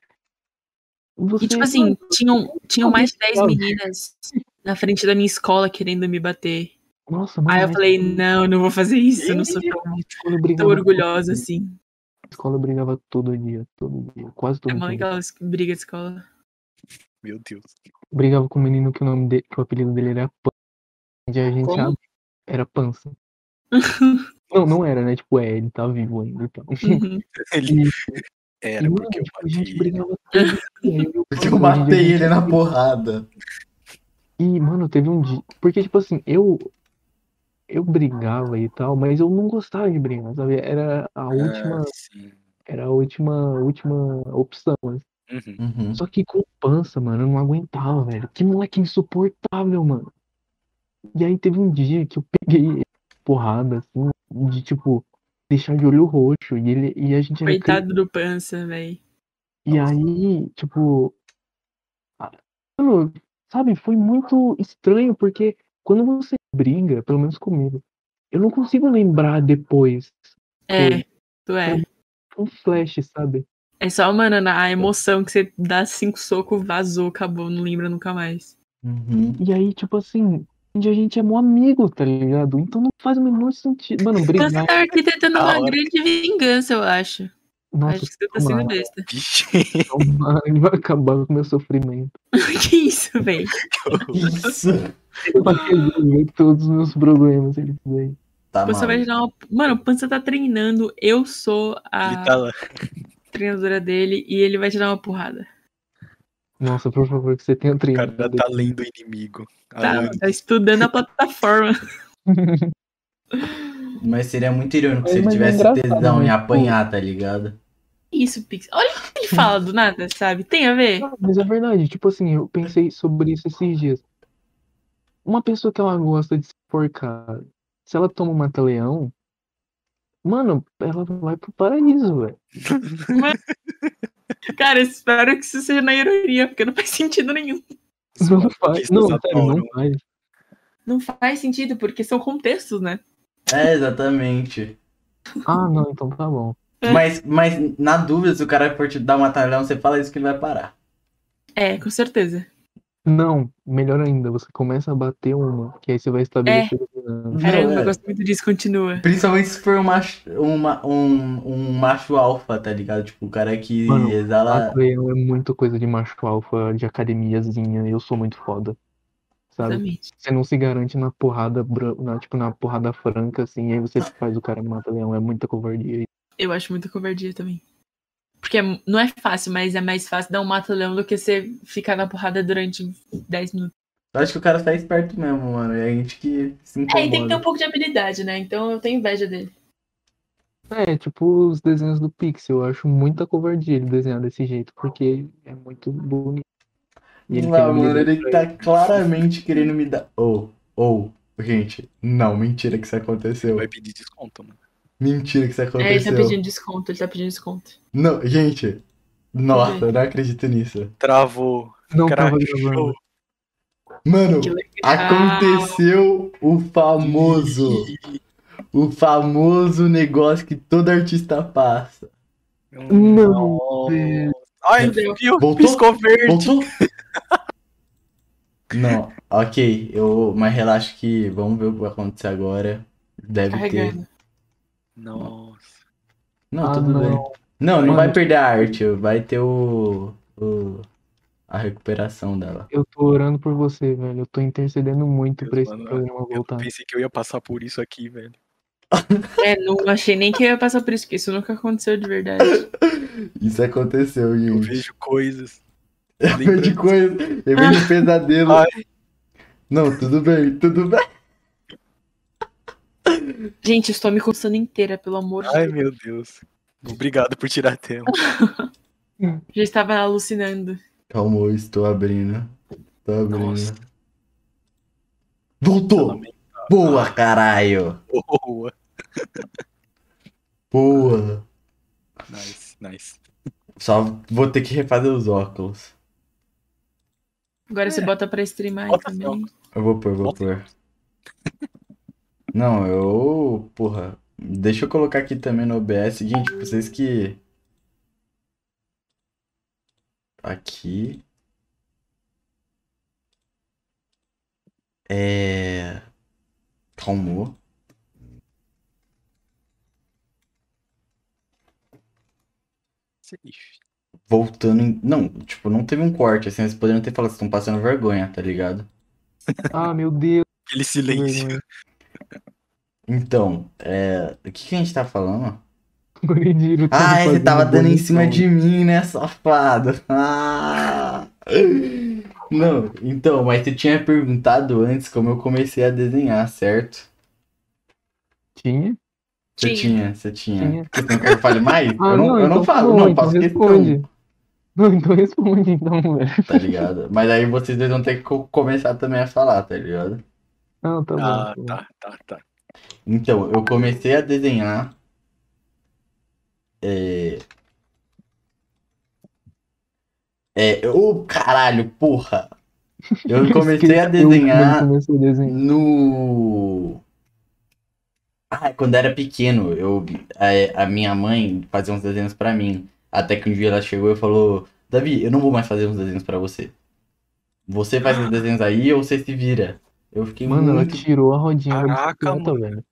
Speaker 2: E
Speaker 4: Você,
Speaker 2: tipo assim, tinham, tinham mais de 10
Speaker 4: Sabe?
Speaker 2: meninas na frente da minha escola querendo me bater.
Speaker 4: nossa, mano,
Speaker 2: Aí eu
Speaker 4: mas
Speaker 2: falei, não, eu não vou fazer isso, eu não sou tão,
Speaker 4: quando eu
Speaker 2: tão
Speaker 4: brigava
Speaker 2: orgulhosa
Speaker 4: todo dia,
Speaker 2: assim.
Speaker 4: na escola eu brigava todo dia, todo dia, quase
Speaker 2: É
Speaker 4: todo
Speaker 2: mó
Speaker 4: dia.
Speaker 2: legal as briga de escola.
Speaker 3: Meu Deus.
Speaker 4: Brigava com um menino que o nome dele, que o apelido dele era Pança. E a gente
Speaker 2: Como?
Speaker 4: ab- era Pança. Não, não era, né? Tipo, é, ele tá vivo ainda, então.
Speaker 2: Uhum.
Speaker 3: Ele
Speaker 4: E-
Speaker 3: era
Speaker 4: E, mano,
Speaker 3: porque eu
Speaker 4: tipo, a gente
Speaker 3: bati.
Speaker 4: brigava todo dia, eu e o
Speaker 1: Porque eu
Speaker 4: Paulo, um dia a
Speaker 1: matei
Speaker 4: gente-
Speaker 1: ele na porrada.
Speaker 4: E, mano, teve um dia. Porque, tipo assim, eu. Eu brigava e tal, mas eu não gostava de brigar, sabe? Era a última.
Speaker 3: Ah, sim.
Speaker 4: Era a última, última opção. assim.
Speaker 3: Uhum.
Speaker 1: Uhum.
Speaker 4: Só que com o pança, mano, eu não aguentava, velho. Que moleque insuportável, mano. E aí teve um dia que eu peguei porrada, assim, de tipo, deixar de olho roxo. E, ele, e a gente era criança.
Speaker 2: Coitado do pança, velho.
Speaker 4: E aí, tipo, a- mano, sabe, foi muito estranho, porque quando você briga, pelo menos comigo, eu não consigo lembrar depois
Speaker 2: É, tu é.
Speaker 4: um flash, sabe?
Speaker 2: É só, mano, na- a emoção que você dá cinco socos, vazou, acabou, não lembra nunca mais.
Speaker 1: Uhum.
Speaker 4: E aí, tipo assim, onde a gente é mó amigo, tá ligado? Então não faz o menor sentido. Mano,
Speaker 2: Então você
Speaker 4: brigar.
Speaker 2: tá arquitetando
Speaker 3: Da
Speaker 2: uma
Speaker 3: hora.
Speaker 2: grande vingança, eu acho.
Speaker 4: Nossa,
Speaker 2: acho que você tá sendo
Speaker 4: mano.
Speaker 2: besta.
Speaker 3: Vixe,
Speaker 4: tomara, ele vai acabar com o meu sofrimento.
Speaker 2: que isso, velho?
Speaker 1: Isso.
Speaker 4: Ele vai resolver todos os meus problemas, ele vai.
Speaker 1: Tá
Speaker 2: Você vai
Speaker 1: maluco.
Speaker 2: dar uma. Mano, o Pança tá treinando, eu sou a
Speaker 3: ele tá lá.
Speaker 2: treinadora dele e ele vai te dar uma porrada.
Speaker 4: Nossa, por favor, que você tenha
Speaker 3: O
Speaker 4: treinado.
Speaker 3: cara tá lendo o inimigo.
Speaker 2: Tá,
Speaker 3: Ah,
Speaker 2: tá estudando a plataforma.
Speaker 1: Mas seria muito irônico
Speaker 4: É,
Speaker 1: se ele
Speaker 4: mas é
Speaker 1: tivesse
Speaker 4: engraçado,
Speaker 1: tesão em
Speaker 4: né?
Speaker 1: apanhar, tá ligado?
Speaker 2: Isso, Pix. Olha o que ele fala do nada, sabe? Tem a ver?
Speaker 4: Não, Mas é verdade, tipo assim, eu pensei sobre isso esses dias. Uma pessoa que ela gosta de se forcar, se ela toma um mata-leão, Mano, ela vai pro paraíso, velho.
Speaker 2: Cara, espero que isso seja na ironia, porque não faz sentido nenhum.
Speaker 3: é
Speaker 4: Não faz. Não, sério, não faz.
Speaker 2: Não faz sentido, porque são contextos, né?
Speaker 1: É, exatamente.
Speaker 4: Ah, não, então tá bom.
Speaker 1: Mas, mas na dúvida, se o cara for te dar uma talhão, você fala isso que ele vai parar.
Speaker 2: É, com certeza.
Speaker 4: Não, melhor ainda, você começa a bater uma, que aí você vai estabelecer.
Speaker 1: Não,
Speaker 2: Caramba,
Speaker 1: é.
Speaker 2: eu gosto muito disso, continua.
Speaker 1: Principalmente se for um macho, uma, um, um macho alfa, tá ligado? Tipo, o cara que
Speaker 4: Mano,
Speaker 1: exala.
Speaker 4: Atreio é muita coisa de macho alfa, de academiazinha, eu sou muito foda. Sabe?
Speaker 2: Exatamente.
Speaker 4: Você não se garante na porrada, bran- na, tipo, na porrada franca, assim, aí você faz o cara mata leão, é muita covardia.
Speaker 2: Eu acho muita covardia também. Porque é mu- não é fácil, mas é mais fácil dar um mata-leão do que você ficar na porrada durante 10 minutos.
Speaker 1: Eu acho que o cara tá esperto mesmo, mano. É a gente que se
Speaker 2: É, e tem que ter
Speaker 1: incomoda.
Speaker 2: um pouco de habilidade, né? Então eu tenho inveja dele.
Speaker 4: É, tipo os desenhos do Pixel, eu acho muita covardia ele desenhar desse jeito, porque é muito bonito. E ele
Speaker 1: Não,
Speaker 4: tem
Speaker 1: mano,
Speaker 4: habilidade
Speaker 1: ele
Speaker 4: pra
Speaker 1: tá claramente querendo me dar. Ou, ou, gente, não, mentira que isso aconteceu.
Speaker 3: Vai pedir desconto, mano.
Speaker 1: Mentira que isso
Speaker 2: É, ele tá
Speaker 1: aconteceu.
Speaker 2: pedindo desconto, ele tá pedindo desconto.
Speaker 1: Não, gente, nossa, eu não acredito nisso.
Speaker 3: Travou.
Speaker 4: Não tava
Speaker 3: Crachou.
Speaker 4: gravando.
Speaker 1: Mano,
Speaker 2: Que legal.
Speaker 1: aconteceu o
Speaker 4: Ah.
Speaker 1: famoso. O famoso negócio que todo artista passa.
Speaker 4: Não, velho.
Speaker 3: Ai,
Speaker 2: Meu Deus.
Speaker 3: viu?
Speaker 1: Voltou?
Speaker 3: Piscou verde.
Speaker 1: Voltou? Não, ok, eu, mas relaxa que vamos ver o que vai acontecer agora. Deve ter.
Speaker 2: Carregando.
Speaker 3: Nossa.
Speaker 1: Não,
Speaker 4: Ah,
Speaker 1: tudo
Speaker 4: não.
Speaker 1: bem. Não, não
Speaker 4: Mano.
Speaker 1: vai perder a arte, vai ter o, o- a recuperação dela.
Speaker 4: Eu tô orando por você, velho. Eu tô intercedendo muito
Speaker 3: Deus,
Speaker 4: pra esse
Speaker 3: mano,
Speaker 4: programa
Speaker 3: Eu
Speaker 4: voltar.
Speaker 3: pensei que eu ia passar por isso aqui, velho.
Speaker 2: É, não achei nem que eu ia passar por isso, porque isso nunca aconteceu de verdade.
Speaker 1: Isso aconteceu,
Speaker 3: Eu
Speaker 1: gente.
Speaker 3: vejo coisas.
Speaker 1: Eu de
Speaker 3: lembranças.
Speaker 1: coisa, eu vejo pesadelo.
Speaker 3: Ai.
Speaker 1: Não, tudo bem, tudo bem.
Speaker 2: Gente, eu estou me coçando inteira, pelo amor de
Speaker 3: Ai,
Speaker 2: Deus.
Speaker 3: meu Deus. Obrigado por tirar tempo.
Speaker 1: É.
Speaker 2: Já estava alucinando.
Speaker 1: Calma, eu estou abrindo. Estou abrindo.
Speaker 3: Nossa.
Speaker 1: Voltou! Boa, caralho!
Speaker 3: Boa.
Speaker 1: Boa!
Speaker 3: Nice, nice.
Speaker 1: Uhum. Só vou ter que refazer os óculos.
Speaker 2: Agora você bota pra streamar aí
Speaker 3: Bota
Speaker 2: também.
Speaker 1: Eu vou pôr, vou
Speaker 3: Bota.
Speaker 1: pôr. Não, eu. Porra. Deixa eu colocar aqui também no OBS. Gente, pra vocês que. Aqui. É. Calmou.
Speaker 3: Ixi.
Speaker 1: Voltando em. Não, tipo, não teve um corte, assim, vocês poderiam ter falado, vocês estão passando vergonha, tá ligado?
Speaker 4: Ah, meu Deus,
Speaker 3: Aquele
Speaker 4: que
Speaker 3: silêncio.
Speaker 4: vergonha.
Speaker 1: Então, é. O que que a gente tá falando?
Speaker 4: Corigiro tava
Speaker 1: Ah, você
Speaker 4: fazendo
Speaker 1: tava dando em cima
Speaker 4: um bonitão.
Speaker 1: de mim, né, safado? Ah! Não, então, mas você tinha perguntado antes como eu comecei a desenhar, certo?
Speaker 4: Tinha?
Speaker 1: Você
Speaker 2: Tinha.
Speaker 1: tinha, você tinha.
Speaker 4: Tinha.
Speaker 1: Você não quer que eu fale mais?
Speaker 4: Ah,
Speaker 1: eu não, eu não
Speaker 4: então
Speaker 1: falo,
Speaker 4: tá bom,
Speaker 1: não,
Speaker 4: então
Speaker 1: faço questão,
Speaker 4: responde. Não, então responde, então, velho.
Speaker 1: tá ligado? Mas aí vocês dois vão ter que co- começar também a falar, tá ligado?
Speaker 4: Não, tá bom.
Speaker 3: Ah,
Speaker 4: bom.
Speaker 3: tá, tá, tá.
Speaker 1: Então, eu comecei a desenhar. É. É. Ô, caralho, porra! Eu comecei a
Speaker 4: Esqueci o último,
Speaker 1: desenhar.
Speaker 4: ele começou a desenhar.
Speaker 1: No. Ah, quando era pequeno, eu a, a minha mãe fazia uns desenhos pra mim. Até que um dia ela chegou e falou: Davi, eu não vou mais fazer uns desenhos pra você. Você faz os desenhos aí ou você se vira. Eu fiquei
Speaker 4: Mano, ela
Speaker 1: muito.
Speaker 4: tirou a rodinha da
Speaker 3: Caraca,
Speaker 4: bicicleta,
Speaker 3: mano.
Speaker 4: velho.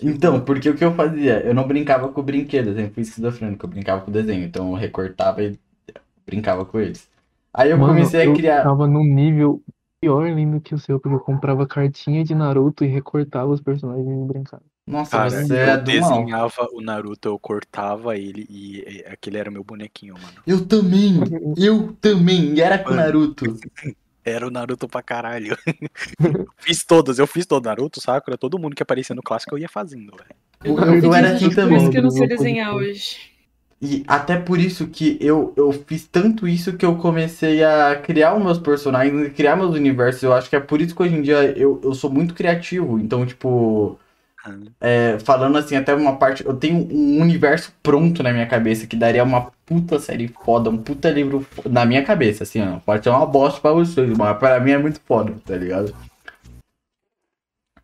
Speaker 1: Então, porque o que eu fazia? Eu não brincava com brinquedo, eu sempre fui esquizofrênico, eu brincava com desenho. Então eu recortava e brincava com eles. Aí eu
Speaker 4: Mano,
Speaker 1: comecei a
Speaker 4: eu
Speaker 1: criar.
Speaker 4: tava num nível pior ainda que o seu, porque eu comprava cartinha de Naruto e recortava os personagens e brincava.
Speaker 1: Nossa,
Speaker 3: Cara,
Speaker 1: você é
Speaker 3: eu
Speaker 1: do mal.
Speaker 3: desenhava o Naruto, eu cortava ele e, e aquele era o meu bonequinho, mano.
Speaker 1: Eu também! Eu também! E era com
Speaker 3: Mano.
Speaker 1: Naruto.
Speaker 3: Era o Naruto pra caralho. fiz todas, eu fiz todo. Naruto, Sakura, todo mundo que aparecia no clássico eu ia fazendo, velho.
Speaker 1: Eu,
Speaker 2: nunca fiz
Speaker 1: eu era
Speaker 2: isso,
Speaker 1: assim
Speaker 2: Por isso
Speaker 1: também.
Speaker 2: que eu não sei
Speaker 4: Vou pôr
Speaker 2: desenhar
Speaker 4: depois.
Speaker 2: hoje.
Speaker 1: E até por isso que eu, eu fiz tanto isso que eu comecei a criar os meus personagens, e criar meus universos. Eu acho que é por isso que hoje em dia eu, eu sou muito criativo. Então, tipo,
Speaker 3: Ah,
Speaker 1: É, falando assim, até uma parte. Eu tenho um universo pronto na minha cabeça que daria uma puta série foda, um puta livro fo- na minha cabeça, assim, ó. Pode ser uma bosta pra vocês, mas pra mim é muito foda, tá ligado?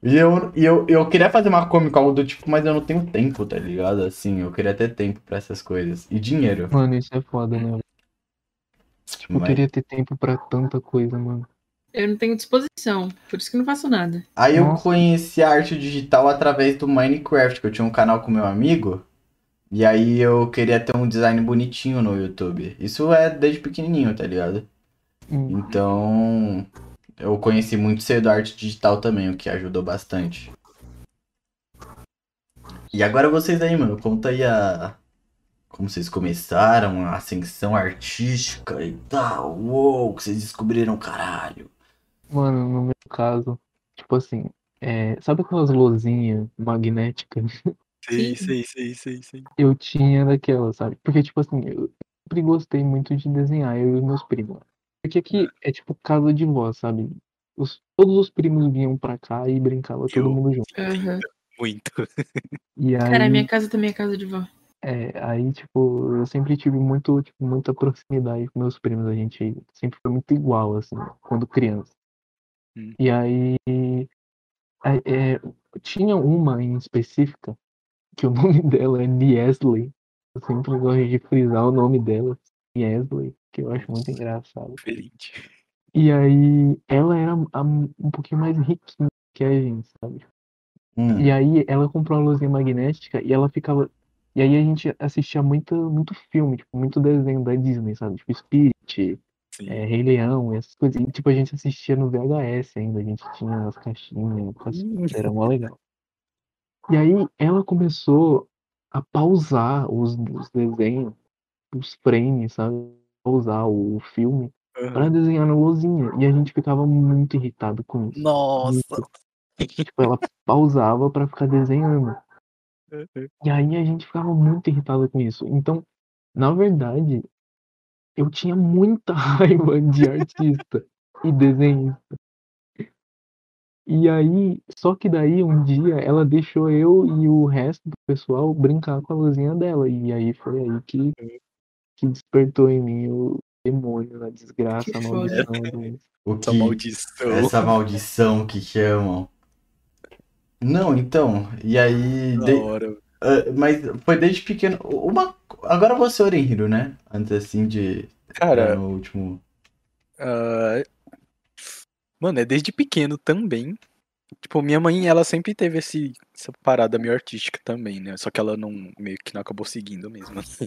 Speaker 1: E eu, e eu, eu queria fazer uma cômica, algo do tipo, mas eu não tenho tempo, tá ligado? Assim, eu queria ter tempo pra essas coisas. E dinheiro.
Speaker 4: Mano, isso é foda, né? Eu
Speaker 1: Mas-
Speaker 4: queria ter tempo pra tanta coisa, mano.
Speaker 2: Eu não tenho disposição, por isso que não faço nada.
Speaker 1: Aí eu
Speaker 4: Nossa.
Speaker 1: conheci a arte digital através do Minecraft, que eu tinha um canal com meu amigo. E aí eu queria ter um design bonitinho no YouTube. Isso é desde pequenininho, tá ligado?
Speaker 4: Hum.
Speaker 1: Então, eu conheci muito cedo a arte digital também, o que ajudou bastante. E agora vocês aí, mano, conta aí a como vocês começaram a ascensão artística e tal. Uou, que vocês descobriram, caralho.
Speaker 4: Mano, no meu caso, tipo assim, é, sabe aquelas luzinhas magnéticas?
Speaker 3: Sei,
Speaker 2: Sim.
Speaker 3: sei, sei, sei, sei.
Speaker 4: Eu tinha daquela, sabe? Porque, tipo assim, eu sempre gostei muito de desenhar, eu e os meus primos. Porque
Speaker 2: Uhum.
Speaker 4: aqui é tipo casa de vó, sabe? Os- todos os primos vinham pra cá e brincava todo
Speaker 3: Eu-
Speaker 4: mundo junto.
Speaker 2: Uhum.
Speaker 3: Muito.
Speaker 4: E
Speaker 2: Cara,
Speaker 4: aí,
Speaker 2: minha casa também é casa de vó.
Speaker 4: é, aí, tipo, eu sempre tive muito, tipo, muita proximidade com meus primos. A gente sempre foi muito igual, assim, quando criança.
Speaker 3: Hum.
Speaker 4: E aí, aí, é, tinha uma em específica, que o nome dela é Niesley. Eu sempre gosto de frisar o nome dela, Niesley, que eu acho muito engraçado.
Speaker 3: Diferente.
Speaker 4: E aí, ela era a- um pouquinho mais riquinha que a gente, sabe?
Speaker 1: Hum.
Speaker 4: E aí ela comprou uma luzinha magnética e ela ficava. E aí a gente assistia muito, muito filme, tipo, muito desenho da Disney, sabe? Tipo, Spirit,
Speaker 3: Sim.
Speaker 4: é, Rei Leão, essas coisas. E, tipo, a gente assistia no VHS ainda, a gente tinha as caixinhas, as- era mó legal. E aí ela começou a pausar os, os desenhos, os frames, sabe? Pausar o filme
Speaker 3: Aham.
Speaker 4: para desenhar na luzinha. E a gente ficava muito irritado com isso.
Speaker 3: Nossa.
Speaker 4: Tipo, ela pausava para ficar desenhando. E aí a gente ficava muito irritado com isso. Então, na verdade, eu tinha muita raiva de artista e desenhista. E aí, só que daí um dia ela deixou eu e o resto do pessoal brincar com a luzinha dela. E aí foi aí que, que despertou em mim o demônio, a desgraça, a
Speaker 2: Que
Speaker 4: maldição. do-
Speaker 1: O
Speaker 3: Essa
Speaker 1: que-
Speaker 3: maldição.
Speaker 1: Essa maldição que chamam. Não, então, e aí.
Speaker 3: Da
Speaker 1: de-
Speaker 3: hora.
Speaker 1: ah, mas foi desde pequeno. Uma, agora você Orenhiro, né? Antes assim de.
Speaker 3: Cara,
Speaker 1: No último.
Speaker 3: Ah, Mano, é desde pequeno também. Tipo, minha mãe, ela sempre teve esse, essa parada meio artística também, né? Só que ela não, meio que não acabou seguindo mesmo. assim.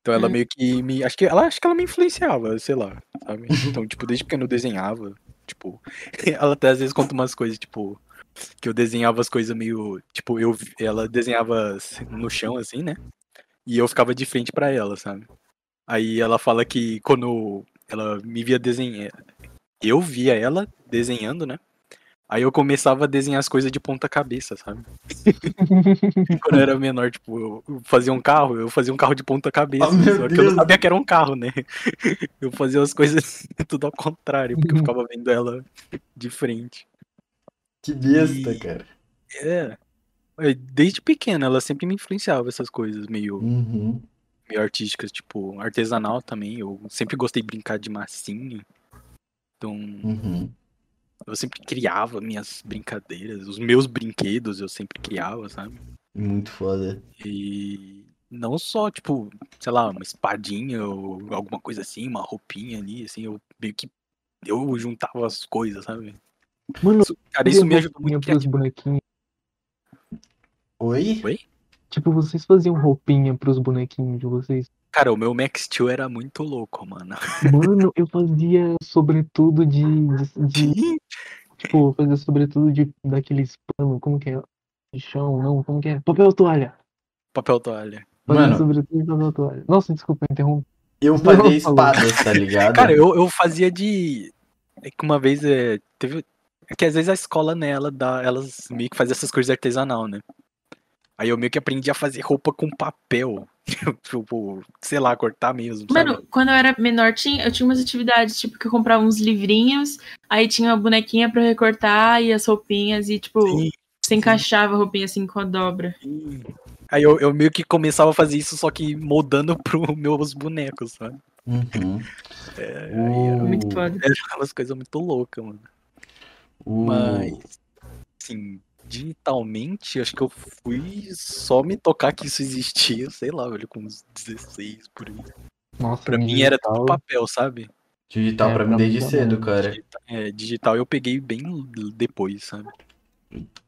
Speaker 3: Então ela
Speaker 2: Hum.
Speaker 3: meio que me, acho que ela, acho que ela me influenciava, sei lá, sabe? Então, tipo, desde pequeno eu desenhava, tipo, ela até às vezes conta umas coisas, tipo, que eu desenhava as coisas meio, tipo, eu, ela desenhava no chão assim, né? E eu ficava de frente pra ela, sabe? Aí ela fala que quando ela me via desenhar, eu via ela desenhando, né? Aí eu começava a desenhar as coisas de ponta cabeça, sabe? Quando eu era menor, tipo, eu fazia um carro, eu fazia um carro de ponta cabeça.
Speaker 1: Ah, meu
Speaker 3: só que eu
Speaker 1: Deus.
Speaker 3: não sabia que era um carro, né? Eu fazia as coisas tudo ao contrário, porque eu ficava vendo ela de frente.
Speaker 1: Que besta,
Speaker 3: E-
Speaker 1: cara.
Speaker 3: É. É, Desde pequena, ela sempre me influenciava essas coisas meio,
Speaker 1: Uhum.
Speaker 3: meio artísticas, tipo, artesanal também. Eu sempre gostei de brincar de massinha. Então,
Speaker 1: Uhum.
Speaker 3: eu sempre criava minhas brincadeiras, os meus brinquedos eu sempre criava, sabe?
Speaker 1: Muito foda.
Speaker 3: E não só, tipo, sei lá, uma espadinha ou alguma coisa assim, uma roupinha ali, assim, eu meio que eu juntava as coisas, sabe?
Speaker 4: Mano,
Speaker 3: Isso, cara, isso me
Speaker 4: eu
Speaker 3: ajudou muito.
Speaker 4: tinha pros
Speaker 3: criativo.
Speaker 4: bonequinhos.
Speaker 1: Oi?
Speaker 3: Oi?
Speaker 4: Tipo, vocês faziam roupinha pros bonequinhos de vocês?
Speaker 3: Cara, o meu Max Steel era muito louco, mano.
Speaker 4: Mano, eu fazia sobretudo de, de, de tipo, eu fazia sobretudo de daqueles pano, como que é? De chão, não, como que é? Papel toalha.
Speaker 3: Papel toalha.
Speaker 4: Fazia
Speaker 1: Mano.
Speaker 4: sobretudo de papel toalha. Nossa, desculpa, eu interrompi.
Speaker 1: Eu
Speaker 4: Não,
Speaker 1: fazia
Speaker 4: falou.
Speaker 1: espadas, tá ligado?
Speaker 3: Cara, eu, eu fazia de. É que uma vez é, teve. É que às vezes a escola, né, ela dá, elas meio que fazem essas coisas artesanal, né? Aí eu meio que aprendi a fazer roupa com papel. tipo, sei lá, cortar mesmo. sabe?
Speaker 2: Mano, quando eu era menor, tinha, eu tinha umas atividades, tipo, que eu comprava uns livrinhos, aí tinha uma bonequinha pra eu recortar e as roupinhas, e tipo,
Speaker 3: Sim.
Speaker 2: Você encaixava a roupinha assim com a dobra.
Speaker 3: E- Aí eu, eu meio que começava a fazer isso, só que moldando pro meus bonecos, sabe?
Speaker 1: Uhum.
Speaker 2: Muito
Speaker 1: O,
Speaker 2: foda.
Speaker 3: Era umas coisas muito loucas, mano.
Speaker 1: o,
Speaker 3: Mas, assim, digitalmente, acho que eu fui só me tocar que isso existia, sei lá, velho, com uns 16 por aí.
Speaker 4: Nossa, tá
Speaker 3: Pra mim era tudo papel, sabe?
Speaker 1: digital
Speaker 4: É,
Speaker 1: pra mim
Speaker 4: pra mim
Speaker 1: desde
Speaker 4: também.
Speaker 1: cedo, cara.
Speaker 3: Digita- é, digital eu peguei bem l- depois, sabe?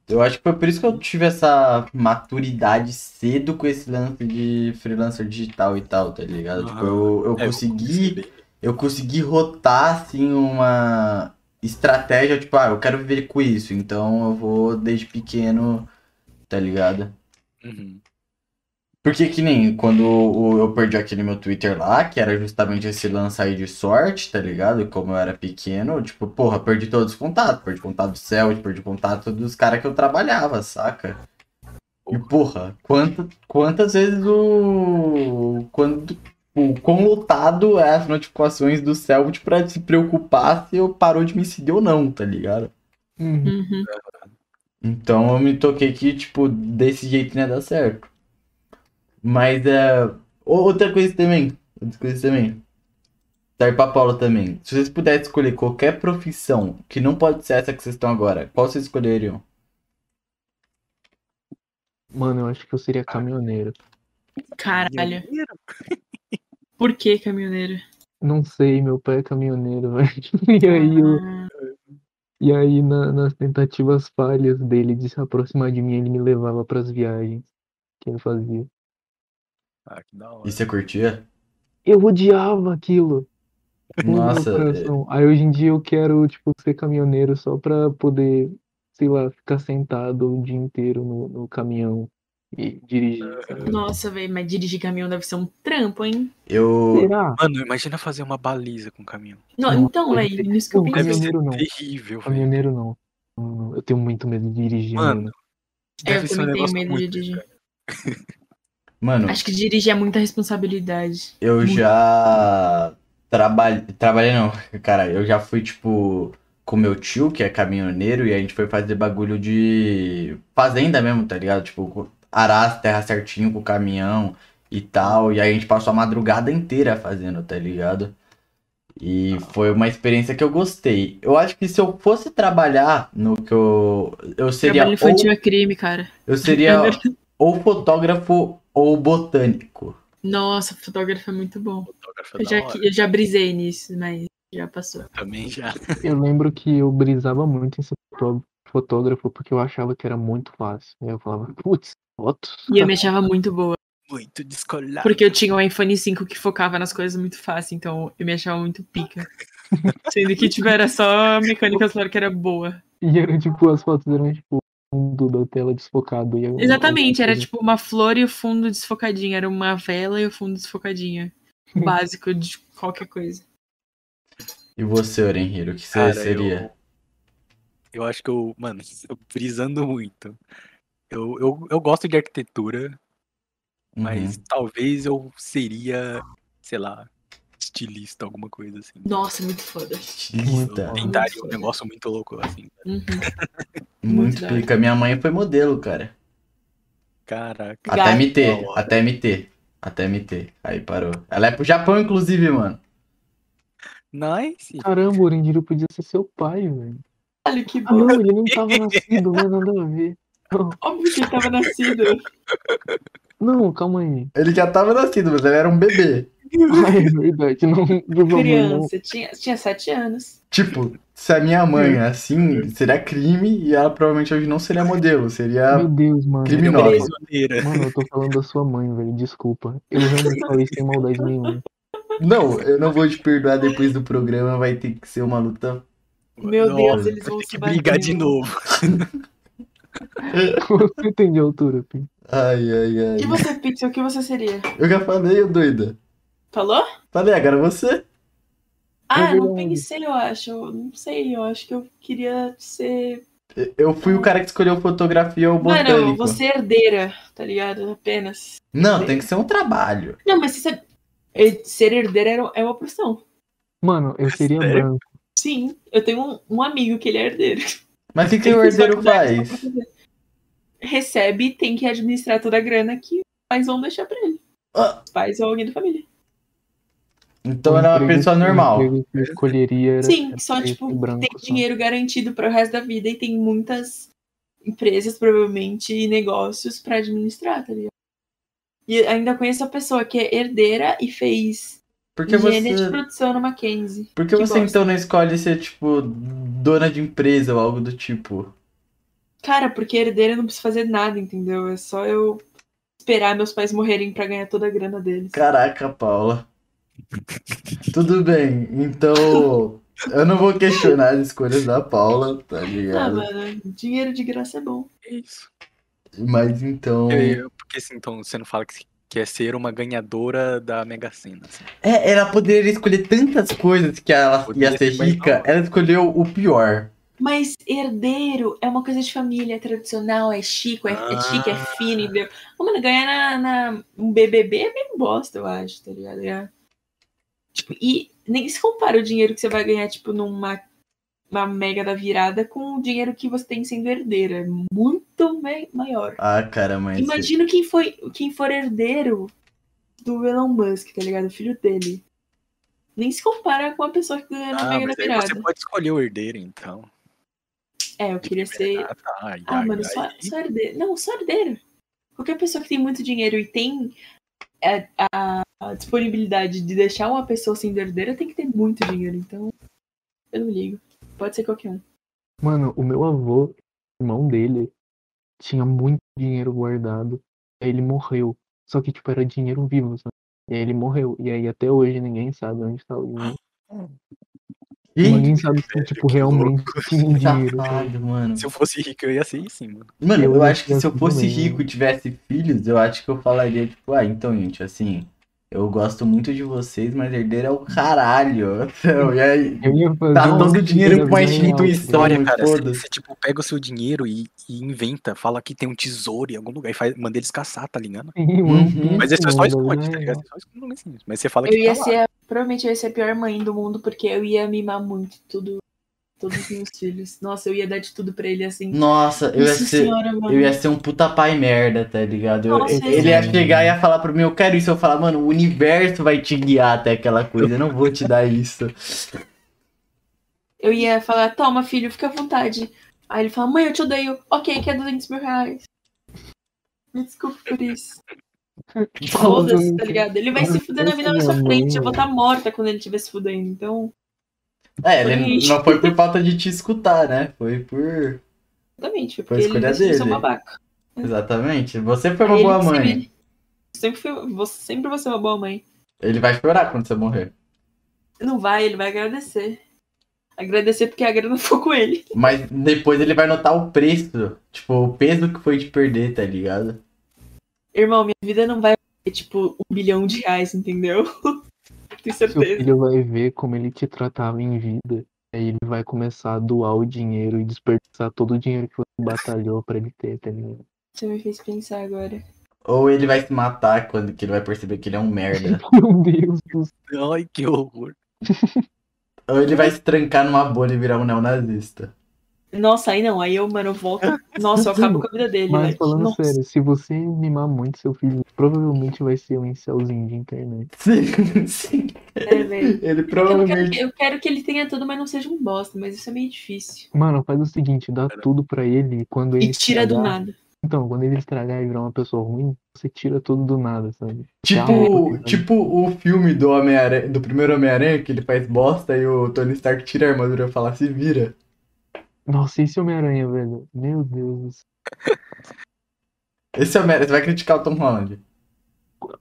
Speaker 1: Eu acho que foi por isso que eu tive essa maturidade cedo com esse lance de freelancer digital e tal, tá ligado? Tipo, eu, eu
Speaker 3: É, eu
Speaker 1: consegui.
Speaker 3: comecei bem-
Speaker 1: eu consegui rotar assim uma estratégia, tipo, ah, eu quero viver com isso, então eu vou desde pequeno, tá ligado?
Speaker 3: Uhum.
Speaker 1: Porque que nem quando o- eu perdi aquele meu Twitter lá, que era justamente esse lance aí de sorte, tá ligado? Como eu era pequeno, eu, tipo, porra, perdi todos os contatos, perdi contato do Celt, perdi contato dos caras que eu trabalhava, saca? E porra, quanta, quantas vezes o. Quando, o quão lotado é as notificações do Celt pra se preocupar se eu parou de me seguir ou não, tá ligado?
Speaker 4: Uhum.
Speaker 2: Uhum.
Speaker 1: Então eu me toquei que, tipo, desse jeito não ia dar certo. Mas é. ou- Outra coisa também. Outra coisa também. Daí pra Paula também. Se vocês pudessem escolher qualquer profissão que não pode ser essa que vocês estão agora, qual vocês escolheriam?
Speaker 4: Mano, eu acho que eu seria caminhoneiro.
Speaker 2: Caralho. Por que caminhoneiro?
Speaker 4: Não sei, meu pai é caminhoneiro, velho. E aí, eu- e aí na- nas tentativas falhas dele de se aproximar de mim, ele me levava pras viagens que ele fazia.
Speaker 3: Ah, que da hora.
Speaker 1: E você curtia?
Speaker 4: Eu odiava aquilo. fundo do meu
Speaker 1: Nossa,
Speaker 4: coração. Aí hoje em dia eu quero, tipo, ser caminhoneiro só pra poder, sei lá, ficar sentado o dia inteiro no, no caminhão e dirigir. sabe?
Speaker 2: Nossa, velho, mas dirigir caminhão deve ser um trampo, hein?
Speaker 1: eu.
Speaker 4: Será?
Speaker 3: Mano, imagina fazer uma baliza com o caminhão.
Speaker 2: Não,
Speaker 4: Não,
Speaker 2: então,
Speaker 4: pode
Speaker 2: velho,
Speaker 4: ser.
Speaker 2: nisso que eu
Speaker 4: Não,
Speaker 2: pensei.
Speaker 3: Deve ser
Speaker 4: Caminhoneiro não.
Speaker 3: terrível, velho.
Speaker 4: Caminhoneiro não. Não, não. Eu tenho muito medo de dirigir,
Speaker 3: Mano,
Speaker 4: mano.
Speaker 2: É,
Speaker 3: Deve
Speaker 2: eu
Speaker 3: ser um
Speaker 2: também tenho
Speaker 3: negócio
Speaker 2: medo de
Speaker 3: muito
Speaker 2: dirigir.
Speaker 1: Mano,
Speaker 2: Acho que dirigir é muita responsabilidade.
Speaker 1: Eu já trabalhei. Trabalhei não, cara. Eu já fui, tipo, com meu tio, que é caminhoneiro, e a gente foi fazer bagulho de fazenda mesmo, tá ligado? Tipo, arar as terras certinho com o caminhão e tal. E aí a gente passou a madrugada inteira fazendo, tá ligado? E foi uma experiência que eu gostei. Eu acho que se eu fosse trabalhar no que eu. Eu seria.
Speaker 2: Trabalho
Speaker 1: ou-
Speaker 2: infantil é crime, cara.
Speaker 1: eu seria ou fotógrafo ou botânico.
Speaker 2: Nossa, fotógrafo é muito bom.
Speaker 3: fotógrafo é
Speaker 2: Eu
Speaker 3: da
Speaker 2: já,
Speaker 3: hora.
Speaker 2: eu já brisei nisso, mas já passou.
Speaker 3: Também já.
Speaker 4: Eu lembro que eu brisava muito em ser fotó- fotógrafo porque eu achava que era muito fácil. Aí eu falava, putz, foto?
Speaker 2: E eu me achava muito boa.
Speaker 3: Muito descolado.
Speaker 2: Porque eu tinha um iPhone 5 que focava nas coisas muito fácil, então eu me achava muito pica. Sendo que, tipo, era só a mecânica celular que era boa.
Speaker 4: E era tipo, as fotos eram tipo o fundo da tela desfocado. E eu-
Speaker 2: Exatamente, era
Speaker 4: eu-
Speaker 2: tipo uma flor e o fundo desfocadinho. Era uma vela e o fundo desfocadinho. Básico de qualquer coisa.
Speaker 1: E você, Orenhiro, o que você
Speaker 3: Cara,
Speaker 1: seria?
Speaker 3: Eu, eu acho que eu, mano, eu brisando muito. Eu, eu, eu gosto de arquitetura,
Speaker 1: Uhum.
Speaker 3: mas talvez eu seria, sei lá, estilista, alguma coisa assim.
Speaker 2: Nossa, é muito foda.
Speaker 1: Estilista.
Speaker 3: Eu tentaria um negócio muito louco assim.
Speaker 2: Uhum.
Speaker 1: Muito
Speaker 2: Muito da
Speaker 1: pica. Minha mãe foi modelo, cara.
Speaker 3: Caraca.
Speaker 2: Gato.
Speaker 1: Até MT,
Speaker 3: Da hora.
Speaker 1: até MT. Até MT. Aí parou. Ela é pro Japão, inclusive, mano.
Speaker 3: Nice.
Speaker 2: tipo,
Speaker 4: Caramba, o Orendiro podia ser seu pai, velho.
Speaker 2: Olha que
Speaker 4: Ah,
Speaker 2: bom.
Speaker 4: não, ele não tava nascido, né? Nada a ver.
Speaker 2: Óbvio que ele tava nascido.
Speaker 4: Não, calma aí.
Speaker 1: Ele já tava nascido, mas ele era um bebê.
Speaker 4: Ah, é verdade. Não, provavelmente não.
Speaker 2: Criança, tinha, tinha sete anos.
Speaker 1: Tipo, se a minha mãe é assim, seria crime e ela provavelmente hoje não seria modelo, seria.
Speaker 4: Meu Deus, mano.
Speaker 1: Criminosa.
Speaker 4: Eu-
Speaker 3: Prisioneira.
Speaker 4: Mano, eu tô falando da sua mãe, velho. Desculpa. Eu realmente falei sem maldade nenhuma.
Speaker 1: Não, eu não vou te perdoar depois do programa, vai ter que ser uma luta.
Speaker 2: Meu Deus, eles
Speaker 3: vai
Speaker 2: vão
Speaker 3: ter
Speaker 2: se
Speaker 3: que brigar
Speaker 2: bater.
Speaker 3: de novo.
Speaker 4: Você entende a altura, Pim?
Speaker 1: Ai, ai,
Speaker 2: E
Speaker 1: ai.
Speaker 2: você, Pixel, o que você seria?
Speaker 1: Eu já falei, ô doida.
Speaker 2: Falou?
Speaker 1: Falei, agora você.
Speaker 2: Ah,
Speaker 4: Eu
Speaker 2: não
Speaker 4: vi um-
Speaker 2: pensei, eu acho. Eu Não sei, eu acho que eu queria ser.
Speaker 1: Eu fui o cara que escolheu fotografia ou botânico.
Speaker 2: Mano, você herdeira, tá ligado? Apenas.
Speaker 1: Não, tem que ser um trabalho.
Speaker 2: Não, mas se você. eh, Ser herdeira era- é uma profissão.
Speaker 4: Mano, eu seria
Speaker 3: Sério?
Speaker 4: branco.
Speaker 2: Sim, eu tenho um, um amigo que ele é herdeiro.
Speaker 1: Mas o que, que
Speaker 2: Ele
Speaker 1: o
Speaker 2: fez
Speaker 1: herdeiro
Speaker 2: faculdade só
Speaker 1: faz?
Speaker 2: pra fazer. recebe tem que administrar toda a grana que os pais vão deixar pra ele.
Speaker 1: Ah.
Speaker 2: Os pais ou alguém da família.
Speaker 1: Então
Speaker 4: O
Speaker 1: era uma
Speaker 4: emprego-
Speaker 1: pessoa
Speaker 4: o
Speaker 1: normal.
Speaker 4: emprego que eu escolheria era
Speaker 2: Sim, só
Speaker 4: preto
Speaker 2: tipo,
Speaker 4: e branco,
Speaker 2: tem
Speaker 4: só.
Speaker 2: dinheiro garantido para o resto da vida e tem muitas empresas, provavelmente, e negócios para administrar, tá ligado? E ainda conheço a pessoa que é herdeira e fez
Speaker 1: Porque
Speaker 2: engenharia
Speaker 1: você.
Speaker 2: de tipo, produção no Mackenzie.
Speaker 1: Por que
Speaker 2: Que
Speaker 1: você
Speaker 2: bosta.
Speaker 1: então não escolhe ser, tipo, dona de empresa ou algo do tipo?
Speaker 2: Cara, porque herdeira eu não precisa fazer nada, entendeu? É só eu esperar meus pais morrerem para ganhar toda a grana deles.
Speaker 1: Caraca, Paula. Tudo bem, então. Eu não vou questionar as escolhas da Paula, tá
Speaker 2: Ah,
Speaker 1: ligado?
Speaker 2: mano, dinheiro de graça é bom.
Speaker 3: É isso.
Speaker 1: Mas então.
Speaker 3: Por que assim, então você não fala que quer ser uma ganhadora da Mega Sena? assim?
Speaker 1: É, ela poderia escolher tantas coisas que ela
Speaker 3: Poderia
Speaker 1: ia ser
Speaker 3: ser mais
Speaker 1: rica,
Speaker 3: nova.
Speaker 1: ela escolheu o pior.
Speaker 2: Mas herdeiro é uma coisa de família, é tradicional, é chico, é,
Speaker 3: Ah.
Speaker 2: é chique, é fino, entendeu? Ô, Mano, ganhar na, na- um BBB é bem bosta, eu acho, tá ligado? É. Tipo, e nem se compara o dinheiro que você vai ganhar, tipo, numa uma mega da virada com o dinheiro que você tem sendo herdeiro. É muito me- maior.
Speaker 1: Ah, cara, mas.
Speaker 2: Imagina quem, foi, quem for herdeiro do Elon Musk, tá ligado? O filho dele. Nem se compara com a pessoa que ganha na
Speaker 3: Ah,
Speaker 2: É mega
Speaker 3: mas
Speaker 2: da
Speaker 3: aí
Speaker 2: virada.
Speaker 3: você pode escolher o herdeiro, então.
Speaker 2: É, eu queria ser
Speaker 3: Ah, tá. Ai,
Speaker 2: Ah,
Speaker 3: ai,
Speaker 2: mano,
Speaker 3: ai.
Speaker 2: só, só herdeiro. Não, só herdeiro. Qualquer pessoa que tem muito dinheiro e tem a, a- a disponibilidade de deixar uma pessoa sendo herdeira tem que ter muito dinheiro. Então, eu não ligo. Pode ser qualquer um.
Speaker 4: Mano, o meu avô, irmão dele, tinha muito dinheiro guardado. Aí ele morreu. Só que, tipo, era dinheiro vivo, sabe? E aí ele morreu. E aí até hoje ninguém sabe onde tá o dinheiro.
Speaker 1: Ih,
Speaker 4: Ninguém sabe se,
Speaker 3: velho,
Speaker 4: tipo,
Speaker 3: que
Speaker 4: realmente
Speaker 1: Tá
Speaker 4: tinha dinheiro. sabe?
Speaker 1: safado, mano.
Speaker 3: Se eu fosse rico, eu ia ser isso, sim, mano.
Speaker 1: Mano,
Speaker 4: Eu
Speaker 1: eu
Speaker 4: ia
Speaker 1: acho que
Speaker 4: ser
Speaker 1: se eu
Speaker 4: assim
Speaker 1: fosse
Speaker 4: também,
Speaker 1: rico e tivesse filhos, eu acho que eu falaria, tipo, ah, então, gente, assim, eu gosto muito de vocês, mas herdeiro é o caralho. Então, e aí,
Speaker 4: Eu ia fazer
Speaker 1: Tá
Speaker 4: uma
Speaker 1: todo o dinheiro
Speaker 4: brincadeira
Speaker 1: pra
Speaker 4: bem alta.
Speaker 1: instituição.
Speaker 3: Olha,
Speaker 1: mas
Speaker 3: cara, você,
Speaker 1: foda-se.
Speaker 3: você, tipo, pega o seu dinheiro e, e inventa, fala que tem um tesouro em algum lugar e faz, manda eles caçar, tá ligado?
Speaker 4: Sim,
Speaker 1: Uhum.
Speaker 4: One Piece,
Speaker 3: Mas aí você
Speaker 4: mano,
Speaker 3: só
Speaker 4: o bagulho
Speaker 3: esconde,
Speaker 4: é
Speaker 3: tá ligado?
Speaker 1: né?
Speaker 4: real.
Speaker 3: Você só esconde, assim. Mas você fala
Speaker 2: Eu
Speaker 3: que
Speaker 2: ia
Speaker 3: tá lá.
Speaker 2: ser. a- Provavelmente eu ia ser a pior mãe do mundo porque eu ia mimar muito tudo, todos os meus filhos. Nossa, eu ia dar de tudo pra ele assim.
Speaker 1: Nossa, Hum, eu ia
Speaker 2: Nossa
Speaker 1: ser.
Speaker 2: senhora, mano.
Speaker 1: Eu ia ser um puta pai merda, tá ligado? Eu-
Speaker 2: Nossa,
Speaker 1: ele ia
Speaker 4: sim.
Speaker 1: chegar e ia falar pra mim, eu quero isso. Eu ia falar, mano, o universo vai te guiar até aquela coisa, eu não vou te dar isso.
Speaker 2: Eu ia falar, toma, filho, fica à vontade. Aí ele fala, mãe, eu te odeio. Ok, quer 200 mil reais. Me desculpe por isso. Foda-se, tá ligado? Ele vai se fuder na vida na sua frente. Eu vou estar morta quando ele estiver se fudendo. Então,
Speaker 1: É,
Speaker 2: Foi
Speaker 1: ele
Speaker 2: isso.
Speaker 1: não foi por falta de te escutar, né? Foi por.
Speaker 2: exatamente. Porque
Speaker 1: Foi a
Speaker 2: ele
Speaker 1: escolha
Speaker 2: decidiu ser um
Speaker 1: dele.
Speaker 2: babaca.
Speaker 1: Exatamente. Você foi uma
Speaker 2: Ele
Speaker 1: boa
Speaker 2: que se
Speaker 1: mãe.
Speaker 2: vire. Sempre, foi, você, sempre você é uma boa mãe.
Speaker 1: Ele vai chorar quando você morrer.
Speaker 2: Não vai, ele vai agradecer. Agradecer porque a grana foi com ele.
Speaker 1: Mas depois ele vai notar o preço. Tipo, o peso que foi de perder, tá ligado?
Speaker 2: Irmão, minha vida não vai ser tipo um bilhão de reais, entendeu? Tenho
Speaker 4: Seu
Speaker 2: certeza.
Speaker 4: filho vai ver como ele te tratava em vida. Aí ele vai começar a doar o dinheiro e desperdiçar todo o dinheiro que você batalhou pra ele ter, tá ligado?
Speaker 2: Você me fez pensar agora.
Speaker 1: Ou ele vai se matar quando que ele vai perceber que ele é um merda.
Speaker 4: Meu Deus do céu.
Speaker 3: Ai, que horror.
Speaker 1: Ou ele vai se trancar numa bolha e virar um neonazista.
Speaker 2: Nossa, aí não, aí eu, mano, eu volto. Nossa, eu acabo com a vida dele,
Speaker 4: Mas
Speaker 2: velho.
Speaker 4: falando
Speaker 2: Nossa.
Speaker 4: sério, se você mimar muito seu filho, provavelmente vai ser um incelzinho de internet.
Speaker 1: Sim, sim.
Speaker 2: É, velho.
Speaker 1: Ele
Speaker 2: Eu quero, que-
Speaker 1: provavelmente.
Speaker 2: eu quero que ele tenha tudo, mas não seja um bosta, mas isso é meio difícil.
Speaker 4: Mano, faz o seguinte, dá tudo pra ele e quando ele
Speaker 2: E tira do
Speaker 4: estragar-
Speaker 2: nada.
Speaker 1: Ah.
Speaker 4: Então, quando ele estragar e virar uma pessoa ruim, você tira tudo do nada, sabe?
Speaker 1: Tipo, tipo o filme do Homem-Aranha, do primeiro Homem-Aranha, que ele faz bosta e o Tony Stark tira a armadura e fala, se vira.
Speaker 4: Nossa, esse Homem-Aranha, velho. Meu Deus do céu.
Speaker 1: Esse Homem-Aranha, você vai criticar o Tom Holland.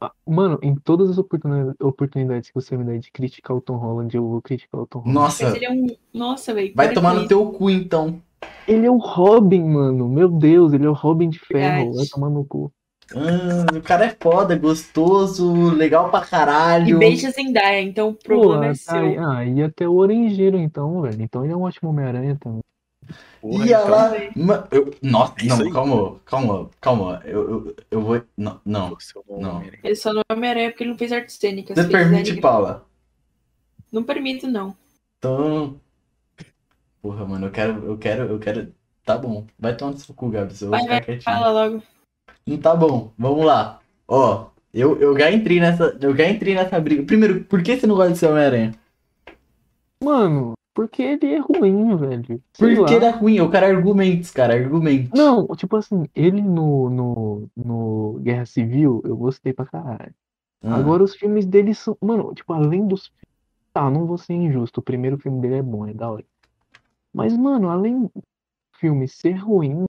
Speaker 4: Ah, Mano, em todas as oportuni- oportunidades que você me der de criticar o Tom Holland, eu vou criticar o Tom Holland.
Speaker 2: Mas
Speaker 1: Nossa,
Speaker 2: ele é um. Nossa, velho.
Speaker 1: vai
Speaker 2: para
Speaker 1: tomar
Speaker 2: com
Speaker 1: no
Speaker 2: isso.
Speaker 1: teu cu então.
Speaker 4: Ele é o Robin, mano. Meu Deus, ele é o Robin de ferro.
Speaker 2: Verdade.
Speaker 4: Vai tomar no cu.
Speaker 1: Ah, o cara é foda, gostoso, legal pra
Speaker 2: E
Speaker 1: caralho.
Speaker 2: beija Zendaya, então o
Speaker 4: Pô,
Speaker 2: problema é
Speaker 4: tá aí-
Speaker 2: seu.
Speaker 4: ah, e até o Orangeiro, então, velho. Então ele é um ótimo Homem-Aranha também.
Speaker 3: Porra,
Speaker 1: Ia
Speaker 3: então,
Speaker 1: lá. ma- eu- nossa,
Speaker 3: É isso
Speaker 1: não,
Speaker 3: aí.
Speaker 1: calma, calma, calma. Eu, eu, eu vou. Não, não.
Speaker 3: o seu nome,
Speaker 1: Não.
Speaker 3: né?
Speaker 2: Ele só não é Homem-Aranha porque ele não fez artes cênicas.
Speaker 1: Você
Speaker 2: fez
Speaker 1: permite,
Speaker 2: design-
Speaker 1: Paula?
Speaker 2: Não permito, não.
Speaker 1: Então. Porra, mano, eu quero, eu quero, eu quero. Tá bom. Vai tomar no seu cu, Gabs. Eu vou
Speaker 2: Vai,
Speaker 1: ficar
Speaker 2: vai,
Speaker 1: quietinho.
Speaker 2: fala logo.
Speaker 1: Não tá bom, vamos lá. Ó, eu, eu já entrei nessa. Eu já entrei nessa briga. Primeiro, por que você não gosta de ser Homem-Aranha?
Speaker 4: Mano, porque ele é ruim, velho. Sei
Speaker 1: Porque é
Speaker 4: lá.
Speaker 1: era ruim, eu quero argumentos, cara, argumentos.
Speaker 4: Não, tipo assim, ele no, no, no Guerra Civil, eu gostei pra caralho.
Speaker 1: Ah,
Speaker 4: Agora os filmes dele são. Mano, tipo, além dos. Tá, não vou ser injusto. O primeiro filme dele é bom, é da hora. Mas, mano, além do filme ser ruim,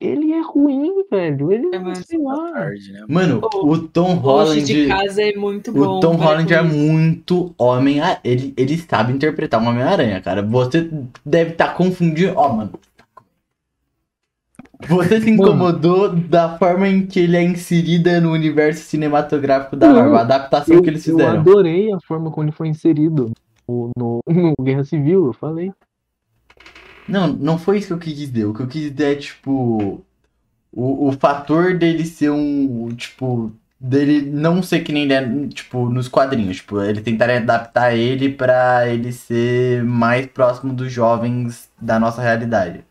Speaker 4: ele é ruim, velho. Ele,
Speaker 2: É, mano,
Speaker 4: sei
Speaker 1: tá
Speaker 3: Da
Speaker 4: lá.
Speaker 3: tarde, né?
Speaker 1: Mano,
Speaker 2: Ô,
Speaker 1: o Tom
Speaker 2: Longe de
Speaker 1: Holland.
Speaker 2: casa é muito bom.
Speaker 1: O Tom
Speaker 2: para
Speaker 1: Holland
Speaker 2: com
Speaker 1: é
Speaker 2: isso.
Speaker 1: muito homem. a- Ele, ele sabe interpretar um Homem-Aranha, cara. Você deve estar confundindo. Ó, mano. Você se
Speaker 4: Mano.
Speaker 1: incomodou da forma em que ele é inserida no universo cinematográfico da
Speaker 4: Não,
Speaker 1: Marvel, a adaptação
Speaker 4: Eu,
Speaker 1: que eles
Speaker 4: eu
Speaker 1: fizeram.
Speaker 4: adorei a forma como ele foi inserido no, no, no Guerra Civil, eu falei.
Speaker 1: Não, não foi isso que eu quis dizer. O que eu quis dizer é, tipo, o, o fator dele ser um, tipo, dele não ser que nem ele é, tipo, nos quadrinhos. Tipo, ele tentarem adaptar ele pra ele ser mais próximo dos jovens da nossa realidade.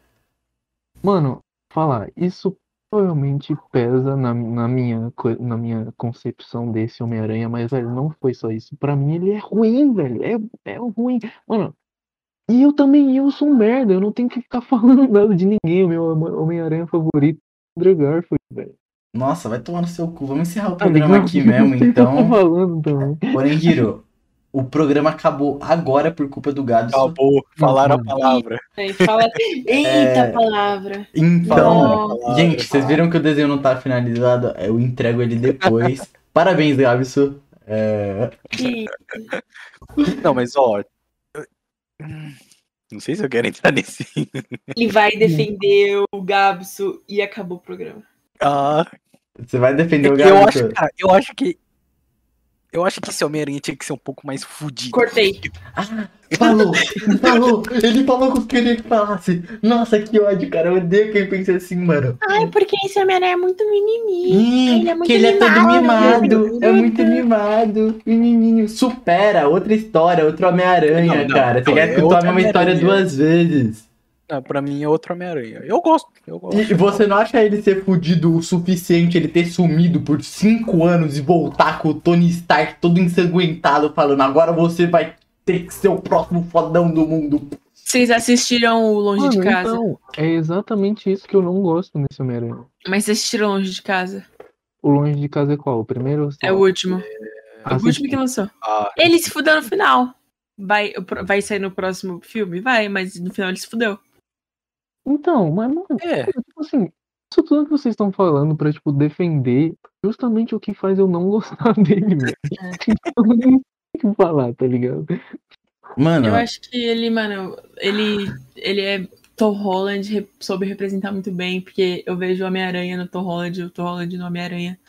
Speaker 4: Mano, falar, isso provavelmente pesa na, na, minha, co- na minha concepção desse Homem-Aranha, mas, velho, não foi só isso. Pra mim, ele é ruim, velho. É, é ruim. Mano, e eu também, eu sou um merda. Eu não tenho que ficar falando nada de ninguém. O meu Home- Homem-Aranha favorito é o Andrew Garfield, velho.
Speaker 1: Nossa, vai tomar no seu cu. Vamos encerrar o
Speaker 4: Tá
Speaker 1: programa
Speaker 4: ligado?
Speaker 1: aqui mesmo,
Speaker 4: Não sei o que eu tô
Speaker 1: então.
Speaker 4: falando também.
Speaker 1: Orengiro, o programa acabou agora por culpa do Gabs.
Speaker 3: Acabou, falaram a
Speaker 4: mano.
Speaker 3: palavra.
Speaker 2: Aí fala-
Speaker 1: É.
Speaker 2: Eita palavra.
Speaker 1: Então.
Speaker 2: Não.
Speaker 1: Gente, vocês viram que o desenho não tá finalizado? Eu entrego ele depois. Parabéns, Gabson. É,
Speaker 2: que-
Speaker 3: Não, mas ó. eu- hum, Não sei se eu quero entrar nesse.
Speaker 2: Ele
Speaker 1: É.
Speaker 2: vai defender o Gabso e acabou o programa.
Speaker 3: Ah,
Speaker 1: Você vai defender o
Speaker 3: eu
Speaker 1: Gabson.
Speaker 3: acho, cara, eu acho que. Eu acho que esse Homem-Aranha tinha que ser um pouco mais fudido.
Speaker 2: Cortei.
Speaker 1: Ah, falou! Falou! Ele falou o que eu queria que falasse. Nossa, que ódio, cara. Eu odeio quem pensa assim, mano.
Speaker 2: Ai, porque esse Homem-Aranha é muito mimimi.
Speaker 1: Ih,
Speaker 2: ele é muito
Speaker 1: que ele é todo
Speaker 2: mimado,
Speaker 1: mimado.
Speaker 2: né?
Speaker 1: É muito mimado. Menininho. Supera. Outra história. Outro
Speaker 3: Não,
Speaker 1: Homem-Aranha,
Speaker 3: não,
Speaker 1: cara. Você
Speaker 3: não,
Speaker 1: quer
Speaker 3: é
Speaker 1: escutar
Speaker 3: outro
Speaker 1: a mesma história
Speaker 3: Homem-Aranha.
Speaker 1: duas vezes.
Speaker 3: Ah, pra mim é outro Homem-Aranha. Eu gosto, eu gosto.
Speaker 1: E você não acha ele ser fudido o suficiente, ele ter sumido por cinco anos e voltar com o Tony Stark todo ensanguentado, falando agora você vai ter que ser o próximo fodão do mundo.
Speaker 2: Vocês assistiram o Longe de
Speaker 4: Mano,
Speaker 2: Casa?
Speaker 4: então, é exatamente isso que eu não gosto nesse Homem-Aranha.
Speaker 2: Mas vocês assistiram Longe de Casa?
Speaker 4: O Longe de Casa é qual? O primeiro ou
Speaker 2: É
Speaker 4: o
Speaker 2: o
Speaker 4: segundo?
Speaker 2: último. É o último
Speaker 4: Assisti.
Speaker 2: que lançou.
Speaker 3: Ah,
Speaker 2: Ele se fudeu no final. Vai, vai sair no próximo filme? Vai, mas no final ele se fudeu.
Speaker 4: Então, mas, mano,
Speaker 3: é.
Speaker 4: Tipo assim, isso tudo que vocês estão falando pra, tipo, defender justamente o que faz eu não gostar dele, velho.
Speaker 3: É.
Speaker 4: Eu não sei o que falar, tá ligado?
Speaker 1: Mano,
Speaker 2: Eu acho que ele, mano, ele, ele é. Tom Holland re- soube representar muito bem, porque eu vejo o Homem-Aranha no Tom Holland, o Tom Holland no Homem-Aranha.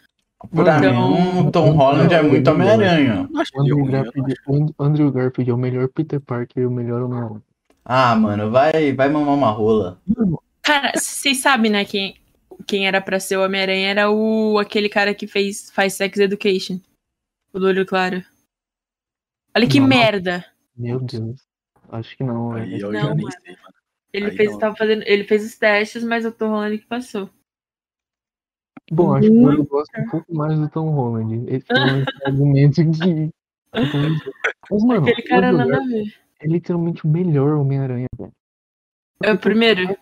Speaker 1: pra mim,
Speaker 2: Então-
Speaker 1: o Tom Holland é muito Homem-Aranha.
Speaker 3: Eu não acho
Speaker 4: O Andrew
Speaker 3: ruim, eu não
Speaker 4: Garfield, o Andrew Garfield é o melhor Peter Parker e o melhor homem
Speaker 1: Ah, mano, vai, vai mamar uma rola.
Speaker 2: Cara, vocês sabem, né, quem, quem era pra ser o Homem-Aranha era o aquele cara que fez faz Sex Education. O do olho claro. Olha que
Speaker 4: Não, não.
Speaker 2: merda.
Speaker 4: Meu Deus. Acho que não, é.
Speaker 3: Aí
Speaker 4: velho.
Speaker 3: eu
Speaker 2: Não,
Speaker 3: já nem
Speaker 2: mano.
Speaker 3: sei, mano.
Speaker 2: Ele
Speaker 3: Aí
Speaker 2: fez,
Speaker 3: não.
Speaker 2: tava fazendo, ele fez os testes, mas o Tom Holland que passou.
Speaker 4: Bom, acho que eu gosto um pouco mais do Tom Holland. Esse é um argumento que. Mas, mano,
Speaker 2: Aquele cara
Speaker 4: o Andrew
Speaker 2: nada a
Speaker 4: Garfield
Speaker 2: ver.
Speaker 4: é literalmente o melhor Homem-Aranha, velho.
Speaker 2: É o primeiro?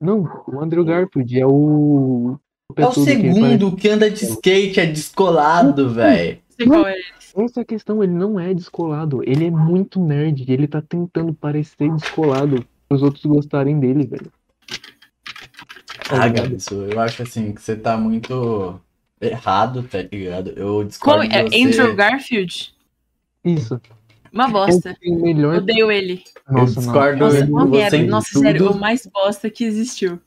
Speaker 4: Não, o Andrew Garfield é o.
Speaker 1: É o
Speaker 4: tudo que parece-
Speaker 1: segundo que anda de skate, é descolado, velho.
Speaker 2: Não sei qual é.
Speaker 4: Essa é a questão, ele não é descolado, ele é muito nerd, e ele tá tentando parecer descolado os outros gostarem dele, velho. Tá
Speaker 1: Ah,
Speaker 4: ligado?
Speaker 1: Gabs, eu acho assim que você tá muito errado, tá ligado? Eu
Speaker 2: Como,
Speaker 1: discordo
Speaker 2: é
Speaker 1: de você.
Speaker 2: Andrew Garfield?
Speaker 4: Isso.
Speaker 2: Uma bosta.
Speaker 4: É o melhor.
Speaker 2: Odeio ele.
Speaker 1: Eu
Speaker 4: Nossa, não.
Speaker 1: discordo
Speaker 2: Nossa,
Speaker 1: de
Speaker 2: uma
Speaker 1: você
Speaker 2: merda.
Speaker 1: em
Speaker 2: Nossa,
Speaker 1: tudo.
Speaker 2: sério, o mais bosta que existiu.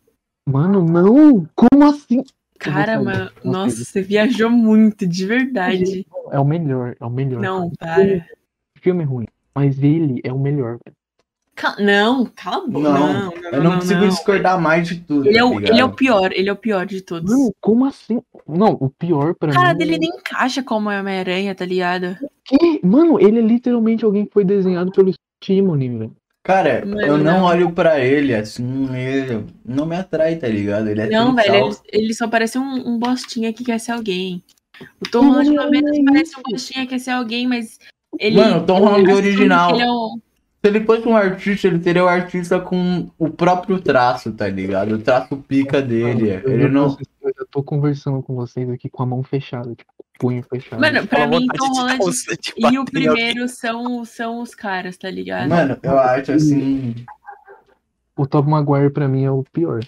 Speaker 4: Mano, não! Como assim?
Speaker 2: Cara,
Speaker 4: Eu vou
Speaker 2: mano,
Speaker 4: vou
Speaker 2: nossa,
Speaker 4: sair.
Speaker 2: você viajou muito, de verdade.
Speaker 4: É o melhor, é o melhor.
Speaker 2: Não, para.
Speaker 4: O filme é ruim, mas ele é o melhor, velho.
Speaker 2: Cal- não, cala a boca.
Speaker 1: Não,
Speaker 2: Não, não,
Speaker 1: Eu não consigo discordar mais de tudo.
Speaker 2: Ele é,
Speaker 1: tá
Speaker 2: o,
Speaker 1: ligado?
Speaker 2: ele é o pior, ele é o pior de todos.
Speaker 4: Mano, como assim? Não, o pior pra
Speaker 2: A cara
Speaker 4: mim. é
Speaker 2: dele nem encaixa como é
Speaker 1: É
Speaker 2: Homem-Aranha, tá ligado?
Speaker 4: Que? Mano, ele é literalmente alguém que foi desenhado pelo Timony, velho.
Speaker 1: Cara,
Speaker 2: Não,
Speaker 1: eu não,
Speaker 2: não.
Speaker 1: olho pra ele assim, ele não me atrai, tá ligado? Ele é
Speaker 2: Não,
Speaker 1: trincal.
Speaker 2: velho, ele, ele só parece um, um bostinha que quer ser alguém. O Tom Holland, pelo menos, parece um bostinha que quer ser alguém, mas ele.
Speaker 1: Mano, o Tom Holland é
Speaker 2: assume que
Speaker 1: original.
Speaker 2: Ele é um...
Speaker 1: Se ele fosse um artista, ele seria o artista com o próprio traço, tá ligado? O traço pica dele.
Speaker 4: eu
Speaker 1: Ele não.
Speaker 4: consigo- Eu já tô conversando com vocês aqui com a mão fechada, tipo, com o punho fechado.
Speaker 2: Mano, pra
Speaker 3: Uma
Speaker 2: mim,
Speaker 3: vontade
Speaker 2: Tom
Speaker 3: de
Speaker 2: Holland
Speaker 3: calça de
Speaker 2: e o
Speaker 3: bater em alguém.
Speaker 2: primeiro são, são os caras, tá ligado?
Speaker 1: Mano, eu acho assim.
Speaker 4: O Top Maguire pra mim é o pior.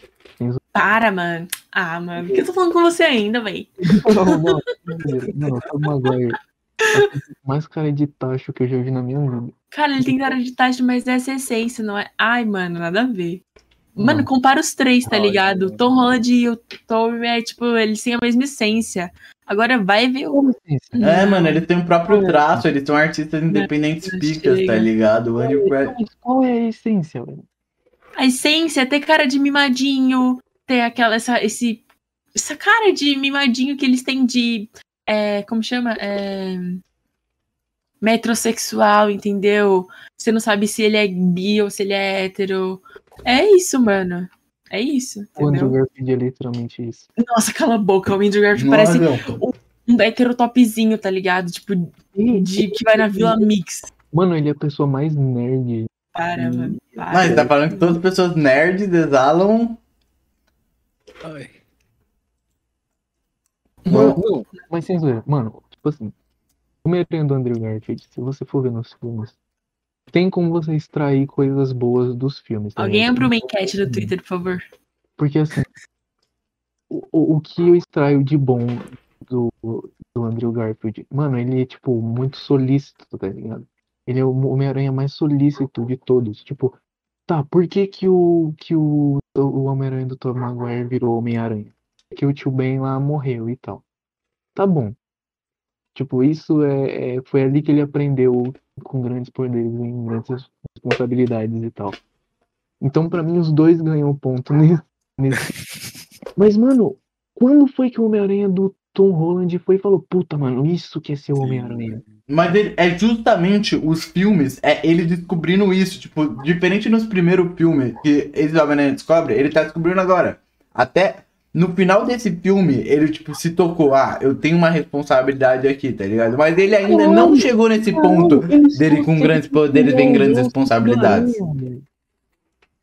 Speaker 2: Para, mano. Ah, mano, por que eu tô falando com você ainda, véi?
Speaker 4: Não, não, mentira. não, o Top Maguire é o mais cara de tacho que eu já vi na minha vida.
Speaker 2: Cara, ele tem cara de Tacho, mas essa é a essência, não é? Ai, mano, nada a ver.
Speaker 1: Hum.
Speaker 2: Mano,
Speaker 4: Não.
Speaker 2: compara os três, tá
Speaker 3: Ai,
Speaker 2: ligado? O
Speaker 3: mano.
Speaker 2: Tom Holland e o Tom é, tipo, eles têm a mesma essência. Agora vai ver o.
Speaker 1: É, mano, ele tem o próprio traço, eles são artistas independentes
Speaker 2: Não,
Speaker 1: picas, tá
Speaker 2: chega.
Speaker 1: ligado? O Andy Pratt-
Speaker 4: Mas Qual é a essência, velho?
Speaker 2: A essência é ter cara de mimadinho, ter aquela, essa, esse, essa cara de mimadinho que eles têm de. é, como chama? É, metrosexual, entendeu? Você não sabe se ele é bi ou se ele é hétero. É isso, mano. É isso.
Speaker 4: O Andrew
Speaker 2: Entendeu?
Speaker 4: Garfield é literalmente isso.
Speaker 2: Nossa, cala a boca. O Andrew Garfield
Speaker 1: Nossa,
Speaker 2: parece
Speaker 1: não.
Speaker 2: um hétero topzinho, tá ligado? Tipo, de que vai na Vila Mix.
Speaker 4: Mano, ele é a pessoa mais nerd.
Speaker 2: Para, mano. Para.
Speaker 1: Mas tá falando que todas as pessoas nerds exalam.
Speaker 3: Ai.
Speaker 1: Não.
Speaker 3: Não,
Speaker 4: Mas sem zoeira, mano, tipo assim, o Homem-Aranha do Andrew Garfield, se você for ver nos filmes, tem como você extrair coisas boas dos filmes. tá
Speaker 2: Alguém é
Speaker 4: ligado?
Speaker 2: abre uma enquete no Twitter, por favor.
Speaker 4: Porque assim, o- o, o que eu extraio de bom do, do Andrew Garfield, mano, ele é, tipo, muito solícito, tá ligado? Ele é o Homem-Aranha mais solícito de todos. Tipo, tá, por que que o, que o, o Homem-Aranha do Tom Maguire virou Homem-Aranha? Porque o tio Ben lá morreu e tal. Tá bom. Tipo, isso é, é- foi ali que ele aprendeu com grandes poderes e grandes responsabilidades e tal. Então, pra mim, os dois ganham ponto nisso. Mas, mano, quando foi que o Homem-Aranha do Tom Holland foi e falou, puta, mano, isso que é ser o Homem-Aranha?
Speaker 1: Mas ele- é justamente os filmes, é ele descobrindo isso. Tipo, diferente nos primeiros filmes que esse Homem-Aranha descobre, ele tá descobrindo agora. Até no final desse filme, ele, tipo, se tocou. Ah, eu tenho uma responsabilidade aqui, tá ligado? Mas ele ainda não chegou nesse ponto dele com grandes poderes vem grandes responsabilidades.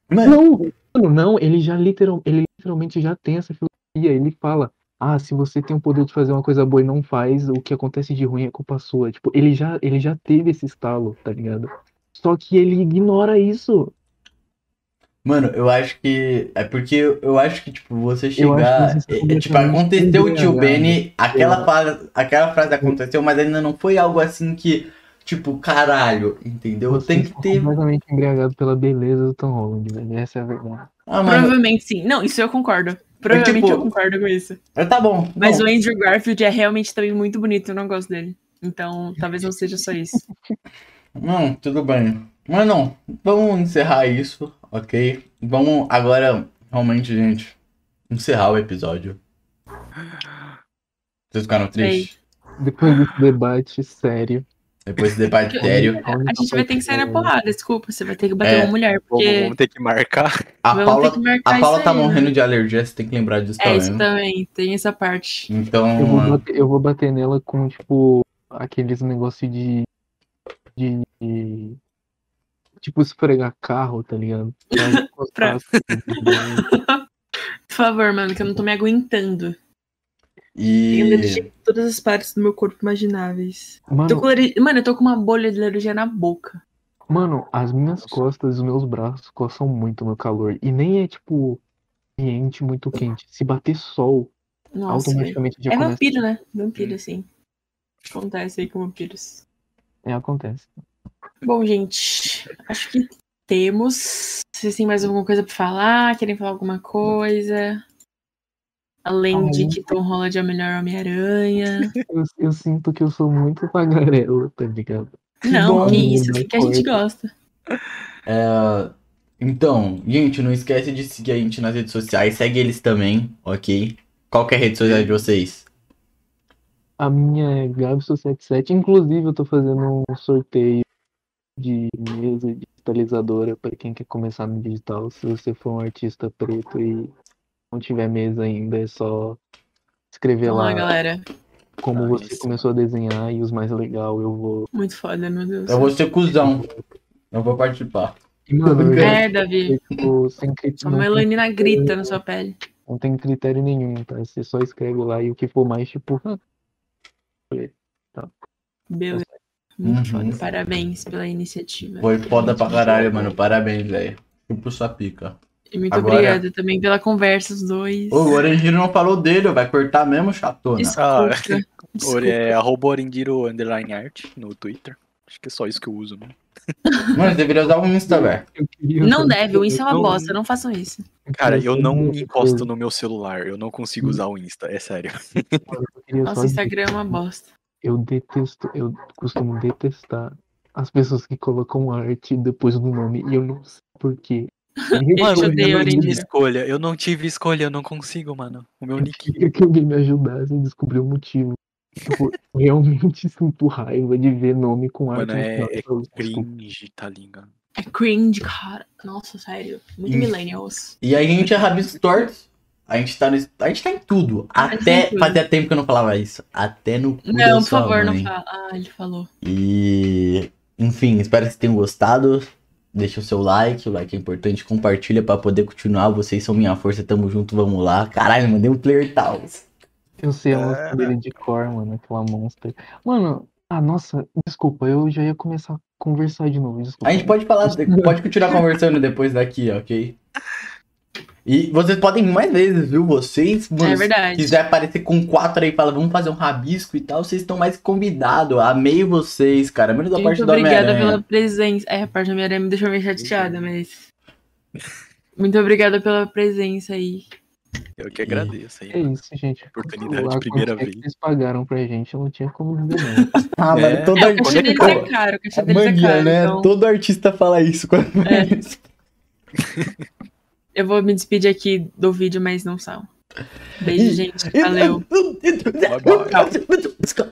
Speaker 1: Mano,
Speaker 4: Não, mano, não, ele já literal, ele literalmente já tem essa filosofia. Ele fala, ah, se você tem o poder de fazer uma coisa boa e não faz, o que acontece de ruim é culpa sua. Tipo, ele já, ele já teve esse estalo, tá ligado? Só que ele ignora isso.
Speaker 1: Mano, eu acho que. É porque eu eu acho que, tipo, você
Speaker 4: Eu acho
Speaker 1: chegar.
Speaker 4: que você né?
Speaker 1: é,
Speaker 4: tá
Speaker 1: é, tipo, aconteceu o tio
Speaker 4: completamente
Speaker 1: Benny, aquela frase, aquela frase aconteceu, mas ainda não foi algo assim que, tipo, caralho, entendeu?
Speaker 4: Você é
Speaker 1: Tem que
Speaker 4: está
Speaker 1: ter.
Speaker 4: tá completamente embriagado pela beleza do Tom Holland, velho. Essa é a verdade.
Speaker 1: Ah, mano,
Speaker 2: Provavelmente sim. Não, isso eu concordo. Provavelmente
Speaker 1: tipo,
Speaker 2: eu concordo com isso.
Speaker 1: tá bom.
Speaker 2: Mas
Speaker 1: bom.
Speaker 2: o Andrew Garfield é realmente também muito bonito, eu não gosto dele. Então, talvez não seja só isso.
Speaker 1: Não, tudo bem. Mas não, vamos encerrar isso, ok? Vamos agora, realmente, gente, encerrar o episódio. Vocês ficaram tristes?
Speaker 4: Depois desse debate sério.
Speaker 1: Depois desse debate sério,
Speaker 2: A gente vai ter que sair
Speaker 4: é.
Speaker 2: na porrada, desculpa. Você vai ter que bater
Speaker 1: É,
Speaker 2: uma mulher,
Speaker 3: Vamos,
Speaker 2: porque
Speaker 3: vamos ter que marcar.
Speaker 1: a
Speaker 2: vamos
Speaker 1: Paula.
Speaker 2: ter que marcar
Speaker 1: A Paula
Speaker 2: isso
Speaker 1: tá
Speaker 2: aí, né?
Speaker 1: morrendo de alergia, você tem que lembrar disso
Speaker 2: É,
Speaker 1: também.
Speaker 2: isso também, tem essa parte.
Speaker 4: Eu vou,
Speaker 2: Hum.
Speaker 1: Então,
Speaker 4: bater, eu vou bater nela com, tipo, aqueles negócios de, de, de- Tipo, esfregar carro, tá ligado? Pra encostar assim.
Speaker 2: Por favor, mano, que eu não tô me aguentando. Tenho alergia
Speaker 1: e
Speaker 2: em todas as partes do meu corpo imagináveis. Tô
Speaker 4: Mano,
Speaker 2: com alergia- Mano, eu tô com uma bolha de alergia na boca.
Speaker 4: mano, as minhas costas, os meus braços coçam muito no calor. E nem é, tipo, ambiente muito quente. Se bater sol,
Speaker 2: Nossa, velho.
Speaker 4: automaticamente já
Speaker 2: É
Speaker 4: começa.
Speaker 2: vampiro, né?
Speaker 1: Hum.
Speaker 2: Vampiro, sim. Acontece aí com vampiros.
Speaker 4: É, acontece.
Speaker 2: Bom, gente, acho que temos. Vocês têm mais alguma coisa pra falar? Querem falar alguma coisa? Além de que Tom Holland é o melhor Homem-Aranha.
Speaker 4: Eu, eu sinto que eu sou muito tagarela, tá ligado?
Speaker 2: Não,
Speaker 1: bom,
Speaker 2: que isso,
Speaker 4: né?
Speaker 2: que a gente gosta.
Speaker 1: é, então, gente, não esquece de seguir a gente nas redes sociais, segue eles também, ok? Qual que é a rede social de vocês?
Speaker 4: A minha é Gabson77. Inclusive, eu tô fazendo um sorteio de mesa de contextualizadora para quem quer começar no digital. Se você for um artista preto e não tiver mesa ainda, é só escrever
Speaker 2: Vamos lá,
Speaker 4: lá
Speaker 2: galera.
Speaker 4: como
Speaker 3: Tá,
Speaker 4: você
Speaker 3: isso.
Speaker 4: começou a desenhar e os mais legal eu vou.
Speaker 2: Muito foda, meu Deus.
Speaker 1: Eu vou ser cuzão. Não vou participar.
Speaker 4: E, mano, eu já,
Speaker 2: É, Davi.
Speaker 4: tipo, sem cri-
Speaker 2: A
Speaker 4: não tem-
Speaker 2: melanina grita na sua pele.
Speaker 4: Não tem critério nenhum, tá? Você só escreve lá e o que for mais, tipo, ah,
Speaker 2: Beleza. Muito
Speaker 1: Uhum.
Speaker 2: foda. Parabéns pela iniciativa.
Speaker 1: Foi foda pra caralho, mano. Parabéns, velho. Tipo sua pica.
Speaker 2: E muito
Speaker 1: Agora-
Speaker 2: obrigada também pela conversa, os dois.
Speaker 1: Ô, o Orangiro não falou dele, vai cortar mesmo, chatona.
Speaker 2: Desculpa.
Speaker 3: Ori-
Speaker 2: Desculpa.
Speaker 3: É arroba Orindiro underline art no Twitter. Acho que é só isso que eu uso, mano.
Speaker 1: Mano, deveria usar um Insta, velho.
Speaker 4: eu queria. Então,
Speaker 2: Não deve, o Insta é uma
Speaker 4: Eu-
Speaker 2: bosta, não façam isso.
Speaker 3: Cara, eu não
Speaker 4: queria-
Speaker 3: encosto no meu celular. Eu não consigo usar o Insta, é sério.
Speaker 4: Eu queria só
Speaker 2: Nosso Instagram é uma bosta.
Speaker 4: Eu detesto, eu costumo detestar as pessoas que colocam arte depois do nome e eu não sei porquê.
Speaker 2: Mano, te
Speaker 3: eu
Speaker 2: odeio,
Speaker 3: não tive
Speaker 2: Orindiro.
Speaker 3: escolha. Eu não tive escolha, eu não consigo, mano. O meu
Speaker 4: Eu
Speaker 3: nick.
Speaker 4: queria que alguém me ajudasse a descobrir o motivo. Tipo, eu realmente sinto raiva de ver nome com arte
Speaker 3: Mano,
Speaker 4: no
Speaker 3: é-
Speaker 4: final.
Speaker 3: é
Speaker 4: Eu falo, desculpa.
Speaker 3: Cringe, tá ligado?
Speaker 2: É cringe, cara. Nossa, sério. Muito
Speaker 1: Hum.
Speaker 2: millennials.
Speaker 1: E a gente é rabisco torto. A gente tá no, A gente tá em tudo.
Speaker 2: gente tá
Speaker 1: Até.
Speaker 2: em tudo.
Speaker 1: Fazia tempo que eu não falava isso. Até no cu da
Speaker 2: Não, por
Speaker 1: sua
Speaker 2: favor,
Speaker 1: mãe.
Speaker 2: não fala. Ah, ele falou.
Speaker 1: E, enfim, espero que vocês tenham gostado. Deixa o seu like, o like é importante, compartilha pra poder continuar. Vocês são minha força, tamo junto, vamos lá. Caralho, mandei um player tal.
Speaker 4: Eu sei a
Speaker 3: Ah.
Speaker 4: música dele de cor, mano, aquela monster. Mano, ah, nossa, desculpa, eu já ia começar a conversar de novo, desculpa.
Speaker 1: A gente pode falar, pode continuar conversando depois daqui, ok? E vocês podem ir mais vezes, viu? Vocês, mano,
Speaker 2: É
Speaker 1: se
Speaker 2: verdade.
Speaker 1: quiser aparecer com quatro aí, fala, vamos fazer um rabisco e tal, vocês estão mais convidados. Amei vocês, cara. Menos a parte
Speaker 2: Muito
Speaker 1: do
Speaker 2: obrigada
Speaker 1: Homem-Aranha.
Speaker 2: pela presença. É, a parte da minha aranha me deixou meio chateada, mas. Muito obrigada pela presença aí.
Speaker 3: Eu que agradeço aí.
Speaker 4: É isso, gente.
Speaker 3: Oportunidade,
Speaker 4: Lá,
Speaker 3: primeira
Speaker 4: quanto é que
Speaker 3: vez.
Speaker 4: Vocês pagaram pra gente, eu não tinha como dizer não.
Speaker 1: Ah,
Speaker 3: É.
Speaker 1: mano, toda
Speaker 2: É, o cachê deles é caro, o cachê
Speaker 1: A
Speaker 2: deles é
Speaker 1: mania,
Speaker 2: caro.
Speaker 1: né?
Speaker 2: Então
Speaker 1: Todo artista fala isso quando
Speaker 2: É. eu vou me despedir aqui do É, vídeo, mas não são. Beijo, gente. Valeu.
Speaker 3: Bye, bye.